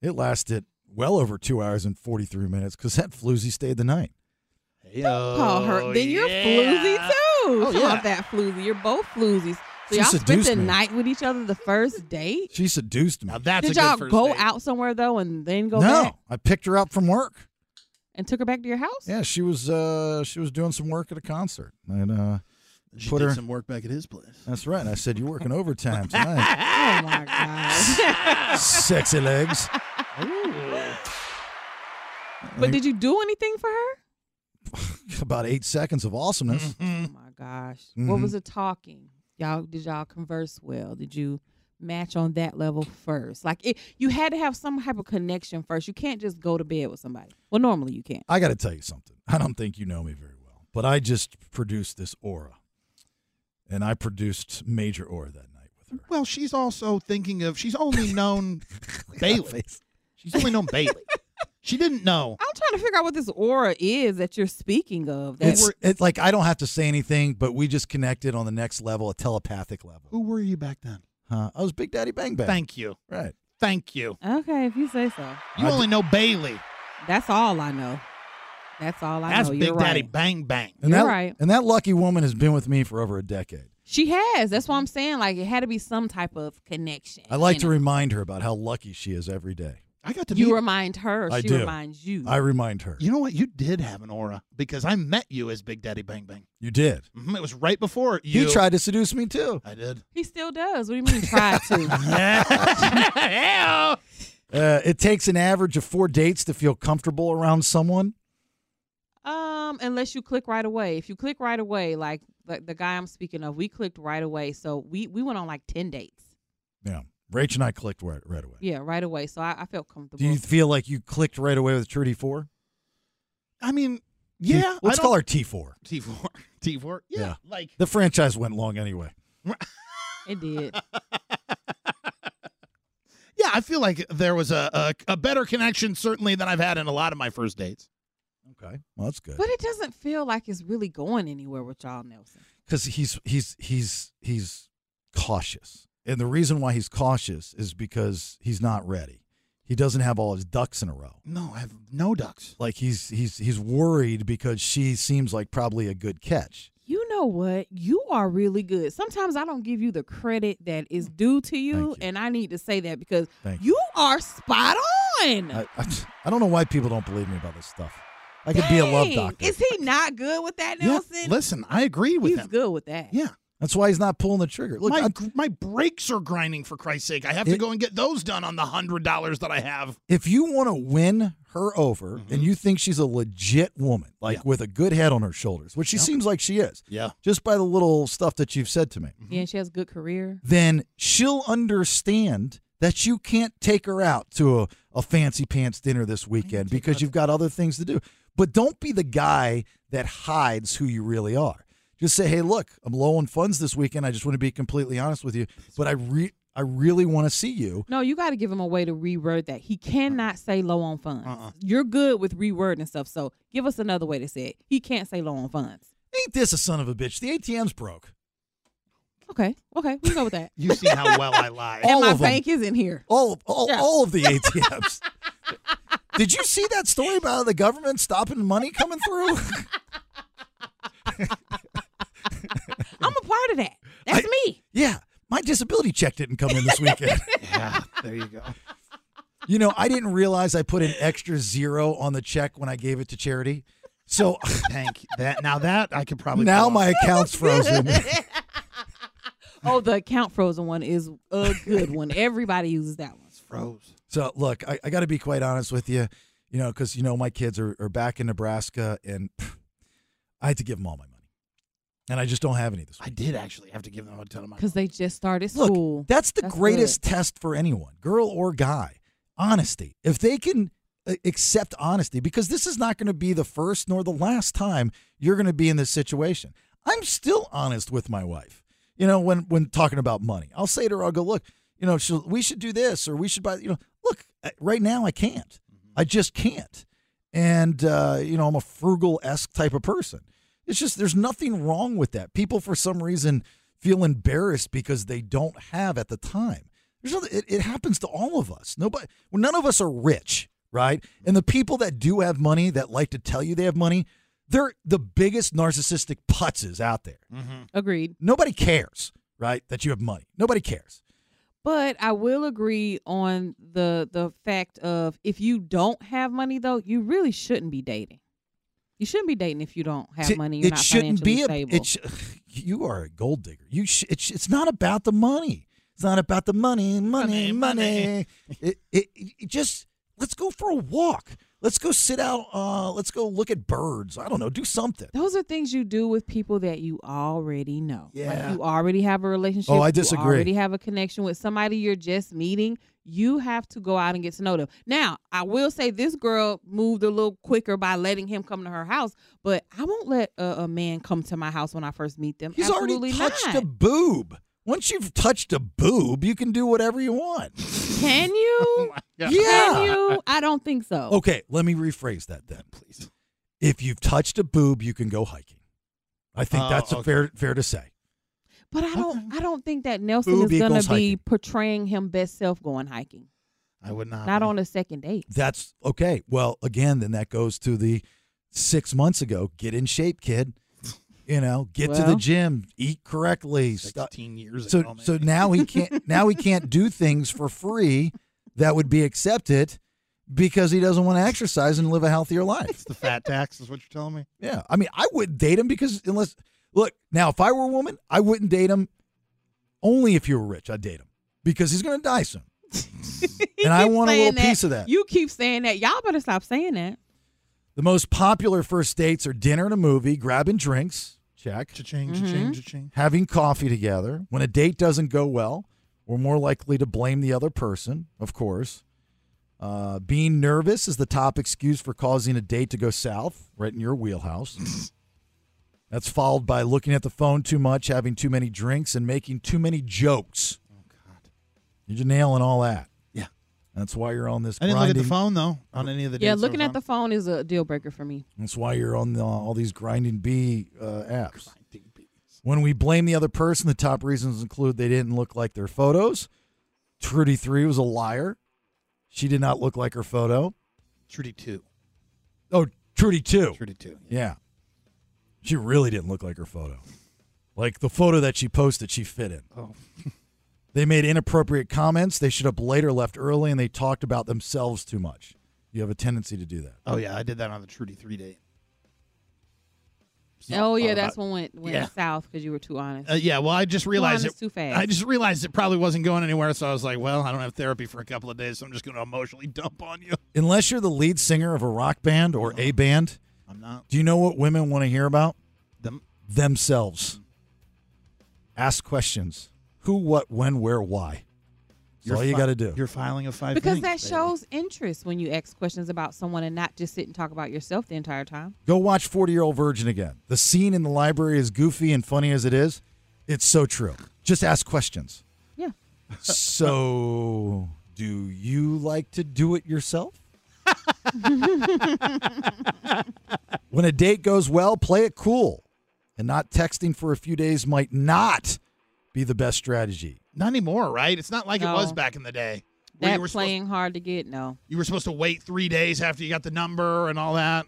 It lasted well over two hours and 43 minutes because that floozy stayed the night.
Don't
call Oh,
Oh,
her. Then you're floozy too.
Oh,
Come off that floozy. You're both floozies. So
She
y'all spent
seduced
the
Oh, me.
night with each other the first date.
She seduced me.
Now that's
Did y'all go out somewhere though and then go
no,
back
I picked her up from work.
and took her back to your house?
Yeah, she was uh she was doing some work at a concert, and uh,
She
put
did
her.
some work back at his place.
that's right. And I said you're working overtime tonight,
Oh my god.
sexy legs.
but did you do anything for her?
About eight seconds of awesomeness.
Oh my gosh. What
Mhm.
was the talking? Y'all did y'all converse well? Did you match on that level first? Like it, you had to have some type of connection first. You can't just go to bed with somebody. Well, normally you can't.
I got to tell you something. I don't think you know me very well, but I just produced this aura, and I produced major aura that night.
Well, she's also thinking of she's only known Bailey. She's only known Bailey. She didn't know.
I'm trying to figure out what this aura is that you're speaking of. That
It's it, like I don't have to say anything, but we just connected on the next level, a telepathic level.
Who were you back then?
Huh. I was Big Daddy Bang Bang.
Thank you.
Right.
Thank you.
Okay, if you say so.
You only know Bailey.
That's all I know. That's all I
That's
know.
Big
You're
Daddy
right.
Bang Bang.
And
You're
that,
right.
And that lucky woman has been with me for over a decade.
She has. That's what I'm saying. Like it had to be some type of connection.
I like
you
to
know.
remind her about how lucky she is every day.
I got to
You
meet-
remind her.
I
she
do.
reminds you.
I remind her.
You know what? You did have an aura because I met you as Big Daddy Bang Bang.
You did.
Mhm, It was right before
You,
you.
tried to seduce me too.
I did.
he still does. What do you mean try to?
Uh, it takes an average of four dates to feel comfortable around someone.
um, unless you click right away. If you click right away, like like the guy I'm speaking of, we clicked right away. So we we went on like ten dates.
Yeah. Rach and I clicked right, right away.
Yeah, right away. So I, I felt comfortable.
Do you feel like you clicked right away with Trudy 4?
I mean, yeah.
Let's
I
call her
don't-
T4.
T4. T4. Yeah. Like,
The franchise went long anyway.
it did.
yeah, I feel like there was a, a, a better connection, certainly, than I've had in a lot of my first dates.
Okay. Well, that's good.
But it doesn't feel like it's really going anywhere with y'all, Nelson.
because he's he's he's he's cautious, and the reason why he's cautious is because he's not ready. He doesn't have all his ducks in a row.
No, I have no ducks.
Like he's he's he's worried because she seems like probably a good catch.
You know what? You are really good. Sometimes I don't give you the credit that is due to you, and I need to say that because
Thank
you are spot on.
I, I, I don't know why people don't believe me about this stuff. I could be a love
Dang,
doctor.
Is he not good with that,
Yeah,
Nelson?
listen, I agree with
He's
him.
good with that.
Yeah.
That's why he's not pulling the trigger. Look,
my,
I-
gr- my brakes are grinding for Christ's sake. I have to
It-
go and get those done on the hundred dollars that I have.
if you want to win her over and you think she's a legit woman, like with a good head on her shoulders, which she seems like she is,
Yeah.
just by the little stuff that you've said to me.
Yeah, and she has a good career.
then she'll understand that you can't take her out to a, a fancy pants dinner this weekend because you've got other things to do. But don't be the guy that hides who you really are. Just say, "Hey, look, I'm low on funds this weekend. I just want to be completely honest with you, but I re- I really want to see you."
No, you got to give him a way to reword that. He cannot say low on funds.
Uh-uh.
You're good with rewording stuff, so give us another way to say it. He can't say low on funds.
Ain't this a son of a bitch? The ATM's broke.
Okay, okay, we can go with that.
You see how well I lie.
and
all
my
of 'em.
bank is in here.
All of, all,
Yeah.
all of the ATMs. Did you see that story about the government stopping money coming through?
I'm a part of that. That's me.
yeah, my disability check didn't come in this weekend.
yeah, there you go.
You know, I didn't realize I put an extra zero on the check when I gave it to charity. So
Thank you. That now that I could probably
now
pull
my
off.
account's frozen.
Oh, the account frozen one is a good one. Everybody uses that one.
froze.
so look, I, I got to be quite honest with you, you know, because you know my kids are, are back in Nebraska, and pff, I had to give them all my money, and I just don't have any this
I
week.
did actually have to give them a ton of money.
Because they just started
Look,
school.
that's the
That's
greatest
good.
test for anyone, girl or guy. Honesty. If they can uh, accept honesty, because this is not going to be the first nor the last time you're going to be in this situation. I'm still honest with my wife. You know, when when talking about money, I'll say to her, I'll go, look, you know, she'll, we should do this or we should buy. You know, look, uh, right now I can't.
Mm-hmm.
I just can't. And uh, you know, I'm a frugal esque type of person. It's just there's nothing wrong with that. People for some reason feel embarrassed because they don't have at the time. There's nothing, it, it happens to all of us. Nobody, well, none of us are rich, right? And the people that do have money that like to tell you they have money, they're the biggest narcissistic putzes out there.
Agreed.
Nobody cares, right? That you have money. Nobody cares.
But I will agree on the the fact of if you don't have money though, you really shouldn't be dating. You shouldn't be dating if you don't have
T-
money. You're
it
not
shouldn't be
financially
A,
stable.
it sh- you are a gold digger. You sh- it sh- it's not about the money. It's not about the money, money, money.
Money,
It, it, it just let's go for a walk. Let's go sit out. Uh, let's go look at birds. I don't know. Do something.
Those are things you do with people that you already know.
Yeah.
Like you already have a relationship.
Oh, I disagree.
You already have a connection with somebody you're just meeting. You have to go out and get to know them. Now, I will say this girl moved a little quicker by letting him come to her house, but I won't let a, a man come to my house when I first meet them.
He's
Absolutely
already touched
not.
a boob. Once you've touched a boob, you can do whatever you want.
Can you?
Yeah.
Can
Oh yeah.
you? I don't think so.
Okay. Let me rephrase that then, please. If you've touched a boob, you can go hiking. I think
Oh,
that's a
okay.
fair fair to say.
But I don't I don't think that Nelson
Boob
is gonna
equals
be
hiking.
portraying him best self going hiking.
I would not.
Not on a second date.
That's okay. Well, again, then that goes to the six months ago. Get in shape, kid. You know, get to the
Well-
gym, eat correctly. stu-
16 years
so,
ago,
So now he can't. now he can't do things for free that would be accepted because he doesn't want to exercise and live a healthier life.
The fat tax is what you're telling me.
Yeah, I mean, I wouldn't date him because unless look now, if I were a woman, I wouldn't date him. Only if you were rich, I'd date him because he's going to die soon, and I want a little
Saying
piece of that.
You keep saying that. Y'all better stop saying that.
The most popular first dates are dinner and a movie, grabbing drinks, check,
cha-ching, cha-ching, cha-ching.
having coffee together. When a date doesn't go well, we're more likely to blame the other person, of course. Uh, being nervous is the top excuse for causing a date to go south, right in your wheelhouse. That's followed by looking at the phone too much, having too many drinks, and making too many jokes. Oh, God. You're just nailing all that.
Yeah.
That's why you're on this
I didn't look at the
grinding-
phone though on any of the
yeah,
dates I
looking
was
at the phone is a deal breaker for me.
That's why you're on the, all these grinding B uh, apps. When we blame the other person, the top reasons include they didn't look like their photos. Trudy three was a liar. She did not look like her photo.
Trudy two.
Oh, Trudy two.
Trudy two.
Yeah. She really didn't look like her photo. Like the photo that she posted, she fit in.
Oh.
They made inappropriate comments. They should have later left early, and they talked about themselves too much. You have a tendency to do that.
Oh yeah, I did that on the Trudy three date.
Oh yeah,
about-
that's when went went
Yeah.
south because you were too honest.
Uh, yeah, well, I just
Too
realized it.
honest, too fast.
I just realized it probably wasn't going anywhere, so I was like, "Well, I don't have therapy for a couple of days, so I'm just going to emotionally dump on you."
Unless you're the lead singer of a rock band or
Uh-huh.
a band,
I'm not.
Do you know what women want to hear about?
Them.
Themselves. Ask questions. Who, what, when, where, why. That's
You're
all you
fi-
got to do.
You're filing a five
because that
things, baby.
shows interest when you ask questions about someone and not just sit and talk about yourself the entire time.
Go watch 40 Year Old Virgin again. The scene in the library, as goofy and funny as it is, it's so true. Just ask questions.
Yeah.
So, do you like to do it yourself? when a date goes well, play it cool. And not texting for a few days might not be the best strategy.
Not anymore, right? It's not like it was
No.
back in the day. where
That
you were, supposed,
playing hard to get, no.
you were supposed to wait three days after you got the number and all that.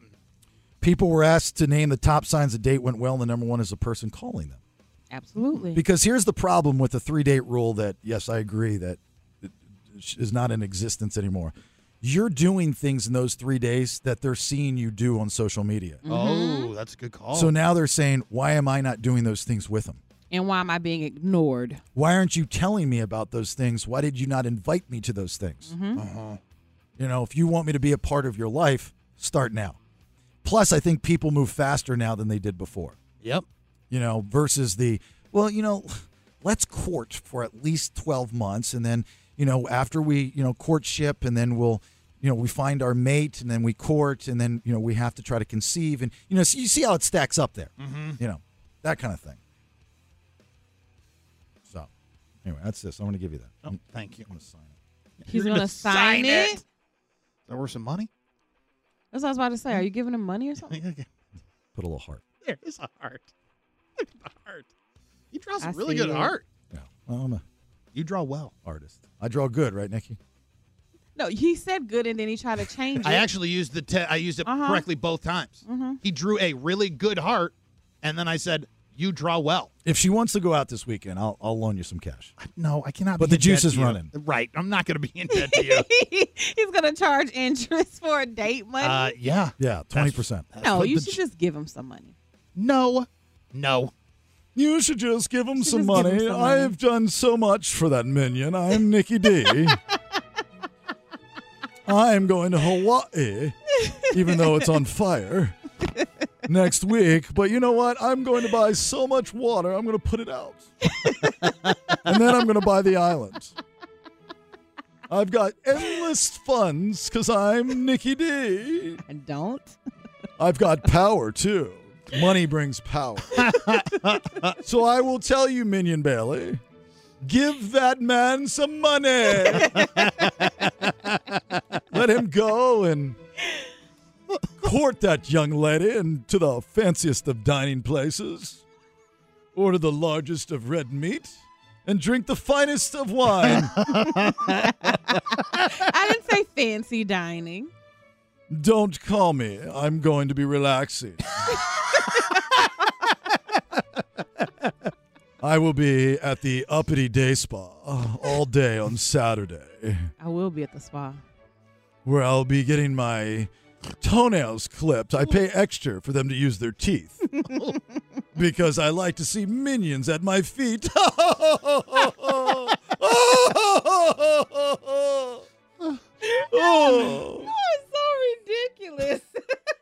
People were asked to name the top signs a date went well, and the number one is the person calling them.
Absolutely.
Because here's the problem with the three date rule that, yes, I agree, that it is not in existence anymore. You're doing things in those three days that they're seeing you do on social media.
Mm-hmm.
Oh, that's a good call.
So now they're saying, why am I not doing those things with them?
and why am I being ignored?
Why aren't you telling me about those things? Why did you not invite me to those things?
Mm-hmm.
Uh-huh.
You know, if you want me to be a part of your life, start now. Plus, I think people move faster now than they did before.
Yep.
you know, versus the, well, you know, let's court for at least 12 months. And then, you know, after we, you know, courtship and then we'll, you know, we find our mate and then we court and then, you know, we have to try to conceive. And, you know, so you see how it stacks up there,
Mhm.
you know, that kind of thing. So, anyway, that's this. I'm going to give you that.
Oh, thank you. I'm
gonna sign
it.
He's gonna, sign, it?
Is that worth some money?
That's what I was about to say. Are you giving him money or something?
Put a little heart.
There is a heart. Look at the heart. You draw some
I
really
see
good
it.
heart.
Well, I'm a
You draw well.
artist. I draw good, right, Nikki?
No, he said good and then he tried to change it.
I actually used the te- I used it
Uh-huh.
correctly both times.
Mhm.
He drew a really good heart, and then I said, "You draw well."
If she wants to go out this weekend, I'll, I'll loan you some cash.
No, I cannot.
But the
be in
juice
debt
is
to you.
running.
Right, I'm not going to be in debt to you.
He's gonna charge interest for a date money.
Uh, yeah,
Yeah, 20%.
no,
but
you
the
should just give him some money.
no, no.
You should just give him some
just give
money.
him some money.
I've done so much for that minion. I'm Nikki D. I'm going to Hawaii, even though it's on fire next week. But you know what? I'm going to buy so much water, I'm going to put it out. and then I'm going to buy the island. I've got endless funds because I'm Nikki D.
I don't.
I've got power too. Money brings power. so I will tell you, Minion Bailey, give that man some money. Let him go and court that young lady into the fanciest of dining places. order the largest of red meat, and drink the finest of wine.
I didn't say fancy dining.
Don't call me. I'm going to be relaxing. I will be at the Uppity Day Spa uh, all day on Saturday,
I will be at the spa.
where I'll be getting my toenails clipped. I pay extra for them to use their teeth because I like to see minions at my feet. oh,
Oh.
so ridiculous.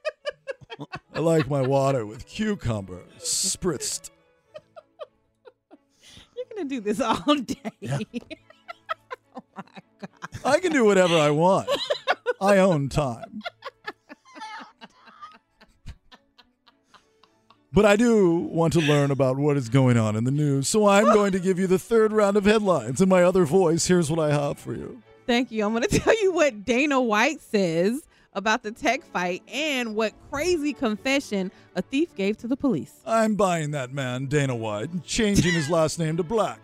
I like my water with cucumber spritzed.
You're gonna do this all day. Oh
I can do whatever I want. I own time. But I do want to learn about what is going on in the news, so I'm going to give you the third round of headlines. In my other voice, here's what I have for you.
Thank you. I'm gonna tell you what Dana White says about the tech fight and what crazy confession a thief gave to the police.
I'm buying that man, Dana White, and changing his last name to Black.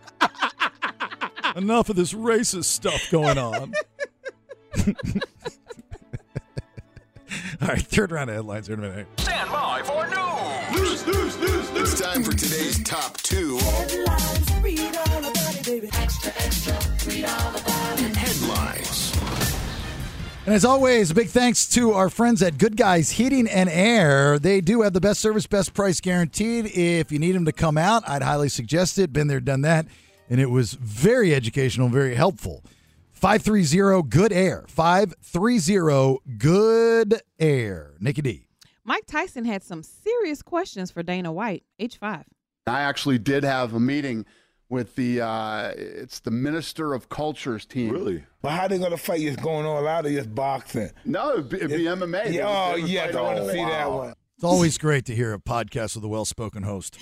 Enough of this racist stuff going on. All right, third round of headlines here in a minute.
Stand by for news. News, news, news, news. It's time for today's top two. Headlines.
And as always, a big thanks to our friends at Good Guys Heating and Air. They do have the best service, best price guaranteed. If you need them to come out, I'd highly suggest it. Been there, done that. And it was very educational, very helpful. 530 Good Air. 530 Good Air. Nikki D.
Mike Tyson had some serious questions for Dana White, H5.
I actually did have a meeting with the uh, it's the Minister of Cultures team. Really?
But how they gonna fight? Just going all out of just boxing?
No, it'd be, it'd be MMA.
Yeah,
They
oh
would- they would
yeah,
fight
I want
all
to see
out.
that one.
It's always great to hear a podcast with a well spoken host.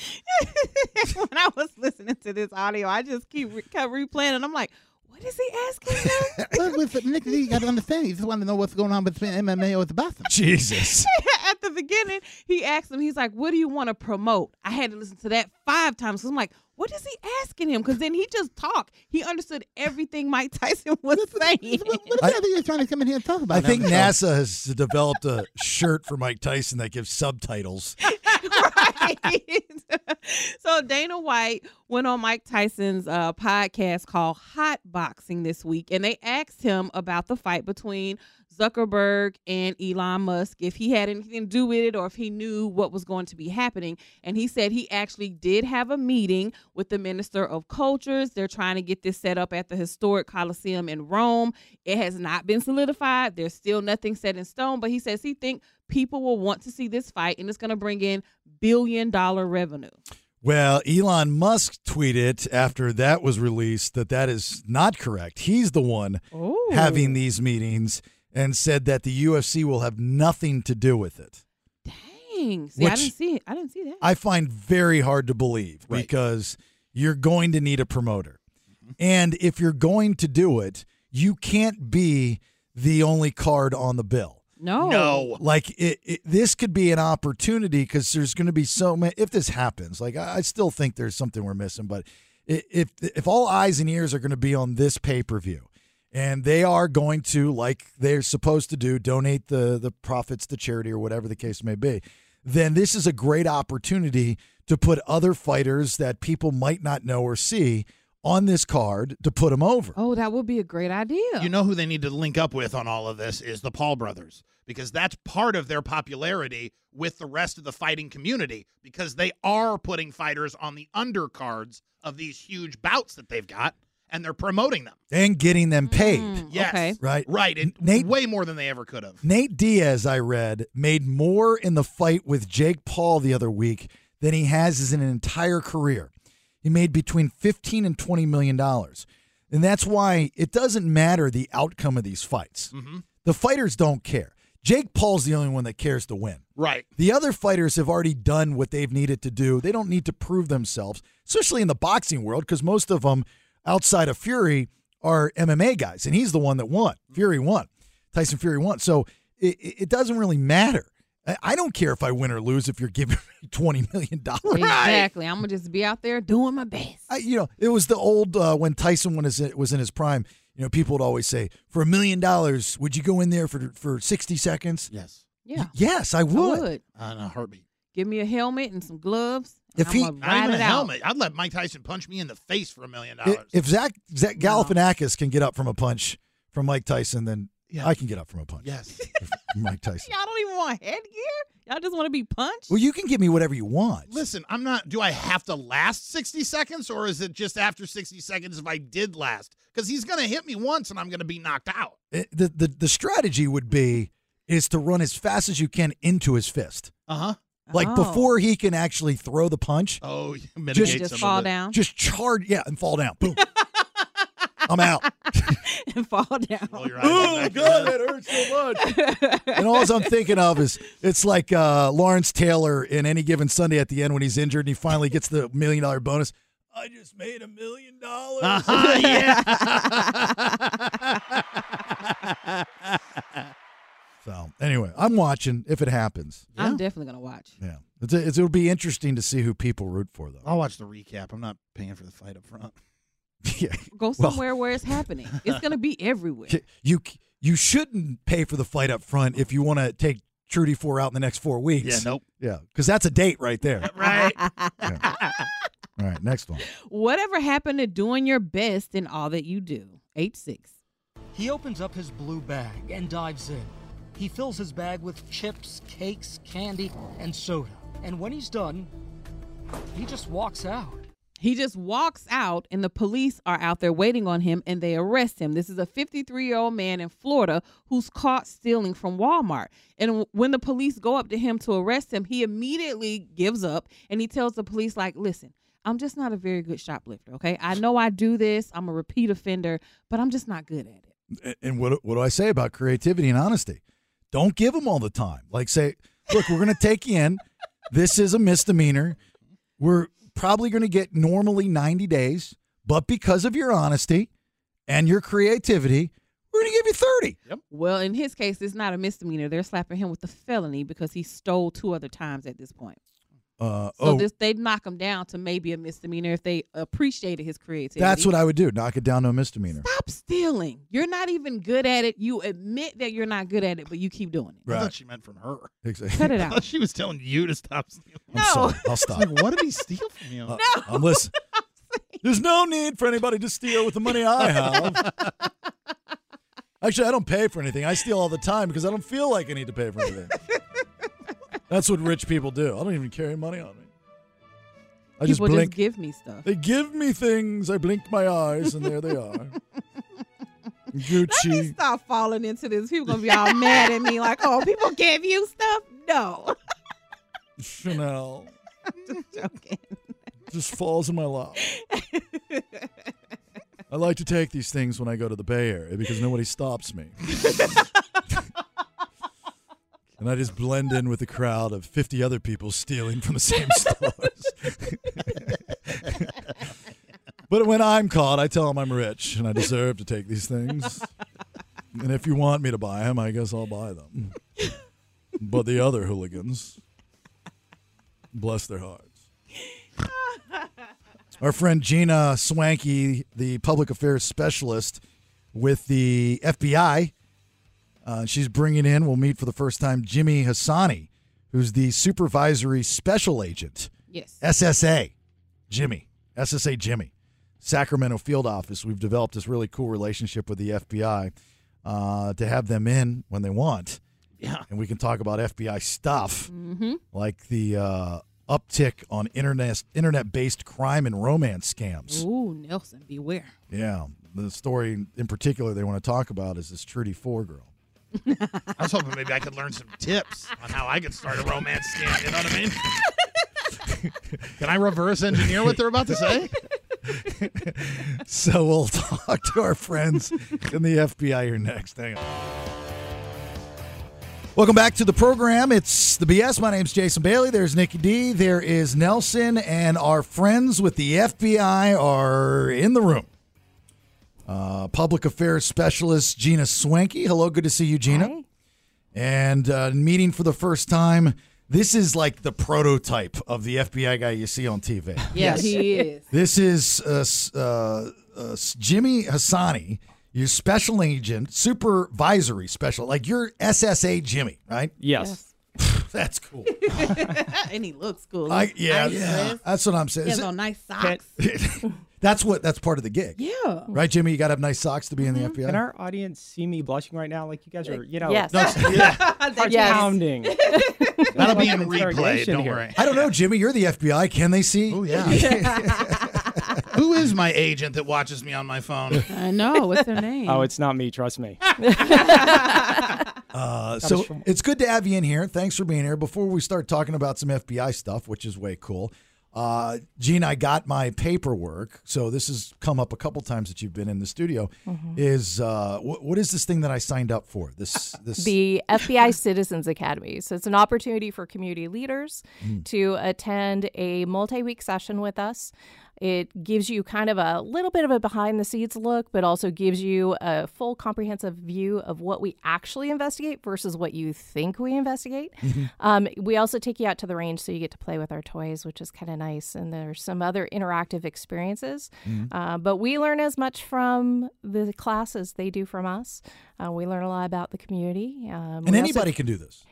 when I was listening to this audio, I just keep re- kept replaying, and I'm like, what is he asking?
Look, with Nick, you got to understand. You just want to know what's going on between MMA or the bathroom.
Jesus.
At the beginning, he asked him, he's like, what do you want to promote? I had to listen to that five times. So I'm like, what is he asking him? Because then he just talked. He understood everything Mike Tyson was saying.
I-
I think you're trying to come in here and talk about.
I
it
think
on the show.
NASA has developed a shirt for Mike Tyson that gives subtitles.
Right. so Dana White went on Mike Tyson's uh, podcast called Hot Boxing this week, and they asked him about the fight between Zuckerberg and Elon Musk, if he had anything to do with it or if he knew what was going to be happening. And he said he actually did have a meeting with the Minister of Cultures. They're trying to get this set up at the historic Coliseum in Rome. It has not been solidified. There's still nothing set in stone, but he says he think people will want to see this fight and it's going to bring in billion dollar revenue.
Well, Elon Musk tweeted after that was released that that is not correct. He's the one having these meetings and said that the UFC will have nothing to do with it.
Dang. See, I
Which-
didn't see it. I didn't see that.
I find very hard to believe because you're going to need a promoter. And if you're going to do it, you can't be the only card on the bill.
No.
Like it, it, this could be an opportunity because there's going to be so many. If this happens, like I, I still think there's something we're missing, but i- if if all eyes and ears are going to be on this pay per view, and they are going to like they're supposed to do, donate the the profits to charity or whatever the case may be, then this is a great opportunity to put other fighters that people might not know or see on this card to put them over.
Oh, that would be a great idea.
You know who they need to link up with on all of this is the Paul brothers because that's part of their popularity with the rest of the fighting community because they are putting fighters on the undercards of these huge bouts that they've got and they're promoting them.
And getting them paid.
Mm,
Yes.
Right.
Right. And
Nate-
way more than they ever could have.
Nate Diaz, I read, made more in the fight with Jake Paul the other week than he has as in an entire career. He made between 15 and 20 million dollars. And that's why it doesn't matter the outcome of these fights.
Mm-hmm.
The fighters don't care. Jake Paul's the only one that cares to win.
Right.
The other fighters have already done what they've needed to do. They don't need to prove themselves, especially in the boxing world, because most of them outside of Fury are MMA guys, and he's the one that won. Fury won. Tyson Fury won. So it, it it doesn't really matter. I- I don't care if I win or lose if you're giving me twenty million dollars.
Exactly. I'm gonna just be out there doing my best.
I, you know, it was the old uh, when Tyson was in, was in his prime. You know, people would always say, "For a million dollars, would you go in there for for sixty seconds?"
Yes.
Yeah.
Yes, I would.
On a heartbeat.
Give me a helmet and some gloves.
If
I'm
he-
gonna
Not
ride
even a
it out.
helmet. I'd let Mike Tyson punch me in the face for a million
I-
dollars.
If Zach Zach Galifianakis can get up from a punch from Mike Tyson, then I can get up from a punch.
Yes.
from Mike Tyson.
Y'all don't even want headgear. Y'all just want to be punched.
Well, you can give me whatever you want.
Listen, I'm not. Do I have to last 60 seconds, or is it just after 60 seconds if I did last? Because he's going to hit me once, and I'm going to be knocked out.
It- Eh, the, the the strategy would be is to run as fast as you can into his fist.
Uh huh.
Like
Oh.
before he can actually throw the punch.
Oh, you mitigate
just,
some of it.
Just charge, yeah, and fall down. Boom. I'm out.
and fall down.
Oh
God,
that
hurts so much. And all I'm thinking of is it's like uh, Lawrence Taylor in any given Sunday at the end when he's injured and he finally gets the million dollar bonus. I just made a million dollars.
Uh-huh,
yeah. so anyway, I'm watching if it happens.
I'm definitely gonna watch.
Yeah, it's, it's, it'll be interesting to see who people root for though.
I'll watch the recap. I'm not paying for the fight up front.
yeah.
Go
Well-
somewhere where it's happening. It's gonna be everywhere.
You you shouldn't pay for the fight up front if you want to take Trudy Four out in the next four weeks.
Yeah, nope.
Yeah, because that's a date right there. All
Right.
right, next one.
Whatever happened to doing your best in all that you do? Eight six.
He opens up his blue bag and dives in. He fills his bag with chips, cakes, candy, and soda. And when he's done, he just walks out.
He just walks out, and the police are out there waiting on him, and they arrest him. This is a 53 year old man in Florida who's caught stealing from Walmart. And w- when the police go up to him to arrest him, he immediately gives up and he tells the police, like, listen, I'm just not a very good shoplifter, okay? I know I do this, I'm a repeat offender, but I'm just not good at it.
And- And what what do I say about creativity and honesty? Don't give them all the time. Like say, look, we're gonna take you in. This is a misdemeanor. We're probably gonna get normally ninety days, but because of your honesty and your creativity, we're gonna give you thirty.
Yep.
Well, in his case, it's not a misdemeanor. They're slapping him with a felony because he stole two other times at this point.
Uh,
So
oh,
this they knock him down to maybe a misdemeanor if they appreciated his creativity.
that's what I would do. Knock it down to a misdemeanor.
stop stealing. You're not even good at it. You admit that you're not good at it, but you keep doing it.
I
Right.
thought she meant from her.
Exactly.
Cut it
I
out.
thought she was telling you to stop stealing.
I'm sorry. I'll stop.
Like, what did he steal from you?
Uh, I'm listening. There's no need for anybody to steal with the money I have. Actually, I don't pay for anything. I steal all the time because I don't feel like I need to pay for anything. That's what rich people do. I don't even carry money on me. I just
People just
blink.
give me stuff.
They give me things. I blink my eyes, and there they are.
Let me
Gucci.
stop falling into this. People gonna be all mad at me like, oh, people give you stuff. No,
Chanel
just joking.
just falls in my lap. I like to take these things when I go to the Bay Area because nobody stops me. and I just blend in with the crowd of 50 other people stealing from the same stores. but when I'm caught, I tell them I'm rich and I deserve to take these things. And if you want me to buy them, I guess I'll buy them. But the other hooligans, bless their hearts. Our friend Gina Swanky, the public affairs specialist with the FBI, uh, she's bringing in, we'll meet for the first time, Jimmy Hassani, who's the supervisory special agent.
Yes.
SSA, Jimmy, SSA Jimmy, Sacramento field office. We've developed this really cool relationship with the FBI uh, to have them in when they want.
Yeah.
And we can talk about FBI stuff
Mm-hmm.
like the uh, uptick on internet internet based crime and romance scams.
Ooh, Nelson, beware.
Yeah, the story in particular they want to talk about is this Trudy Four girl.
I was hoping maybe I could learn some tips on how I could start a romance scam. You know what I mean? Can I reverse engineer what they're about to say?
so we'll talk to our friends in the FBI here next. Hang on. Welcome back to the program. It's the BS. My name's Jason Bailey. There's Nikki D. There is Nelson, and our friends with the FBI are in the room. Uh, Public Affairs Specialist Gina Swanky. Hello, good to see you, Gina. and uh, meeting for the first time. This is like the prototype of the FBI guy you see on TV.
Yeah, he is.
This is uh, s- uh, uh, s- Jimmy Hassani, your special agent, supervisory special, like your SSA Jimmy, right?
Yes.
That's cool.
and he looks cool.
I, yeah,
Nice
yeah.
dress.
that's what I'm saying.
He
Is
has
it-
on nice socks.
that's what that's part of the gig.
Yeah.
Right, Jimmy? You got to have nice socks to be in the FBI.
Can our audience see me blushing right now? Like you guys are, you know,
Yes. No, yeah.
heart
Yes.
pounding.
That'll
be in replay, don't worry.
I don't know, Jimmy. You're the FBI. Can they see? Oh,
yeah. Who is my agent that watches me on my phone?
I know. What's their name?
Oh, it's not me. Trust me.
Uh,
That
so
was from-
it's good to have you in here. Thanks for being here. Before we start talking about some FBI stuff, which is way cool, uh, Gene, I got my paperwork. So this has come up a couple times that you've been in the studio.
Mhm.
Is uh, wh- what is this thing that I signed up for? This this
the FBI Citizens Academy. So it's an opportunity for community leaders
Mm.
to attend a multi week session with us. It gives you kind of a little bit of a behind the scenes look, but also gives you a full comprehensive view of what we actually investigate versus what you think we investigate. Um, we also take you out to the range so you get to play with our toys, which is kind of nice. And there's some other interactive experiences.
Mm-hmm.
Mhm.
Uh, but we learn as much from the classes they do from us. Uh, we learn a lot about the community. Um,
and
we also-
anybody can do Oh. this.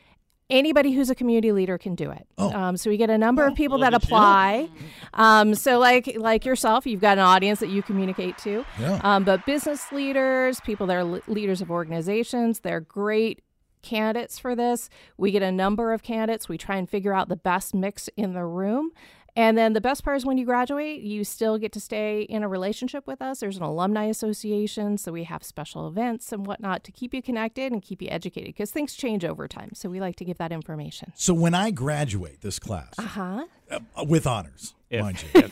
Anybody who's a community leader can do it. Um, so we get a number of people that
look at you.
apply. Um, so like like yourself, you've got an audience that you communicate to.
Yeah.
Um, but business leaders, people that are le- leaders of organizations, they're great candidates for this. We get a number of candidates. We try and figure out the best mix in the room. And then the best part is when you graduate, you still get to stay in a relationship with us. There's an alumni association, so we have special events and whatnot to keep you connected and keep you educated because things change over time. So we like to give that information.
So when I graduate this class
Uh huh.
uh, with honors, mind you,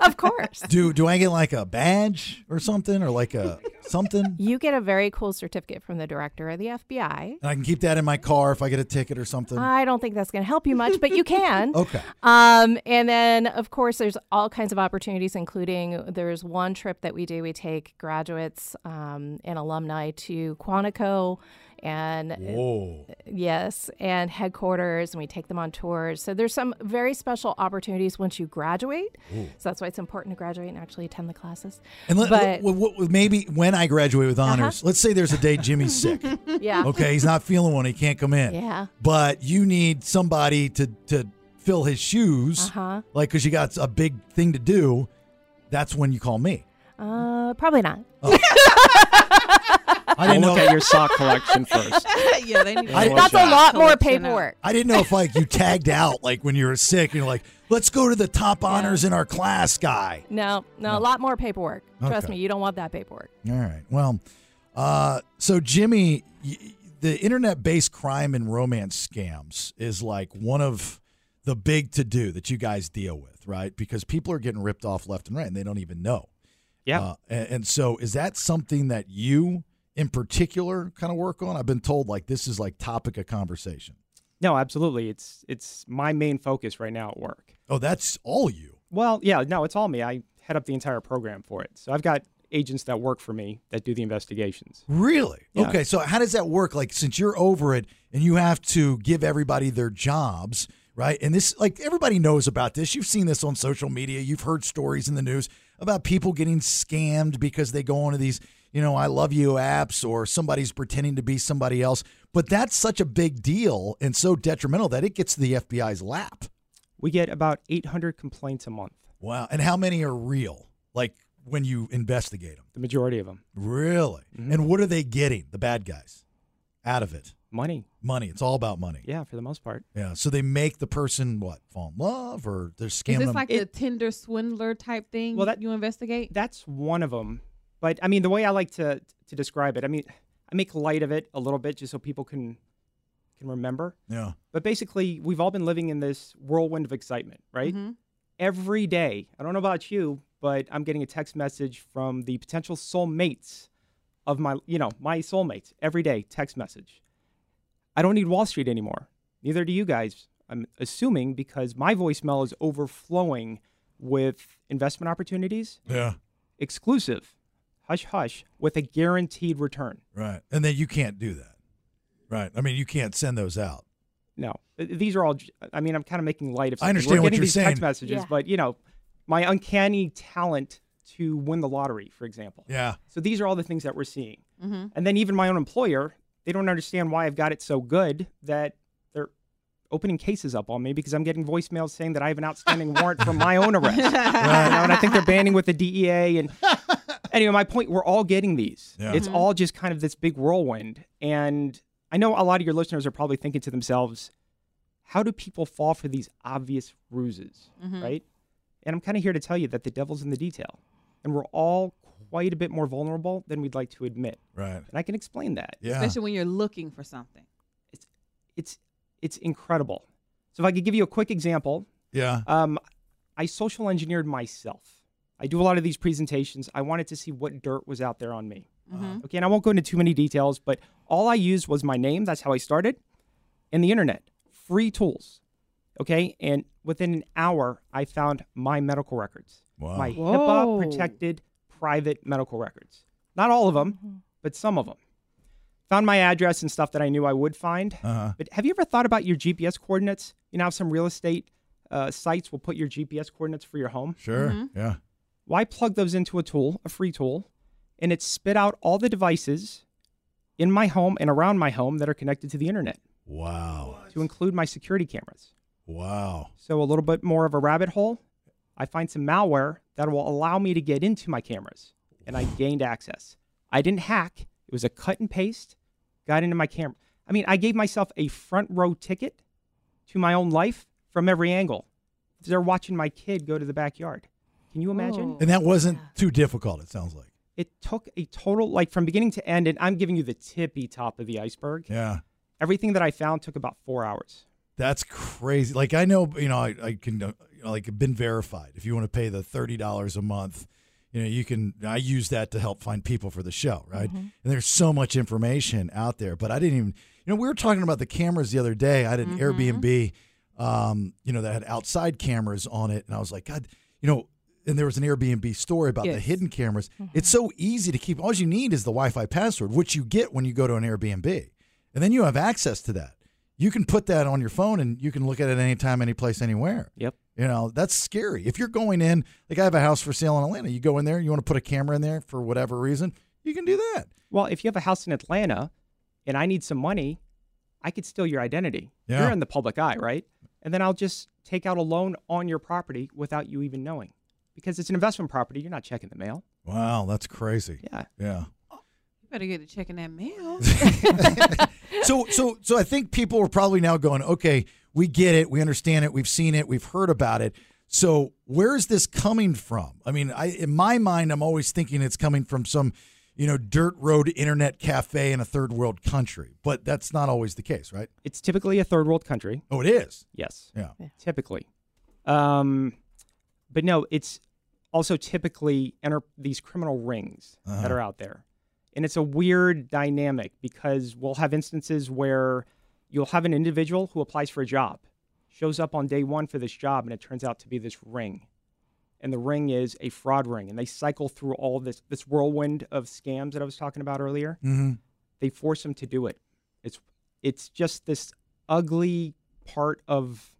of course.
do do I get like a badge or something or like a something? And
You get a very cool certificate from the director of the FBI.
I can keep that in my car if I get a ticket or something.
I don't think that's going to help you much, but you can.
Okay.
Um, and then, of course, there's all kinds of opportunities, including there's one trip that we do. We take graduates um, and alumni to Quantico and
Whoa.
yes, and headquarters, and we take them on tours. So there's some very special opportunities once you graduate.
Ooh.
So that's why it's important to graduate and actually attend the classes.
And let,
but Uh-huh.
w- w- w- maybe when I graduate with honors, let's say there's a day Jimmy's sick.
yeah,
Okay, he's not feeling one. He can't come in.
Yeah.
But you need somebody to to fill his shoes,
Uh-huh.
like because you got a big thing to do. That's when you call me.
Uh, probably not.
I didn't
I'll
know
look at your sock collection first.
yeah, they need
to- I- That's a
lot more paperwork.
I didn't know if like you tagged out like when you were sick. and You're like, let's go to the top honors in our class, guy.
No, no, a lot more paperwork. Trust
Okay.
me, you don't want that paperwork.
All right. Well, uh, so Jimmy, y- the internet-based crime and romance scams is like one of the big to-do that you guys deal with, right? Because people are getting ripped off left and right, and they don't even know.
Yeah.
Uh, a- and, so, is that something that you, in particular, kind of work on? I've been told like this is like topic of conversation.
No, absolutely. It's it's my main focus right now at work.
Oh, that's all you.
Well, yeah, no, it's all me. I head up the entire program for it. So I've got agents that work for me that do the investigations.
Really?
Yeah.
Okay. So how does that work? Like, since you're over it and you have to give everybody their jobs, right? And this, like, everybody knows about this. You've seen this on social media. You've heard stories in the news about people getting scammed because they go onto these, you know, I love you apps or somebody's pretending to be somebody else. But that's such a big deal and so detrimental that it gets to the FBI's lap.
We get about 800 complaints a month.
Wow. And how many are real? Like, when you investigate them?
The majority of Mm-hmm. them.
Really? And what are they getting, the bad guys, out of it?
Money.
Money. It's all about money.
Yeah, for the most part.
Yeah. So they make the person what fall in love, or they're scamming
Is this
them.
like the Tinder swindler type thing
Well,
well, that, you investigate?
That's one of them. But I mean, the way I like to to describe it, I mean, I make light of it a little bit just so people can can remember.
yeah.
But basically, we've all been living in this whirlwind of excitement, right?
Mhm.
Every day. I don't know about you, but I'm getting a text message from the potential soulmates of my, you know, my soulmates every day, text message. I don't need Wall Street anymore. Neither do you guys. I'm assuming because my voicemail is overflowing with investment opportunities,
Yeah.
exclusive, hush hush, with a guaranteed return.
Right. And then you can't do that. Right. I mean, you can't send those out.
No, Th- these are all. j- I mean, I'm kind of making light of.
I
something.
understand
We're
what
getting
you're
these
saying.
Text messages,
Yeah.
but you know, my uncanny talent to win the lottery, for example.
Yeah.
So these are all the things that we're seeing,
Mhm.
Mm-hmm.
Mm-hmm.
and then even my own employer, they don't understand why I've got it so good that they're opening cases up on me because I'm getting voicemails saying that I have an outstanding warrant for my own arrest. You know, and I think they're banding with the DEA. And anyway, my point, we're all getting these.
Yeah.
It's
Mhm.
all just kind of this big whirlwind. And I know a lot of your listeners are probably thinking to themselves, how do people fall for these obvious ruses,
Mhm.
right? And I'm kind of here to tell you that the devil's in the detail. And we're all quite a bit more vulnerable than we'd like to admit.
Right.
And I can explain that.
Especially when you're looking for something.
It's it's incredible. So if I could give you a quick example,
Yeah.
um, I social engineered myself. I do a lot of these presentations. I wanted to see what dirt was out there on me.
Mhm.
Okay, and I won't go into too many details, but all I used was my name. That's how I started, and the internet, free tools. Okay, and within an hour, I found my medical records,
Wow.
my
Whoa.
HIPAA protected private medical records. Not all of them, but some of them. Found my address and stuff that I knew I would find.
Uh-huh.
But have you ever thought about your GPS coordinates? You know, how some real estate uh, sites will put your GPS coordinates for your home.
Sure.
Mm-hmm.
Yeah.
Why plug those into a tool, a free tool, and it spit out all the devices in my home and around my home that are connected to the internet?
Wow.
To include my security cameras.
Wow.
So a little bit more of a rabbit hole. I find some malware that will allow me to get into my cameras, and I gained access. I didn't hack. It was a cut and paste. Got into my camera. I mean, I gave myself a front row ticket to my own life from every angle. They're watching my kid go to the backyard. Can you imagine?
And that wasn't too difficult, it sounds like.
It took a total, like from beginning to end, and I'm giving you the tippy top of the iceberg.
Yeah.
Everything that I found took about four hours.
That's crazy. Like I know, you know, I, I can uh, like been verified. If you want to pay the thirty dollars a month, you know, you can. I use that to help find people for the show, right? And there's so much information out there, but I didn't even. You know, we were talking about the cameras the other day. I had an Airbnb, um, you know, that had outside cameras on it, and I was like, God, you know. And there was an Airbnb story about the
Yes.
hidden cameras.
Mm-hmm.
It's so easy to keep. All you need is the Wi-Fi password, which you get when you go to an Airbnb, and then you have access to that you can put that on your phone and you can look at it anytime, any place, anywhere.
Yep.
You know, that's scary. If you're going in, like I have a house for sale in Atlanta, you go in there, you want to put a camera in there for whatever reason, you can do that.
Well, if you have a house in Atlanta and I need some money, I could steal your identity.
Yeah.
You're in the public eye, right? And then I'll just take out a loan on your property without you even knowing because it's an investment property. You're not checking the mail.
Wow, that's crazy.
Yeah.
Yeah.
You better get to checking that mail.
So so so I think people are probably now going, okay, we get it, we understand it, we've seen it, we've heard about it. So where is this coming from? I mean, I in my mind, I'm always thinking it's coming from some, you know, dirt road internet cafe in a third world country, but that's not always the case, right?
It's typically a third world country.
Oh, it is.
Yes.
Yeah.
Typically. Um, but no, it's also typically enter these criminal rings that
Uh-huh.
are out there. And it's a weird dynamic because we'll have instances where you'll have an individual who applies for a job, shows up on day one for this job, and it turns out to be this ring. And the ring is a fraud ring. And they cycle through all this, this whirlwind of scams that I was talking about earlier
Mm-hmm.
they force them to do it. It's it's just this ugly part of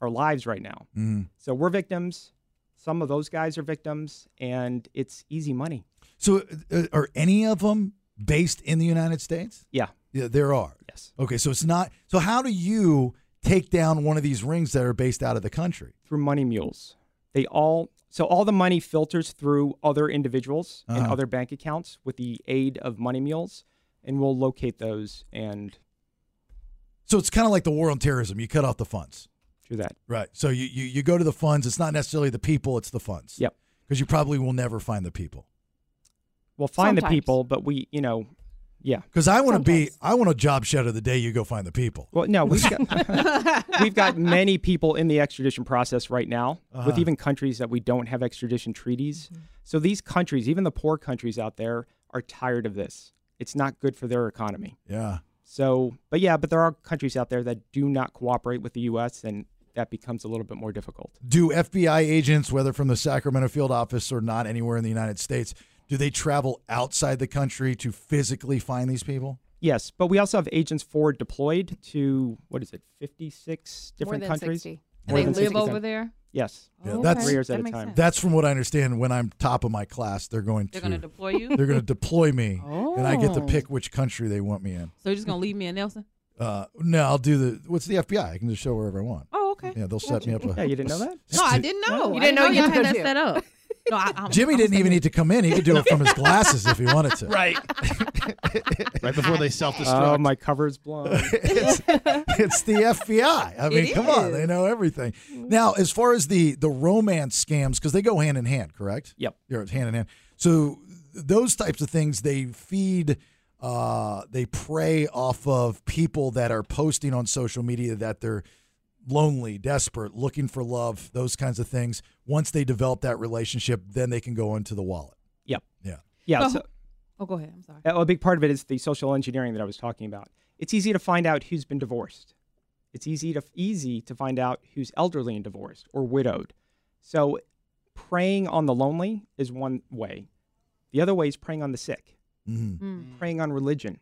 our lives right now.
Mhm.
So we're victims. Some of those guys are victims, and it's easy money.
So uh, are any of them based in the United States?
Yeah.
Yeah, there are.
Yes.
Okay, so it's not. So how do you take down one of these rings that are based out of the country?
Through money mules. They all so all the money filters through other individuals and
Uh-huh.
other bank accounts with the aid of money mules, and we'll locate those and
So it's kind of like the war on terrorism. You cut off the funds.
do that.
Right. So you, you, you go to the funds. It's not necessarily the people, it's the funds.
Yep.
Because you probably will never find the people.
We'll find the
Sometimes.
people, but we you know, yeah.
Because I want to be, I want a job shadow the day you go find the people.
Well, no, we've got, we've got many people in the extradition process right now, with
Uh-huh.
even countries that we don't have extradition treaties.
Mm-hmm.
So these countries, even the poor countries out there, are tired of this. It's not good for their economy.
Yeah.
So, but yeah, but there are countries out there that do not cooperate with the U.S., and that becomes a little bit more difficult.
Do FBI agents, whether from the Sacramento field office or not anywhere in the United States, do they travel outside the country to physically find these people?
Yes, but we also have agents Ford deployed to what is it, 56
More
different
than
countries?
60.
More
They
than
live
60.
over there? Oh,
Yes,
Oh,
Yeah,
Three
that's
years at a time.
That's from what I understand. When I'm top of my class, they're going
They're
to
gonna deploy you?
They're going to deploy me, and I get to
Oh.
pick which country they want me in.
So you're just gonna leave me and Nelson?
Uh, no, I'll do the what's the FBI? I can just show wherever I want.
Oh, okay.
Yeah, they'll set me up. A,
Yeah, you didn't know that?
No, I didn't know.
You
I
didn't know you
y'all had
could
that
do.
set up. No, I, I'm,
Jimmy didn't even need to come in. He could do it from his glasses if he wanted to.
Right. right before they self destruct.
Oh, my cover's blown.
it's, it's the FBI. I mean,
It
come on, they know everything. Now, as far as the the romance scams, because they go hand in hand, correct?
Yep.
They're hand in hand. So those types of things they feed, uh, they prey off of people that are posting on social media that they're lonely, desperate, looking for love, those kinds of things. Once they develop that relationship, then they can go into the wallet.
Yep.
Yeah.
Yeah.
So-
so-
Oh, go ahead. I'm sorry.
A a big part of it is the social engineering that I was talking about. It's easy to find out who's been divorced. It's easy to easy to find out who's elderly and divorced or widowed. So preying on the lonely is one way. The other way is preying on the sick,
Mhm.
preying on religion.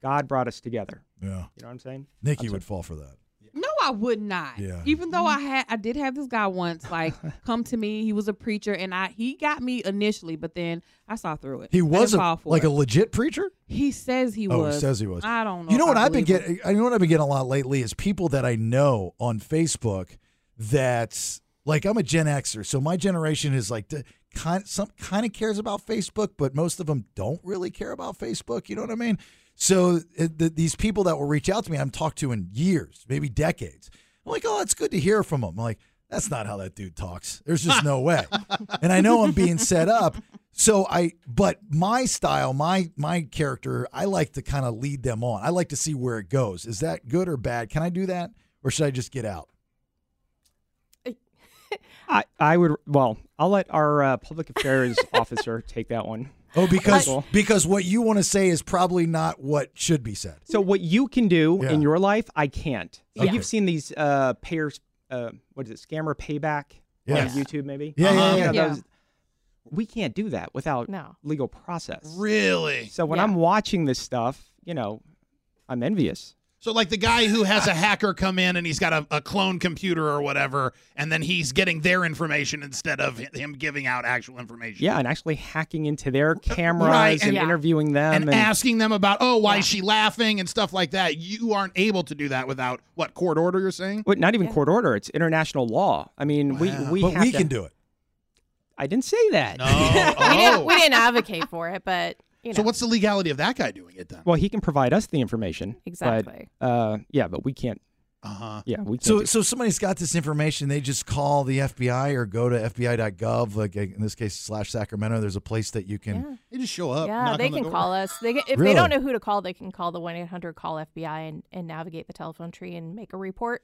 God brought us together.
Yeah.
You know what I'm saying?
Nikki would fall for that.
No, I would not.
Yeah.
Even though I had, I did have this guy once like come to me. He was a preacher, and I he got me initially, but then I saw through it.
He
I
was
didn't
a,
fall for
like
it.
a legit preacher.
He says he
oh,
was.
he says he was.
I don't know.
You know
if
what
I
I've been
believe him.
getting? I know what I've been getting a lot lately is people that I know on Facebook that like I'm a Gen Xer, so my generation is like the kind some kind of cares about Facebook, but most of them don't really care about Facebook. You know what I mean? So it, th these people that will reach out to me, I'm talked to in years, maybe decades. I'm like, oh, that's good to hear from them. I'm like, that's not how that dude talks. There's just no way. and I know I'm being set up. So I, but my style, my my character, I like to kind of lead them on. I like to see where it goes. Is that good or bad? Can I do that, or should I just get out?
I, I would well, I'll let our uh, public affairs officer take that one.
Oh, because
Cool.
because what you want to say is probably not what should be said.
So what you can do in your life, I can't. So
Okay.
You've seen these uh, payers, uh, what is it, scammer payback
Yes.
on YouTube, maybe? Uh-huh.
Yeah, yeah,
You
yeah,
know,
yeah.
those- we can't do that without
No.
legal process.
Really?
So when I'm watching this stuff, you know, I'm envious.
So like the guy who has a hacker come in and he's got a, a clone computer or whatever, and then he's getting their information instead of him giving out actual information.
Yeah, and actually hacking into their cameras
Right,
and
and-
interviewing them
And asking them about, oh, why is she laughing and stuff like that. You aren't able to do that without what court order you're saying?
But not even court order. It's international law. I mean,
Wow.
we we.
But
have
we
to-
can
do it.
I didn't say that.
We, didn't, we didn't advocate for it, but you know.
So what's the legality of that guy doing it then?
Well, he can provide us the information. but,
Exactly.
uh, yeah, but we can't.
Uh huh.
Uh-huh. Yeah, we. Can't
So
do-
so somebody's got this information, they just call the FBI or go to FBI.gov, like in this case slash Sacramento. There's a place that you can.
Yeah.
They just show up.
yeah,
knock
they
on the
can
door.
call us. They can, if
Really?
they don't know who to call, they can call the one eight hundred call FBI and, and navigate the telephone tree and make a report,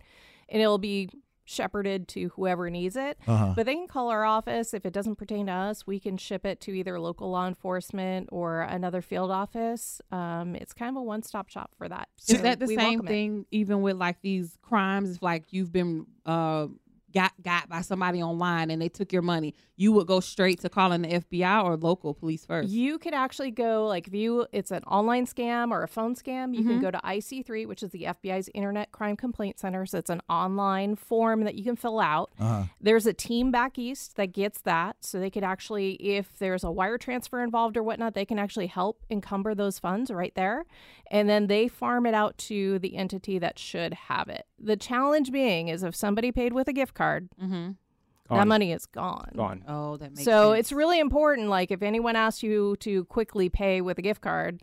and it'll be shepherded to whoever needs it.
Uh-huh.
But they can call our office if it doesn't pertain to us. We can ship it to either local law enforcement or another field office. Um, it's kind of a one stop shop for that.
Is
So
that the
we
same
welcome it.
thing even with like these crimes? If like you've been uh got got by somebody online and they took your money, you would go straight to calling the FBI or local police first.
You could actually go like if you it's an online scam or a phone scam, you
Mhm.
can go to IC3, which is the FBI's Internet Crime Complaint Center. So it's an online form that you can fill out.
Uh-huh.
There's a team back east that gets that. So they could actually, if there's a wire transfer involved or whatnot, they can actually help encumber those funds right there. And then they farm it out to the entity that should have it. The challenge being is if somebody paid with a gift card, that
Gone.
money is gone.
Gone.
Oh, that makes
So
sense.
it's really important. Like if anyone asks you to quickly pay with a gift card,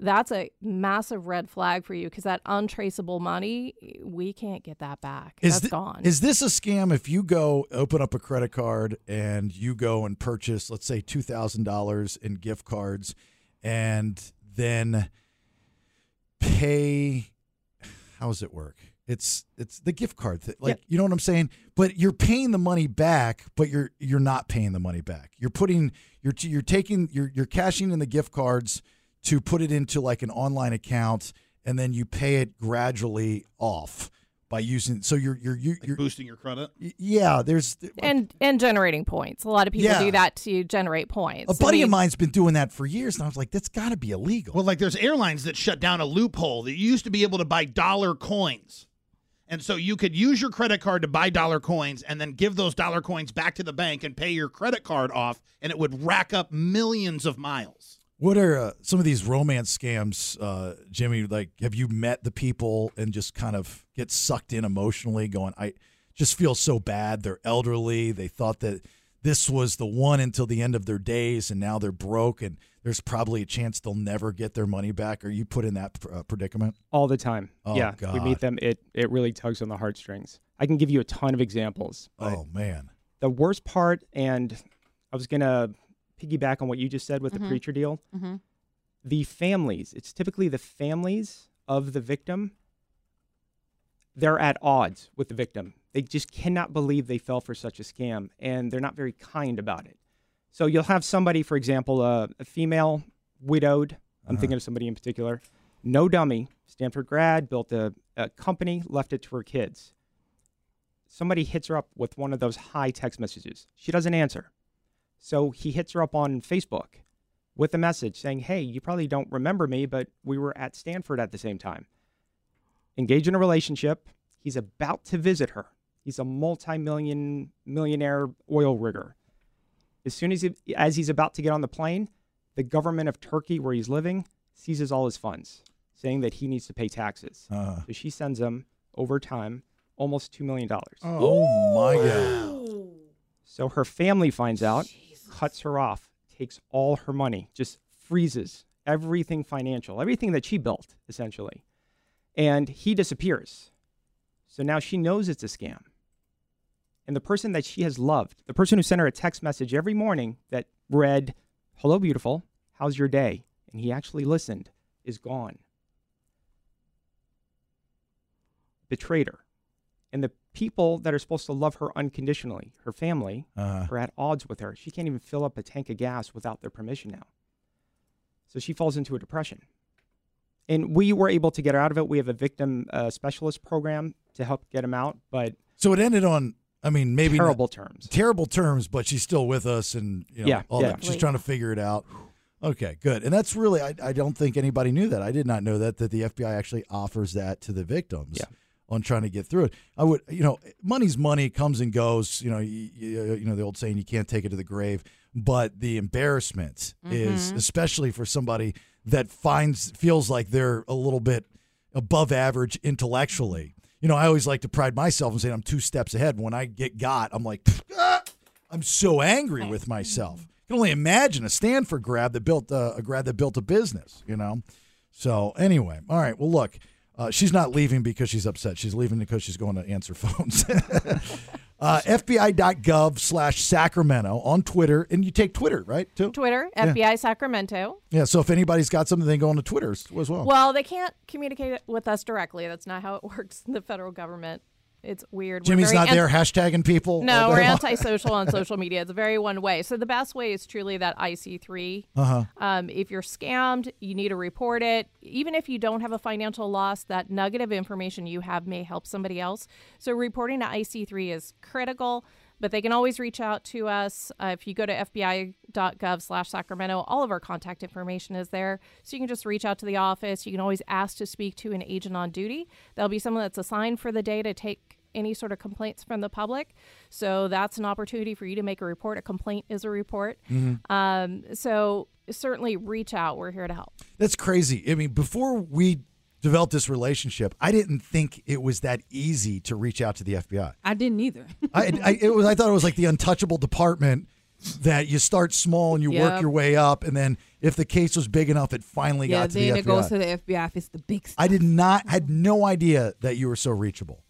that's a massive red flag for you because that untraceable money, we can't get that back. That's
thi-
gone.
Is this a scam? If you go open up a credit card and you go and purchase, let's say, two thousand dollars in gift cards, and then pay. How does it work? It's it's the gift card thing. Like you know what I'm saying. But you're paying the money back, but you're you're not paying the money back. You're putting you're t- you're taking you're you're cashing in the gift cards to put it into like an online account, and then you pay it gradually off by using. So you're you're you're, you're
boosting your credit.
Yeah, there's
and and generating points. A lot of people
Yeah.
do that to generate points.
a buddy
I
of
mean,
mine's been doing that for years, and I was like, that's got to be illegal.
Well, like there's airlines that shut down a loophole that you used to be able to buy dollar coins. And so you could use your credit card to buy dollar coins and then give those dollar coins back to the bank and pay your credit card off, and it would rack up millions of miles.
What are uh, some of these romance scams, uh, Jimmy? Like, have you met the people and just kind of get sucked in emotionally, going, I just feel so bad. They're elderly. They thought that this was the one until the end of their days, and now they're broke, and there's probably a chance they'll never get their money back. Are you put in that pr- uh, predicament?
all the time.
Oh,
yeah, we
God.
meet them. It it really tugs on the heartstrings. I can give you a ton of examples. but
Oh, man.
the worst part, and I was gonna piggyback on what you just said with
Mm-hmm.
the
Mhm.
preacher deal.
Mhm.
The families. It's typically the families of the victim. They're at odds with the victim. They just cannot believe they fell for such a scam, and they're not very kind about it. So you'll have somebody, for example, uh, a female widowed. I'm thinking of somebody in particular. No dummy, Stanford grad, built a, a company, left it to her kids. Somebody hits her up with one of those high text messages. She doesn't answer. So he hits her up on Facebook with a message saying, Hey, you probably don't remember me, but we were at Stanford at the same time. Engage in a relationship. He's about to visit her. He's a multi million millionaire oil rigger. As soon as he, as he's about to get on the plane, the government of Turkey, where he's living, seizes all his funds, saying that he needs to pay taxes.
Uh.
So she sends him over time almost two million dollars.
Oh, my God.
So her family finds out, cuts her off, takes all her money, just freezes everything financial, everything that she built, essentially. And he disappears. So now she knows it's a scam. And the person that she has loved, the person who sent her a text message every morning that read, Hello, beautiful, how's your day? And he actually listened, is gone. Betrayed her. And the people that are supposed to love her unconditionally, her family,
Uh-huh.
are at odds with her. She can't even fill up a tank of gas without their permission now. So she falls into a depression. And we were able to get her out of it. We have a victim uh, specialist program to help get him out, but
So it ended on, I mean, maybe
Terrible terms.
Terrible terms, but she's still with us, and you know,
Yeah,
all
yeah.
that. She's trying to figure it out. Okay, good. And that's really, I, I don't think anybody knew that. I did not know that that the FBI actually offers that to the victims on trying to get through it. I would, you know, money's money comes and goes. You know, you, you, you know the old saying, you can't take it to the grave. But the embarrassment is,
Mhm.
especially for somebody that finds feels like they're a little bit above average intellectually. You know, I always like to pride myself and say I'm two steps ahead. When I get got, I'm like, "Ah!" I'm so angry with myself. I can only imagine a Stanford grad that built uh, a, a grad that built a business. You know, so anyway, all right. Well, look, uh, she's not leaving because she's upset. She's leaving because she's going to answer phones. uh, FBI.gov slash Sacramento on Twitter, and you take Twitter right too.
Twitter,
Yeah.
FBI Sacramento.
Yeah. So if anybody's got something, they go on to Twitter as as well.
Well, they can't communicate it with us directly. That's not how it works in the federal government. It's weird. We're
Jimmy's
very
not
anti-
there hashtagging people.
No,
all day
we're
long.
antisocial on social media. It's very one way. So the best way is truly that IC3.
Uh-huh.
Um, if you're scammed, you need to report it. Even if you don't have a financial loss, that nugget of information you have may help somebody else. So reporting to IC3 is critical. But they can always reach out to us. Uh, if you go to fbi.gov slash Sacramento, all of our contact information is there. So you can just reach out to the office. You can always ask to speak to an agent on duty. There'll be someone that's assigned for the day to take any sort of complaints from the public. So that's an opportunity for you to make a report. A complaint is a report.
Mhm.
Um, so certainly reach out. We're here to help.
That's crazy. I mean, before we developed this relationship, I didn't think it was that easy to reach out to the FBI.
I didn't either.
I, I it was I thought it was like the untouchable department that you start small and you work
Yep.
your way up, and then if the case was big enough, it finally
yeah,
got to the
then
FBI.
it goes to the FBI if it's the big stuff.
I did not had no idea that you were so reachable.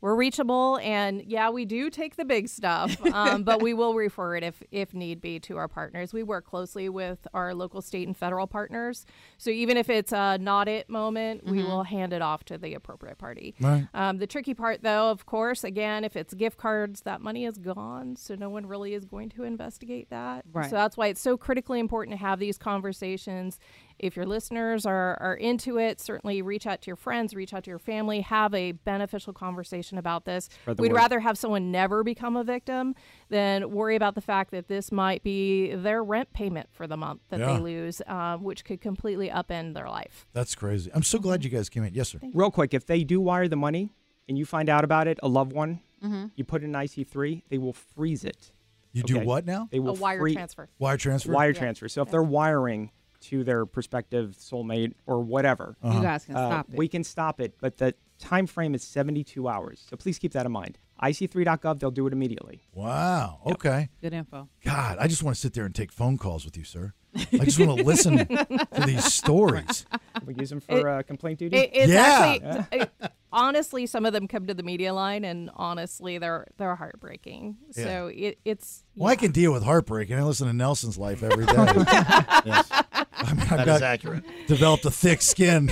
We're reachable, and yeah, we do take the big stuff, um, but we will refer it if if need be to our partners. We work closely with our local, state, and federal partners. So even if it's a not it moment, we
Mhm.
will hand it off to the appropriate party.
Right.
Um, the tricky part, though, of course, again, if it's gift cards, that money is gone, so no one really is going to investigate that.
Right.
So that's why it's so critically important to have these conversations If your listeners are, are into it, certainly reach out to your friends, reach out to your family, have a beneficial conversation about this.
Spread
We'd
the word.
rather have someone never become a victim than worry about the fact that this might be their rent payment for the month that
Yeah.
they lose, uh, which could completely upend their life.
That's crazy. I'm so glad you guys came in. Yes, sir.
Real quick, if they do wire the money and you find out about it, a loved one,
Mm-hmm.
Mhm.
you put it in IC3, they will freeze it.
You do what now?
They
A
will
wire
free-
transfer.
Wire transfer?
Wire
Yeah.
transfer. So if they're wiring to their prospective soulmate or whatever,
You Uh-huh. guys
can
uh,
stop it.
We can stop it, but the time frame is 72 hours. So please keep that in mind. IC3.gov, they'll do it immediately.
Wow. Okay.
Good info.
God, I just want to sit there and take phone calls with you, sir. I just want to listen to these stories.
We use them for uh, complaint duty.
It- it's
Yeah.
actually, uh, honestly, some of them come to the media line, and honestly, they're they're heartbreaking.
Yeah.
So it, it's
Well, I can deal with heartbreak, and I listen to Nelson's life every day. yes. I mean,
That is accurate.
Developed a thick skin.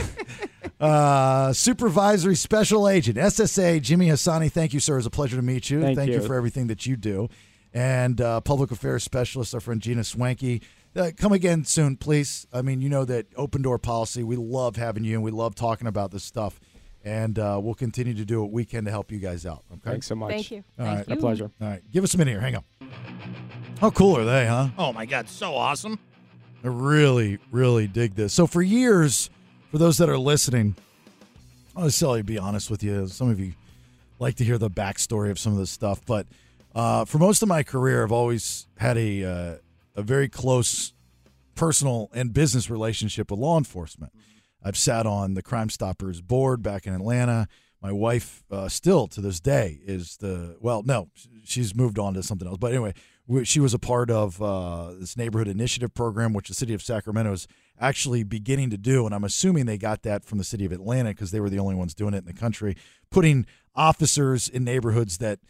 Uh, supervisory special agent, SSA, Jimmy Hassani. Thank you, sir. It was a pleasure to meet you.
Thank
you.
you.
for everything that you do. And uh, public affairs specialist, our friend Gina Swanky. Uh, come again soon, please. I mean, you know that open door policy. We love having you, and we love talking about this stuff. And uh, we'll continue to do what we can to help you guys out. Okay.
Thanks so much. Thank you.
All
Thank
right.
you. My pleasure.
All right. Give us a minute here. Hang on. How cool are they, huh?
Oh my God, so awesome!
I really, really dig this. So for years, for those that are listening, I'll just tell you, be honest with you. Some of you like to hear the backstory of some of this stuff, but uh, for most of my career, I've always had a uh, a very close personal and business relationship with law enforcement. I've sat on the Crime Stoppers board back in Atlanta. My wife, uh, still to this day, is the well, no, she's moved on to something else. But anyway, we- she was a part of uh, this neighborhood initiative program, which the city of Sacramento is actually beginning to do. And I'm assuming they got that from the city of Atlanta because they were the only ones doing it in the country, putting officers in neighborhoods that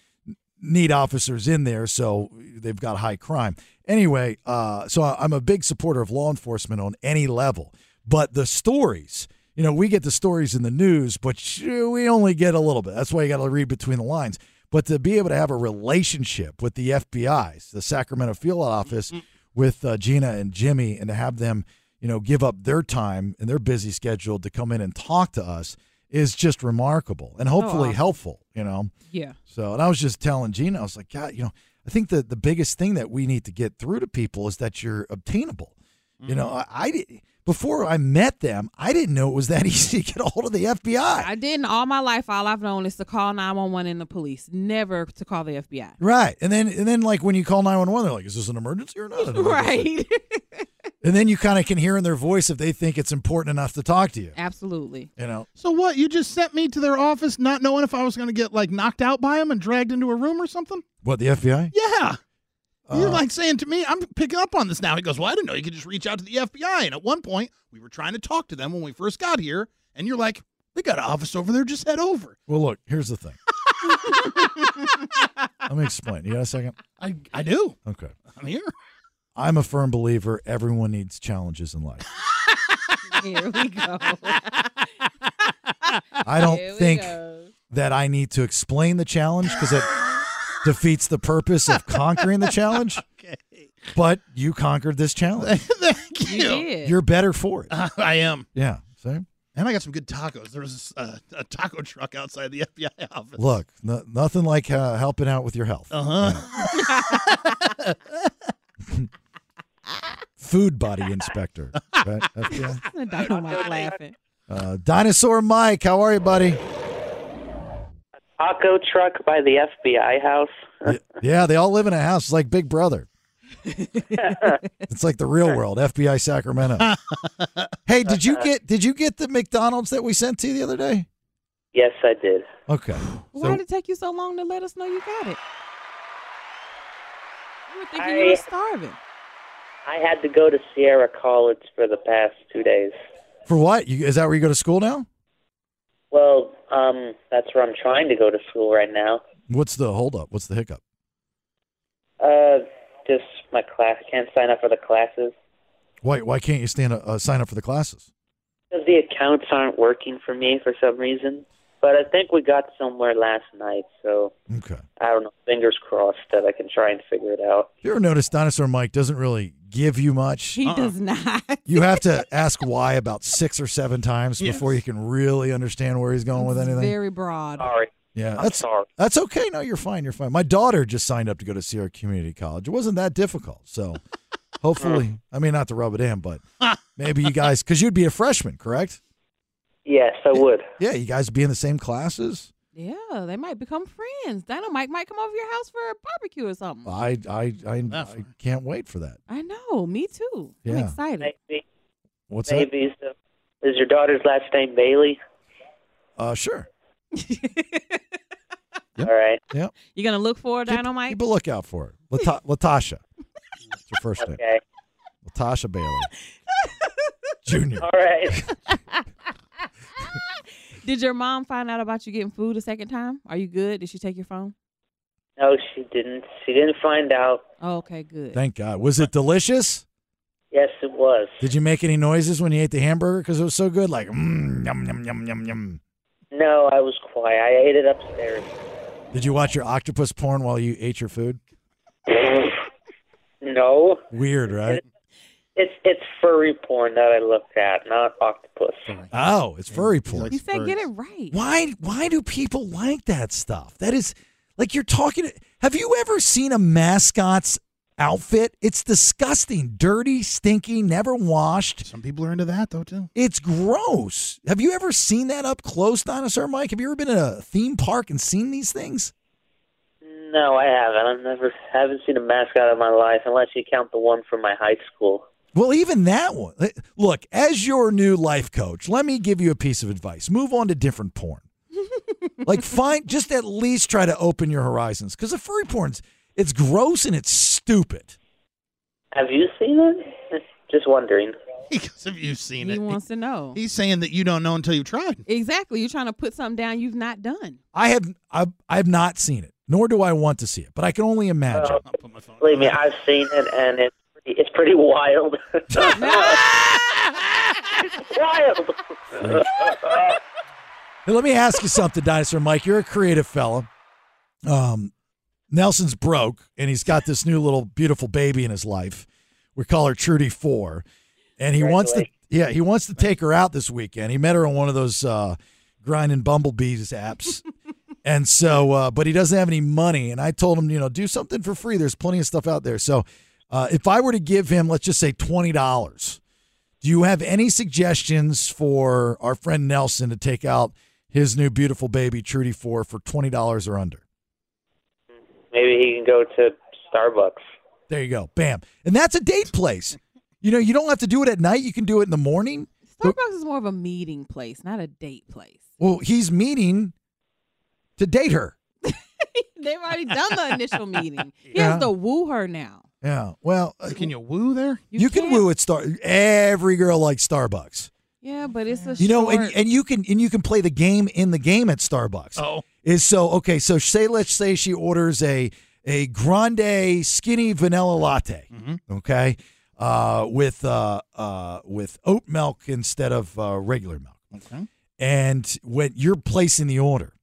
need officers in there, so they've got high crime. Anyway, uh, so I- I'm a big supporter of law enforcement on any level, but the stories. You know, we get the stories in the news, but sh- we only get a little bit. That's why you got to read between the lines. But to be able to have a relationship with the FBI's, the Sacramento Field Office, with uh, Gina and Jimmy, and to have them, you know, give up their time and their busy schedule to come in and talk to us is just remarkable and
Oh,
hopefully
awesome.
helpful. You know,
Yeah.
so, and I was just telling Gina, I was like, God, you know, I think that the biggest thing that we need to get through to people is that you're obtainable. You know, I, I did before I met them, I didn't know it was that easy to get a hold of the FBI.
I didn't all my life. All I've known is to call 911 and the police, never to call the FBI.
Right. And then, and then like when you call 911, they're like, is this an emergency or not? an emergency?"
Right.
And then you kind of can hear in their voice if they think it's important enough to talk to you,
Absolutely.
you know?
So what? You just sent me to their office, not knowing if I was going to get like knocked out by them and dragged into a room or something.
What, the FBI?
Yeah.
Uh.
You're like saying to me, I'm picking up on this now. He goes, Well, I didn't know you could just reach out to the FBI. And at one point, we were trying to talk to them when we first got here. And you're like, They got an office over there. Just head over.
Well, look, here's the thing.
Mm-hmm.
Let me explain. You got a second?
I, I do.
Okay.
I'm here.
I'm a firm believer everyone needs challenges in life.
Here we go.
I
Here
don't
we
think
go.
that I need to explain the challenge because it defeats the purpose of conquering the challenge. But you conquered this challenge.
Thank you.
You're better for it.
I am.
Yeah. See?
And I got some good tacos. There was a, a taco truck outside the FBI office.
Look, no, nothing like uh, helping out with your health.
Uh huh.
Food body inspector. Right? FBI.
Dynamite laughing.
Uh, Dinosaur Mike, how are you, buddy?
Taco truck by the FBI house.
Yeah, they all live in a house. It's like Big Brother. it's like the real world, FBI Sacramento. hey, did you get did you get the McDonald's that we sent to you the other day?
Yes, I did.
Okay.
Why did it take you so long to let us know you got it? You were thinking you
I-
were starving.
I had to go to Sierra College for the past two days.
For what? You, is that where you go to school now?
Well, um, that's where I'm trying to go to school right now.
What's the holdup? What's the hiccup?
Uh, just my class can't sign up for the classes
Why why can't you stand uh, sign up for the classes?
because the accounts aren't working for me for some reason. But I think we got somewhere last night, so
Okay.
I don't know. Fingers crossed that I can try and figure it out.
You ever notice Dinosaur Mike doesn't really give you much.
He does not.
You have to ask why about six or seven times before you can really understand where he's going with anything.
Very broad.
Sorry.
yeah,
I'm
that's
sorry.
that's okay. No, you're fine. You're fine. My daughter just signed up to go to Sierra Community College. It wasn't that difficult, so hopefully,
Oh.
I mean, not to rub it in, but maybe you guys, because you'd be a freshman, correct?
Yes, I would.
Yeah, you guys be in the same classes.
Yeah, they might become friends. Dino Mike might come over your house for a barbecue or something.
I
Mm-hmm.
I I, I can't wait for that.
I know. Me too. I'm
Yeah.
excited.
Maybe.
What's that?
Maybe. Is, the, is your daughter's last name Bailey?
Uh, sure.
All right.
Yeah.
You gonna look for
Keep-
Dino Mike?
Keep a lookout for it. Lata- Latasha. That's her first name.
Okay.
Latasha Bailey. Junior.
All right.
Did your mom find out about you getting food a second time? Are you good? Did she take your phone?
No, she didn't. She didn't find out.
Oh, okay, good.
Thank God. Was it delicious?
Yes, it was.
Did you make any noises when you ate the hamburger because it was so good? Like, mm, yum, yum, yum, yum, yum.
No, I was quiet. I ate it upstairs.
Did you watch your octopus porn while you ate your food?
no,
Weird, right?
it's it's furry porn that I looked at, not octopus.
Oh, it's furry porn.
He said, "Get it right."
Why? Why do people like that stuff? That is like you're talking. Have you ever seen a mascot's outfit? It's disgusting, dirty, stinky, never washed.
Some people are into that though too.
It's gross. Have you ever seen that up close, Dinosaur Mike? Have you ever been in a theme park and seen these things?
No, I haven't. I've never haven't seen a mascot in my life, unless you count the one from my high school.
Well, even that one. Look, as your new life coach, let me give you a piece of advice. Move on to different porn. like find just at least try to open your horizons cuz the furry porn's it's gross and it's stupid.
Have you seen it? Just wondering.
Because if you've seen
He
it,
wants to know.
he's saying that you don't know until you've tried.
Exactly. You're trying to put something down you've not done.
I have I I've not seen it, nor do I want to see it, but I can only imagine.
Believe me, I've seen it, and it's pretty, it's pretty wild. it's wild.
Hey, let me ask you something, Dinosaur Mike. You're a creative fella. Um, Nelson's broke, and he's got this new little beautiful baby in his life. We call her Trudy Four, and he wants to yeah he wants to take her out this weekend. He met her on one of those uh, grinding bumblebees apps, and so uh, but he doesn't have any money. And I told him you know do something for free. There's plenty of stuff out there. So uh, if I were to give him let's just say twenty dollars. Do you have any suggestions for our friend Nelson to take out his new beautiful baby Trudy for for twenty dollars or under?
Maybe he can go to Starbucks.
There you go, bam, and that's a date place. You know, you don't have to do it at night. You can do it in the morning.
Starbucks is more of a meeting place, not a date place.
Well, he's meeting to date her.
They've already done the initial meeting. He
Yeah.
has to woo her now.
Yeah. Well, uh,
Can you woo there?
you, can woo at Star. Every girl likes Starbucks.
Yeah, but it's a
You know, and,
short-
and you can and you can play the game in the game at Starbucks.
Oh.
is so okay. So say let's say she orders a a grande skinny vanilla latte,
Mm-hmm.
okay, uh, with uh, uh, with oat milk instead of uh, regular milk.
Okay.
And when you're placing the order,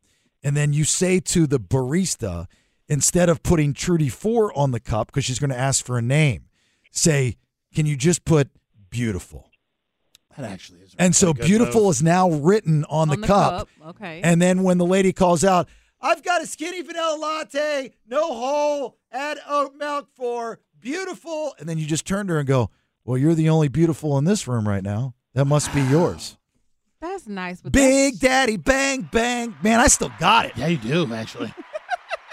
and then you say to the barista, instead of putting Trudy Four on the cup because she's going to ask for a name, say, "Can you just put beautiful?"
That actually is.
And so
good
beautiful
move.
is now written on,
On the cup, okay.
And then when the lady calls out, I've got a skinny vanilla latte, no hole, add oat milk for beautiful. And then you just turn to her and go, Well, you're the only beautiful in this room right now. That must be yours.
that's nice. But
Big Daddy, bang, bang. Man, I still got it.
Yeah, you do actually.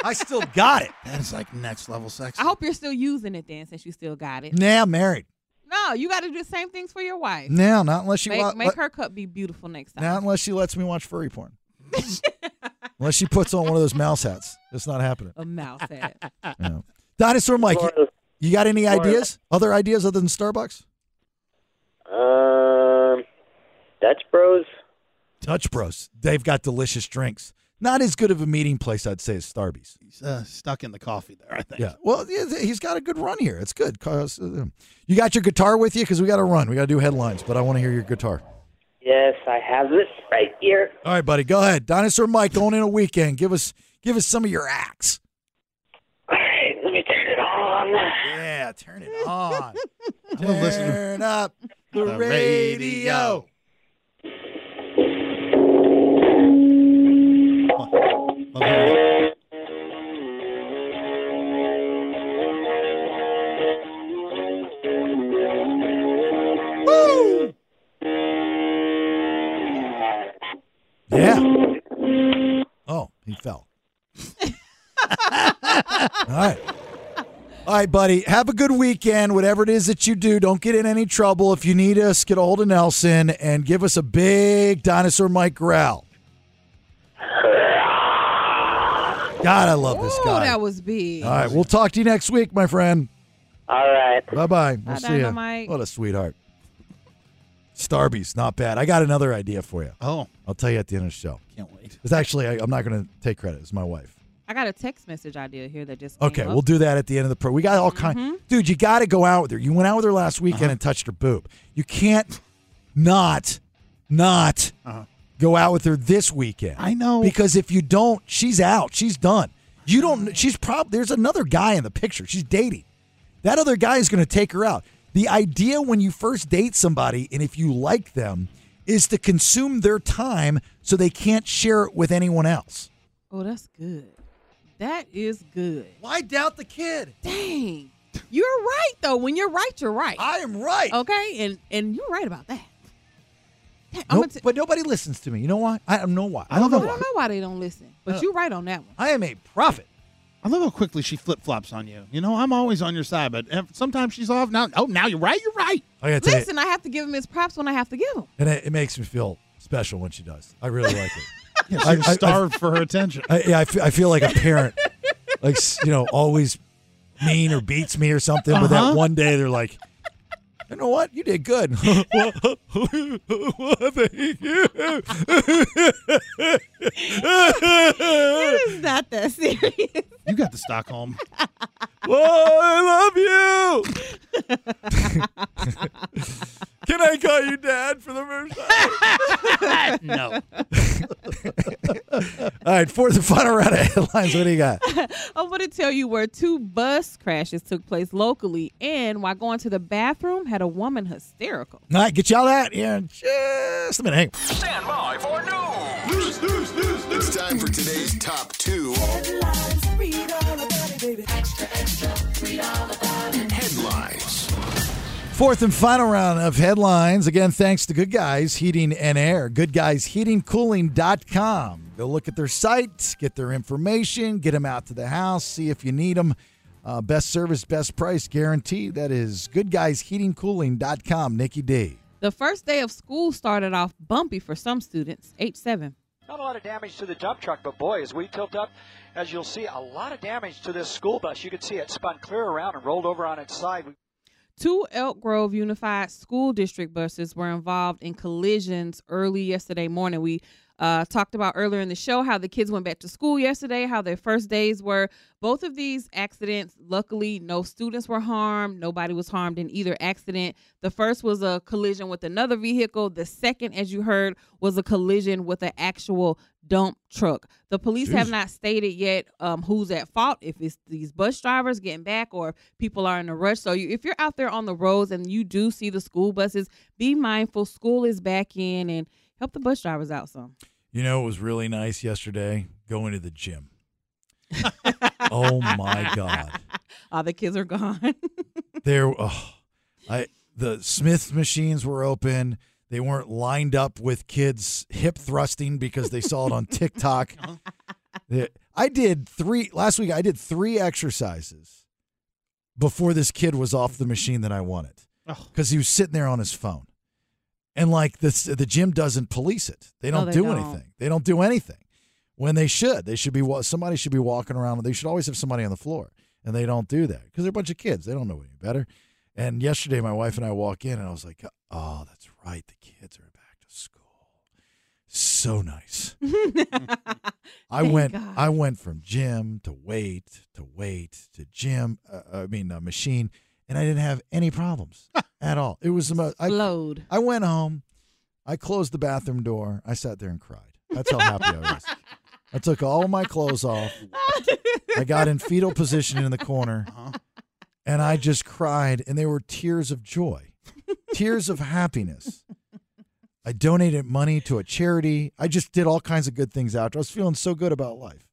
I still got it.
that is like next level sex.
I hope you're still using it then, since you still got it.
Now married.
No, you got to do the same things for your wife.
Now, not unless she
make,
wa- uh
make her cup be beautiful next time.
not unless she lets me watch furry porn. unless she puts on one of those mouse hats. It's not happening.
A mouse hat.
Yeah. Dinosaur Mike, you, you got any
Florida.
ideas? Other ideas other than Starbucks?
Um, Dutch Bros.
Dutch Bros. They've got delicious drinks. Not as good of a meeting place, I'd say, as Starbucks.
He's uh, stuck in the coffee there. I think.
Yeah. Well, yeah, th- he's got a good run here. It's good. 'cause, uh, You got your guitar with you because we got to run. We got to do headlines, but I want to hear your guitar.
Yes, I have this right here.
All right, buddy, go ahead. Dinosaur Mike going in a weekend. Give us give us some of your acts.
All right, let me turn it on.
Yeah, turn it on. Turn up the,
The
radio. Yeah. Oh, he fell. All right. All right, buddy. Have a good weekend. Whatever it is that you do, don't get in any trouble. If you need us, get a hold of Nelson and give us a big dinosaur Mike growl. God, I love this
Oh,
guy.
that was big.
All right, we'll talk to you next week, my friend.
All right.
Bye bye. We'll
Bye,
see you.
Dynamite.
What a sweetheart. Starby's not bad. I got another idea for you.
Oh,
I'll tell you at the end of the show.
can't wait.
It's actually I, I'm not going to take credit. It's my wife.
I got a text message idea here that just. came
Okay,
up. Mm-hmm.
we'll do that at the end of the pro. We got all kind. Dude, you got to go out with her. You went out with her last weekend and touched her boob. You can't not not go out with her this weekend. Uh-huh. I know because if you don't, she's out. She's done. You don't. She's probably there's another guy in the picture. She's dating. That other guy is going to take her out. The idea when you first date somebody and if you like them is to consume their time so they can't share it with anyone else.
Oh, that's good. That is good.
Why doubt the kid?
Dang. You're right though. When you're right, you're right.
I am right.
Okay, and and you're right about that.
Nope, but nobody listens to me. You know why? I don't know why. I don't
I
know
don't
why.
know why they don't listen, but
Uh,
you're right on that one.
I am a prophet.
I love how quickly she flip flops on you. You know, I'm always on your side, but eh, sometimes she's off. Now, oh, now you're right. You're right.
I gotta tell you,
Listen, I have to give him his props when I have to give him.
and it, it makes me feel special when she does. I really like it.
Yeah,
I-
she's
I- I-
starved for her attention.
I, yeah, I fe- I feel like a parent, like s- you know, always mean or beats me or something. But
Uh-huh.
that one day they're like, you know what? You did good.
It is not that serious.
You got the Stockholm.
Oh, I love you. Can I call you dad for the first time?
no.
All right, for the final round of headlines, what do you got?
I want to tell you where two bus crashes took place locally, and while going to the bathroom, had a woman hysterical.
All right, get y'all that in just a minute. Hang on.
Stand by for news. News, news, news, news. It's time for today's top two. Headlines.
Fourth and final round of headlines. Again, thanks to Good Guys Heating and Air. GoodGuysHeatingCooling.com. Go look at their site, get their information, get them out to the house, see if you need them. Uh, best service, best price guaranteed. That is GoodGuysHeatingCooling.com. Nikki D.
The first day of school started off bumpy for some students, age seven.
Not a lot of damage to the dump truck, but boy, as we tilt up, as you'll see, a lot of damage to this school bus. You can see it spun clear around and rolled over on its side.
Two Elk Grove Unified School District buses were involved in collisions early yesterday morning. We uh, talked about earlier in the show how the kids went back to school yesterday, how their first days were. Both of these accidents, luckily, no students were harmed. Nobody was harmed in either accident. The first was a collision with another vehicle. The second, as you heard, was a collision with an actual dump truck. The police have
Jeez.
not stated yet um, who's at fault, if it's these bus drivers getting back or if people are in a rush. So you, if you're out there on the roads and you do see the school buses, be mindful. School is back in and help the bus drivers out some.
You know, it was really nice yesterday going to the gym. oh my God.
All the kids are gone.
there oh, I the Smith machines were open. They weren't lined up with kids hip thrusting because they saw it on TikTok. The- I did three last week I did three exercises before this kid was off the machine that I wanted.
Oh.
Cuz he was sitting there on his phone. And like this the gym doesn't police it. They
No,
don't
they
do
don't.
anything. They don't do anything when they should. They should be wa- somebody should be walking around. They should always have somebody on the floor, and they don't do that because they're a bunch of kids. They don't know any better. And yesterday, my wife and I walk in, and I was like, "Oh, that's right. The kids are back to school. So nice." I
Thank
went.
God.
I went from gym to weight to weight to gym. Uh, I mean, uh, machine, and I didn't have any problems at all. It was the most. I, I went home. I closed the bathroom door. I sat there and cried. That's how happy I was. I took all my clothes off. I got in fetal position in the corner, and I just cried, and they were tears of joy, tears of happiness. I donated money to a charity. I just did all kinds of good things after. I was feeling so good about life.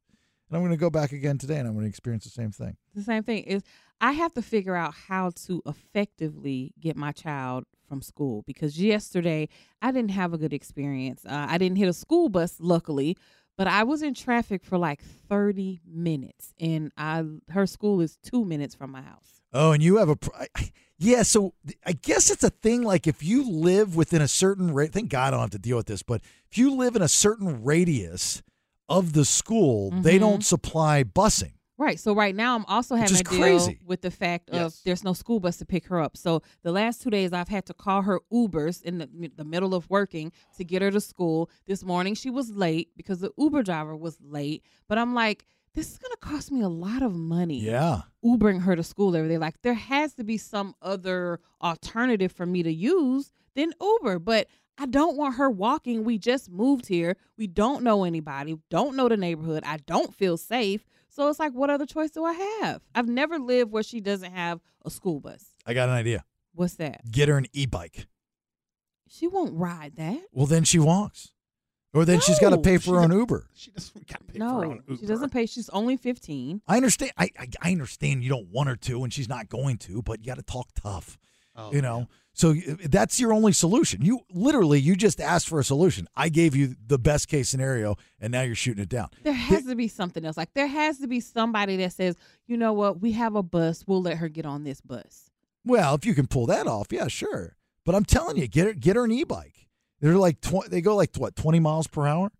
And I'm going to go back again today and I'm going to experience the same thing.
The same thing is I have to figure out how to effectively get my child from school because yesterday I didn't have a good experience. Uh, I didn't hit a school bus, luckily, but I was in traffic for like 30 minutes and I her school is two minutes from my house.
Oh, and you have a. pr- I- I- Yeah, so th- I guess it's a thing like if you live within a certain rate, thank God I don't have to deal with this, but if you live in a certain radius of the school, they
Mhm.
don't supply busing.
Right. So right now I'm also having
is
to deal
crazy.
with the fact
Yes.
of there's no school bus to pick her up. So the last two days I've had to call her Ubers in the, the middle of working to get her to school. This morning she was late because the Uber driver was late. But I'm like, this is gonna cost me a lot of money.
Yeah.
Ubering her to school every day. Like there has to be some other alternative for me to use than Uber. But I don't want her walking. We just moved here. We don't know anybody. Don't know the neighborhood. I don't feel safe. So it's like, what other choice do I have? I've never lived where she doesn't have a school bus.
I got an idea.
What's that?
Get her an e bike.
She won't ride that.
Well, then she walks. Or then she's got to
No.
pay for her
She
own
does-
Uber.
no, she doesn't pay. She's only fifteen.
I understand. I, I I understand you don't want her to, and she's not going to. But you got to talk tough,
Oh,
you know. So y- uh, that's your only solution. You literally you just asked for a solution. I gave you the best case scenario, and now you're shooting it down.
There has to be something else. Like there has to be somebody that says, you know what, we have a bus. We'll let her get on this bus.
Well, if you can pull that off, yeah, sure. But I'm telling you, get her get her an e-bike. They're like tw- they go like what twenty miles per hour,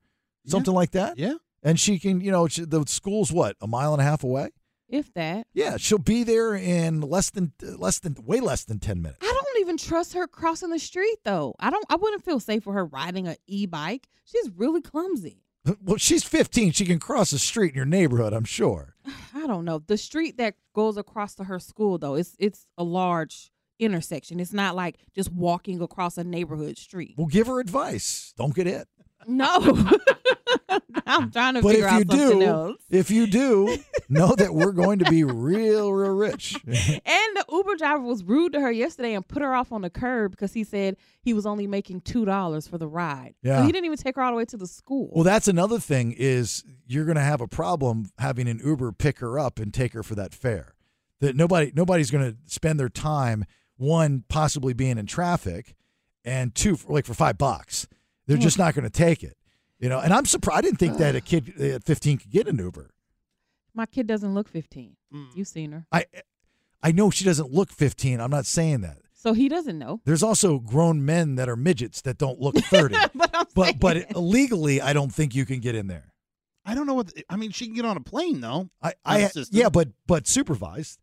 something like that.
Yeah.
And she can, you know, she, the school's what a mile and a half away.
If that.
Yeah, she'll be there in less than uh, less than way less than ten minutes.
I don't even trust her crossing the street though. I don't. I wouldn't feel safe with her riding an e-bike. She's really clumsy.
Well, she's 15. She can cross the street in your neighborhood, I'm sure.
I don't know. The street that goes across to her school though, it's it's a large intersection. It's not like just walking across a neighborhood street.
Well, give her advice. Don't get it.
No. I'm trying to
But
figure
if you
out something
do,
else.
if you do, know that we're going to be real, real rich.
And the Uber driver was rude to her yesterday and put her off on the curb because he said he was only making two dollars for the ride. So
Yeah.
he didn't even take her all the way to the school.
Well, that's another thing is you're going to have a problem having an Uber pick her up and take her for that fare. That nobody nobody's going to spend their time one possibly being in traffic, and two for, like for five bucks, they're just
Hmm.
not going to take it. You know, and I'm surprised. I didn't think that a kid at 15 could get an Uber.
My kid doesn't look fifteen. You've seen her.
I I know she doesn't look 15. I'm not saying that.
So he doesn't know.
There's also grown men that are midgets that don't look 30.
but I'm
but but legally I don't think you can get in there.
I don't know what. I mean, she can get on a plane though.
I, I
Unassisted.
yeah, but but supervised.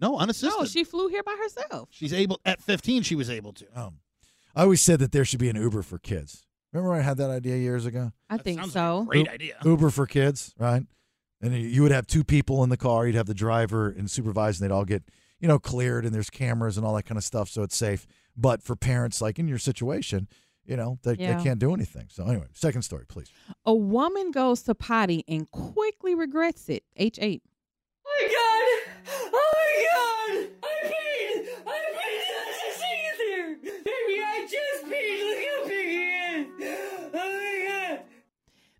No, unassisted.
No, she flew here by herself.
She's able at 15. She was able to.
Um, I always said that there should be an Uber for kids. Remember I had that idea years ago?
I think so.
Great idea.
Uber for kids, right? And you- you would have two people in the car. You'd have the driver and supervised, and they'd all get you know cleared, and there's cameras and all that kind of stuff, so it's safe. But for parents, like in your situation, you know, they,
Yeah.
they can't do anything. So anyway, second story, please.
A woman goes to potty and quickly regrets it. H eight.
Oh my god! Oh my god! I peed! I peed! I just see it there! Baby, I just peed! Look how big he is! Oh my god!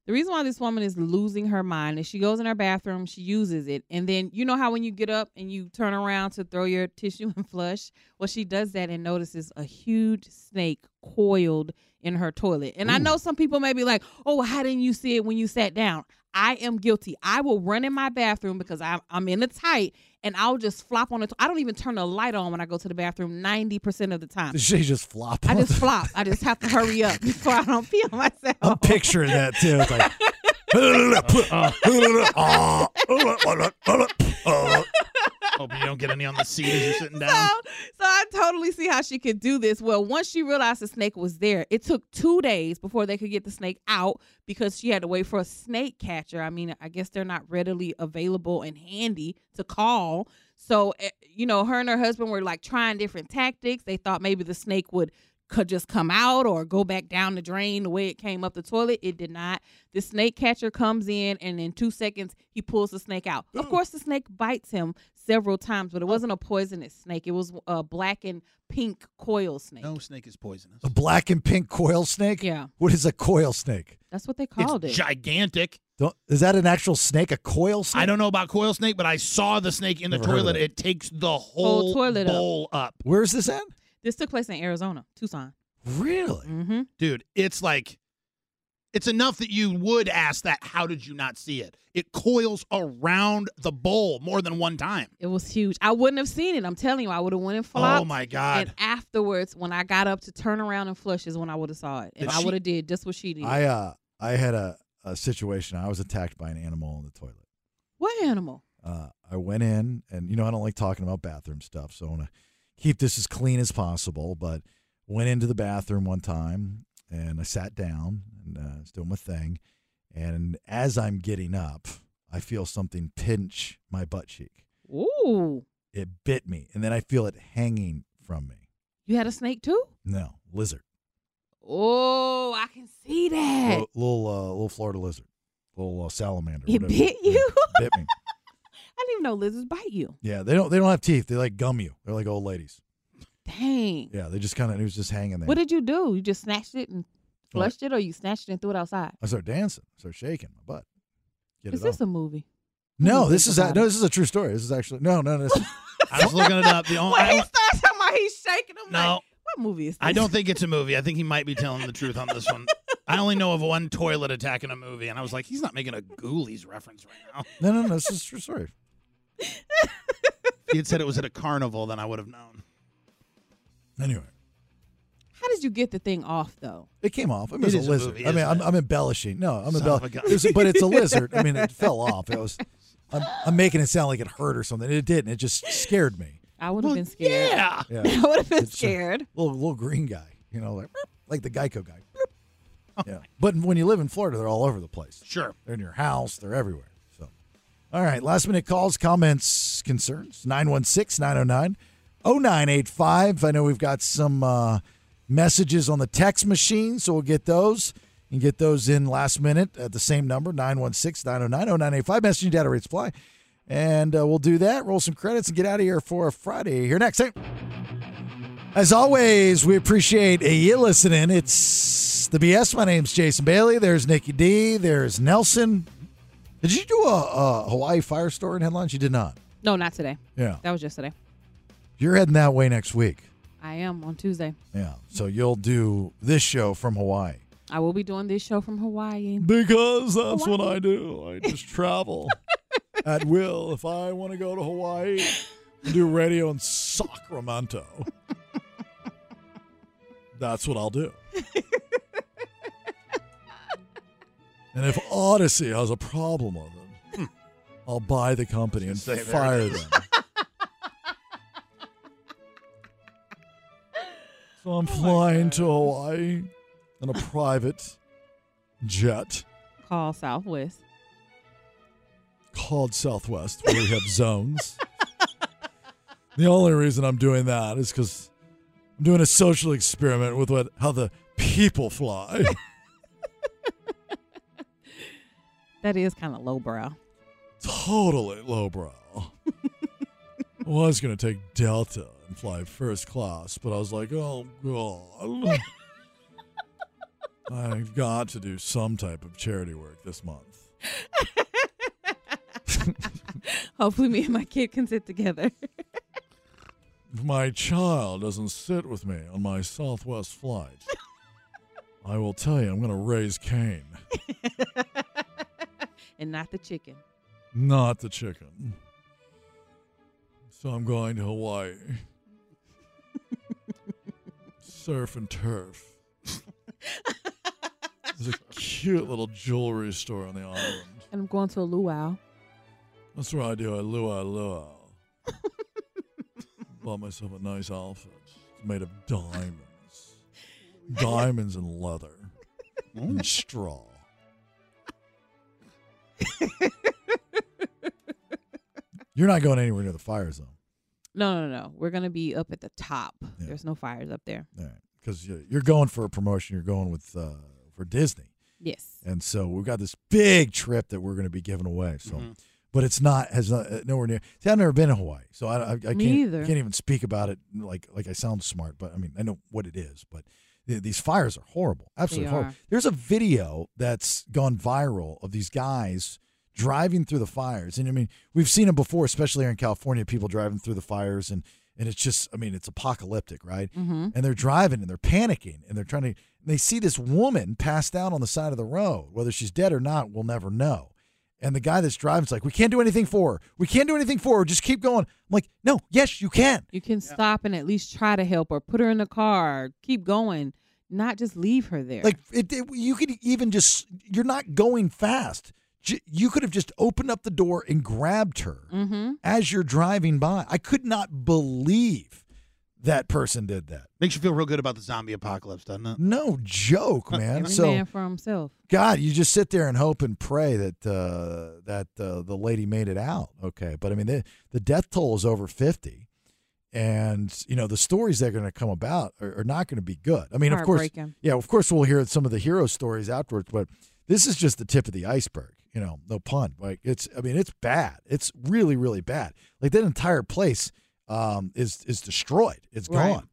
The reason why this woman is losing her mind is she goes in her bathroom, she uses it, and then you know how when you get up and you turn around to throw your tissue and flush? Well, she does that and notices a huge snake coiled in her toilet. And I know some people may be like, oh, how didn't you see it when you sat down? I am guilty. I will run in my bathroom because I'm, I'm in a tight and I'll just flop on the. to- I don't even turn the light on when I go to the bathroom 90% of the time.
She just flop.
I just flop. I just have to hurry up before I don't pee on myself.
I'm picturing that too. It's
Oh,
like.
Hope you don't get any on the seat as you're sitting down.
So I totally see how she could do this. Well, once she realized the snake was there, it took two days before they could get the snake out because she had to wait for a snake catcher. I mean, I guess they're not readily available and handy to call. So, eh, you know, her and her husband were like trying different tactics. They thought maybe the snake would could just come out or go back down the drain the way it came up the toilet. It did not. The snake catcher comes in and in two seconds he pulls the snake out. Of course, the snake bites him several times,
Oh.
but it wasn't a poisonous snake. It was a black and pink coil snake.
No snake is poisonous.
A black and pink coil snake?
Yeah.
What is a coil snake?
That's what they called
it's
it.
gigantic.
Don't, is that an actual snake? A coil snake?
I don't know about coil snake, but I saw the snake in the
Never heard of
toilet.
it.
It takes the
Whole
whole
toilet up.
bowl up.
Where's this at?
This took place in Arizona, Tucson.
Really?
Mm-hmm.
Dude, it's like it's enough that you would ask that how did you not see it? It coils around the bowl more than one time.
It was huge. I wouldn't have seen it. I'm telling you, I would have went and flopped.
Oh my god.
And afterwards, when I got up to turn around and flush, is when I would have saw it,
Did
and I
she-
would have did just what she did.
I uh I had a, a situation. I was attacked by an animal in the toilet.
what animal?
Uh, I went in, and you know I don't like talking about bathroom stuff, so I want to keep this as clean as possible. But went into the bathroom one time, and I sat down and uh, was doing my thing. And as I'm getting up, I feel something pinch my butt cheek.
Ooh,
It bit me, and then I feel it hanging from me.
you had a snake too?
No, lizard,
Oh, I can see that.
little little, uh, little Florida lizard, little uh, salamander.
it
whatever.
bit you.
bit me.
I didn't even know lizards bite you.
Yeah, they don't they don't have teeth. They like gum you. They're like old ladies.
Dang.
Yeah, they just kind of it was just hanging there.
What did you do? You just snatched it and flushed it, or you snatched it and threw it outside?
I started dancing. I started shaking my butt. Get
Is
it
this
off.
a movie?
no,
you
this
think
is a,
about
no,
it?
this is a true story. This is actually no, no, no. this-
I was looking it up. The only,
When he
Oh, I,
starts talking about he's shaking, I'm
No.
like, what movie is this?
I don't think it's a movie. I think he might be telling the truth on this one. I only know of one toilet attack in a movie, and I was like, he's not making a Ghoulies reference right now.
no, no, no. This is a true story.
If he had said it was at a carnival, then I would have known.
Anyway,
How did you get the thing off though?
it came off. I mean,
It
it's a
is a
lizard.
movie,
I mean,
isn't
I'm, I'm embellishing. No, I'm
Son of a gun.
embellishing. But it's a lizard. I mean, it fell off. It was. I'm, I'm making it sound like it hurt or something. It didn't. It just scared me.
I would have been scared.
Yeah.
Yeah.
I would have been
It's a
scared.
Little little green guy, you know, like like the Geico guy. Yeah. But when you live in Florida, they're all over the place.
Sure.
They're in your house, they're everywhere. So all right, last minute calls, comments, concerns, 916-909-0985. I know we've got some uh, messages on the text machine, so we'll get those and get those in last minute at the same number, 916-909-0985. Messaging data rates apply. And uh, we'll do that, roll some credits, and get out of here for Friday. Here next. Hey. As always, we appreciate you listening. It's the BS. My name's Jason Bailey. There's Nikki D. There's Nelson. Did you do a, a Hawaii Fire Store in headlines? You did not.
No, not today.
Yeah.
That was just today.
You're heading that way next week.
I am on Tuesday.
Yeah. So you'll do this show from Hawaii.
I will be doing this show from Hawaii.
Because that's what I do. I just travel at will. If I want to go to Hawaii, do radio in Sacramento. That's what I'll do. and if Odyssey has a problem with it, I'll buy the company and
Say, there it
fire
is.
them. So I'm flying to Hawaii in a private jet.
Call Southwest.
called Southwest where we have zones. The only reason I'm doing that is because I'm doing a social experiment with what how the people fly.
That is kind of lowbrow.
totally lowbrow. I was gonna take Delta and fly first class, but I was like, oh god, I've got to do some type of charity work this month.
Hopefully, me and my kid can sit together.
If my child doesn't sit with me on my Southwest flight, I will tell you I'm going to raise Cain,
and not the chicken.
not the chicken. So I'm going to Hawaii. Surf and turf. There's a cute little jewelry store on the island.
And I'm going to a luau.
That's where I do a luau luau. Bought myself a nice outfit. It's made of diamonds. diamonds and leather.
Mm.
And straw. You're not going anywhere near the fire zone.
No, no, no. We're going to be up at the top. There's no fires up there.
All right. because you're going for a promotion. You're going with uh, for Disney.
Yes.
And so we've got this big trip that we're going to be giving away. So, but it's not has not, uh, nowhere near. See, I've never been to Hawaii, so I, I, I can't
either.
can't even speak about it like like I sound smart. But I mean, I know what it is. But th- these fires are horrible, absolutely
They
horrible.
are.
There's a video that's gone viral of these guys driving through the fires, and I mean, we've seen them before, especially here in California, people driving through the fires and. And it's just, I mean, it's apocalyptic, right?
Mm-hmm.
Mhm.
And they're driving and they're panicking and they're trying to, and they see this woman passed out on the side of the road. Whether she's dead or not, we'll never know. And the guy that's driving's like, we can't do anything for her. We can't do anything for her. Just keep going. I'm like, no, yes, you can.
You can stop and at least try to help her. Put her in the car. Keep going. Not just leave her there.
Like, it, it- you could even just, you're not going fast. J- You could have just opened up the door and grabbed her
mm-hmm.
as you're driving by. I could not believe that person did that.
Makes you feel real good about the zombie apocalypse, doesn't it?
No joke, man.
Uh. Every
so,
man for himself.
God, you just sit there and hope and pray that uh, that uh, the lady made it out. Okay, but I mean, the, the death toll is over fifty, and you know the stories that are going to come about are, are not going to be good. I mean, of course,
Heartbreaking.
yeah, of course, we'll hear some of the hero stories afterwards, but this is just the tip of the iceberg. You know, no pun. Like it's, I mean, it's bad. It's really, really bad. Like that entire place um, is is destroyed. It's
Right.
gone.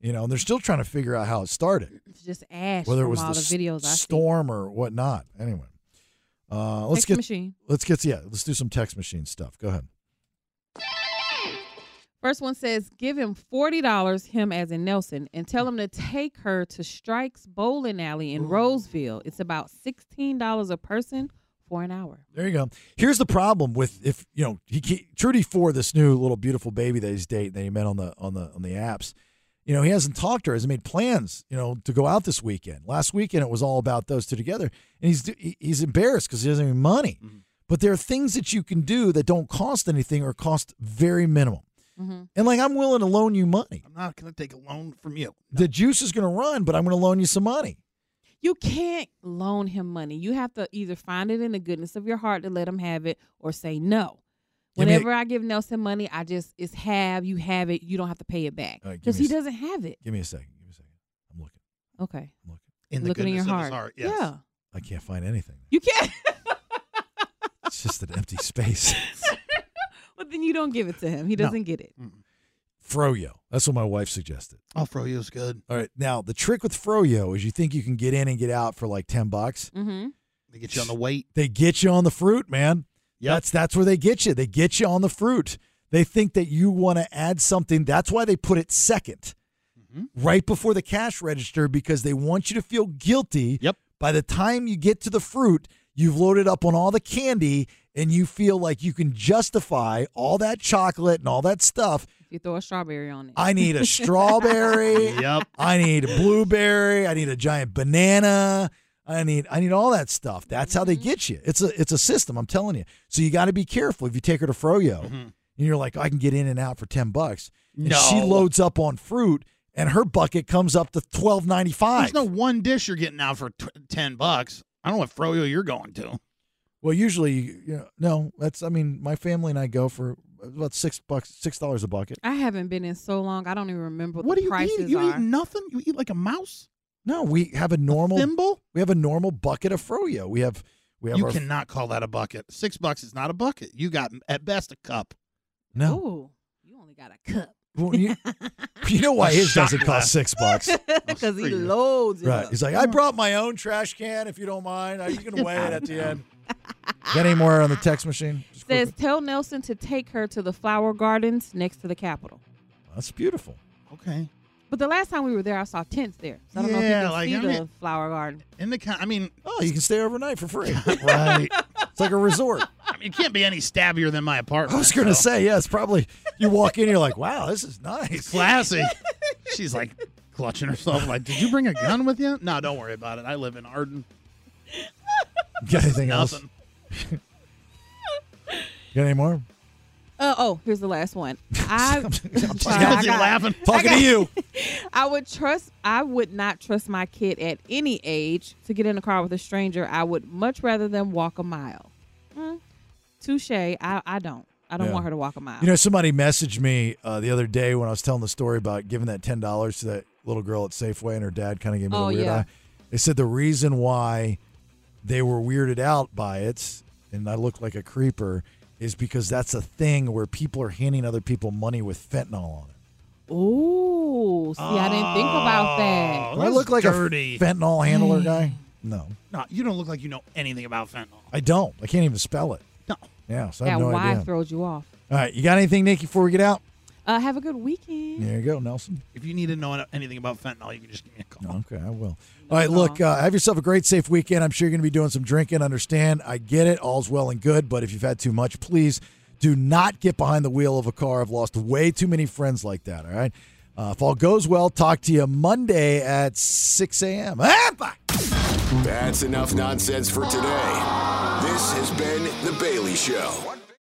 You know, and they're still trying to figure out how it started
It's just ash
whether
from
it was
all the,
s-
videos I see.
storm or whatnot. Anyway, uh, let's
Text
get
machine.
let's get yeah, let's do some text machine stuff. Go ahead.
First one says, give him forty dollars, him as in Nelson, and tell him to take her to Strikes Bowling Alley in Roseville. It's about sixteen dollars a person for an hour.
There you go. Here's the problem with if you know he ke- Trudy for this new little beautiful baby that he's dating that he met on the on the on the apps. You know he hasn't talked to her. Hasn't made plans. You know to go out this weekend. Last weekend it was all about those two together, and he's he- he's embarrassed because he doesn't have any money. But there are things that you can do that don't cost anything or cost very minimum.
Mm-hmm.
And like I'm willing to loan you money.
I'm not going to take a loan from you.
The juice is going to run, but I'm going to loan you some money.
You can't loan him money. You have to either find it in the goodness of your heart to let him have it or say no.
Give me a-
Whenever I give Nelson money, I just it's have, you have it, you don't have to pay it back.
All right, give
Because
me
he
a s-
doesn't have it.
Give me a second. Give me a second.
Okay.
Look.
In the Looking in your goodness of his heart. heart, yes. Yeah.
I can't find anything.
You can't
It's just an empty space.
But then you don't give it to him. He
No.
doesn't get it.
Froyo. That's what my wife suggested.
Oh, Froyo's good.
All right. Now the trick with Froyo is you think you can get in and get out for like ten bucks.
Mm-hmm.
They get you on the weight.
They get you on the fruit, man. That's that's where they get you. They get you on the fruit. They think that you want to add something. That's why they put it 2nd
Mm-hmm.
right before the cash register, because they want you to feel guilty. Yep. By the time you get to the fruit, you've loaded up on all the candy, and you feel like you can justify all that chocolate and all that stuff
You throw a strawberry on it.
I need a strawberry. yep. I need a blueberry. I need a giant banana. I need I need all that stuff. That's how they get you. It's a it's a system. I'm telling you. So you got to be careful if you take her to Froyo,
Mm-hmm.
and you're like, I can get in and out for ten bucks. And she
No.
loads up on fruit, and her bucket comes up to twelve ninety five.
There's no one dish you're getting out for t- ten bucks. I don't know what froyo you're going to.
Well, usually, you know, no. That's I mean, my family and I go for about six bucks, six dollars a bucket.
I haven't been in so long. I don't even remember what,
What
the
do you
prices
eat? You
are.
eat nothing. You eat like a mouse.
No, we have a normal
thimble?
We have a normal bucket of froyo. We have we have
You
our,
cannot call that a bucket. Six bucks is not a bucket. You got at best a cup.
No.
Ooh, you only got a cup.
Well, you, you know why
A
his
shot
doesn't
glass.
cost six bucks.
Because he loads it
Right.
up.
He's like, I brought my own trash can if you don't mind. You can weigh it at the end.
Ah.
Got any more on the text machine? Just quick-
Says, tell Nelson to take her to the flower gardens next to the Capitol.
That's beautiful.
Okay.
But the last time we were there, I saw tents there. So I don't know if you
Yeah,
can
like,
see
I
the
mean-
flower garden.
In the con- I mean,
oh, you can stay overnight for free.
right.
It's like a resort.
I mean, it can't be any stabbier than my apartment.
I was going to say, yeah, it's probably, you walk in, you're like, wow, this is nice.
classy. She's like clutching herself. Like, did you bring a gun with you? No, don't worry about it. I live in Arden.
Got anything else?
Nothing.
Got any more?
Uh, oh, here's the last one. I, I'm sorry,
talking-
I got-
laughing.
I
Talking to
got-
you.
I would trust. I would not trust my kid at any age to get in a car with a stranger. I would much rather them walk a mile. Mm, touche. I, I don't. I don't
Yeah.
want her to walk a mile.
You know, somebody messaged me uh, the other day when I was telling the story about giving that ten dollars to that little girl at Safeway, and her dad kind of gave me
Oh,
the weird
yeah.
eye. They said the reason why they were weirded out by it, and I looked like a creeper, is because that's a thing where people are handing other people money with fentanyl on it.
Ooh, see, I didn't think about that.
Oh,
Oh,
Do I look like
dirty.
a fentanyl handler guy? No,
No, you don't look like you know anything about fentanyl.
I don't. I can't even spell it. No. Yeah, so I
That
have no
why
idea.
throws you off.
All right, you got anything, Nikki, before we get out?
Uh, have a good weekend.
There you go, Nelson.
If you need to know anything about fentanyl, you can just give me a call.
Okay, I will. All right, look, uh, have yourself a great, safe weekend. I'm sure you're going to be doing some drinking. Understand? I get it. All's well and good, but if you've had too much, please do not get behind the wheel of a car. I've lost way too many friends like that. All right. Uh, if all goes well, talk to you Monday at 6 a.m. Ah, bye.
That's enough nonsense for today. This has been The Bailey Show.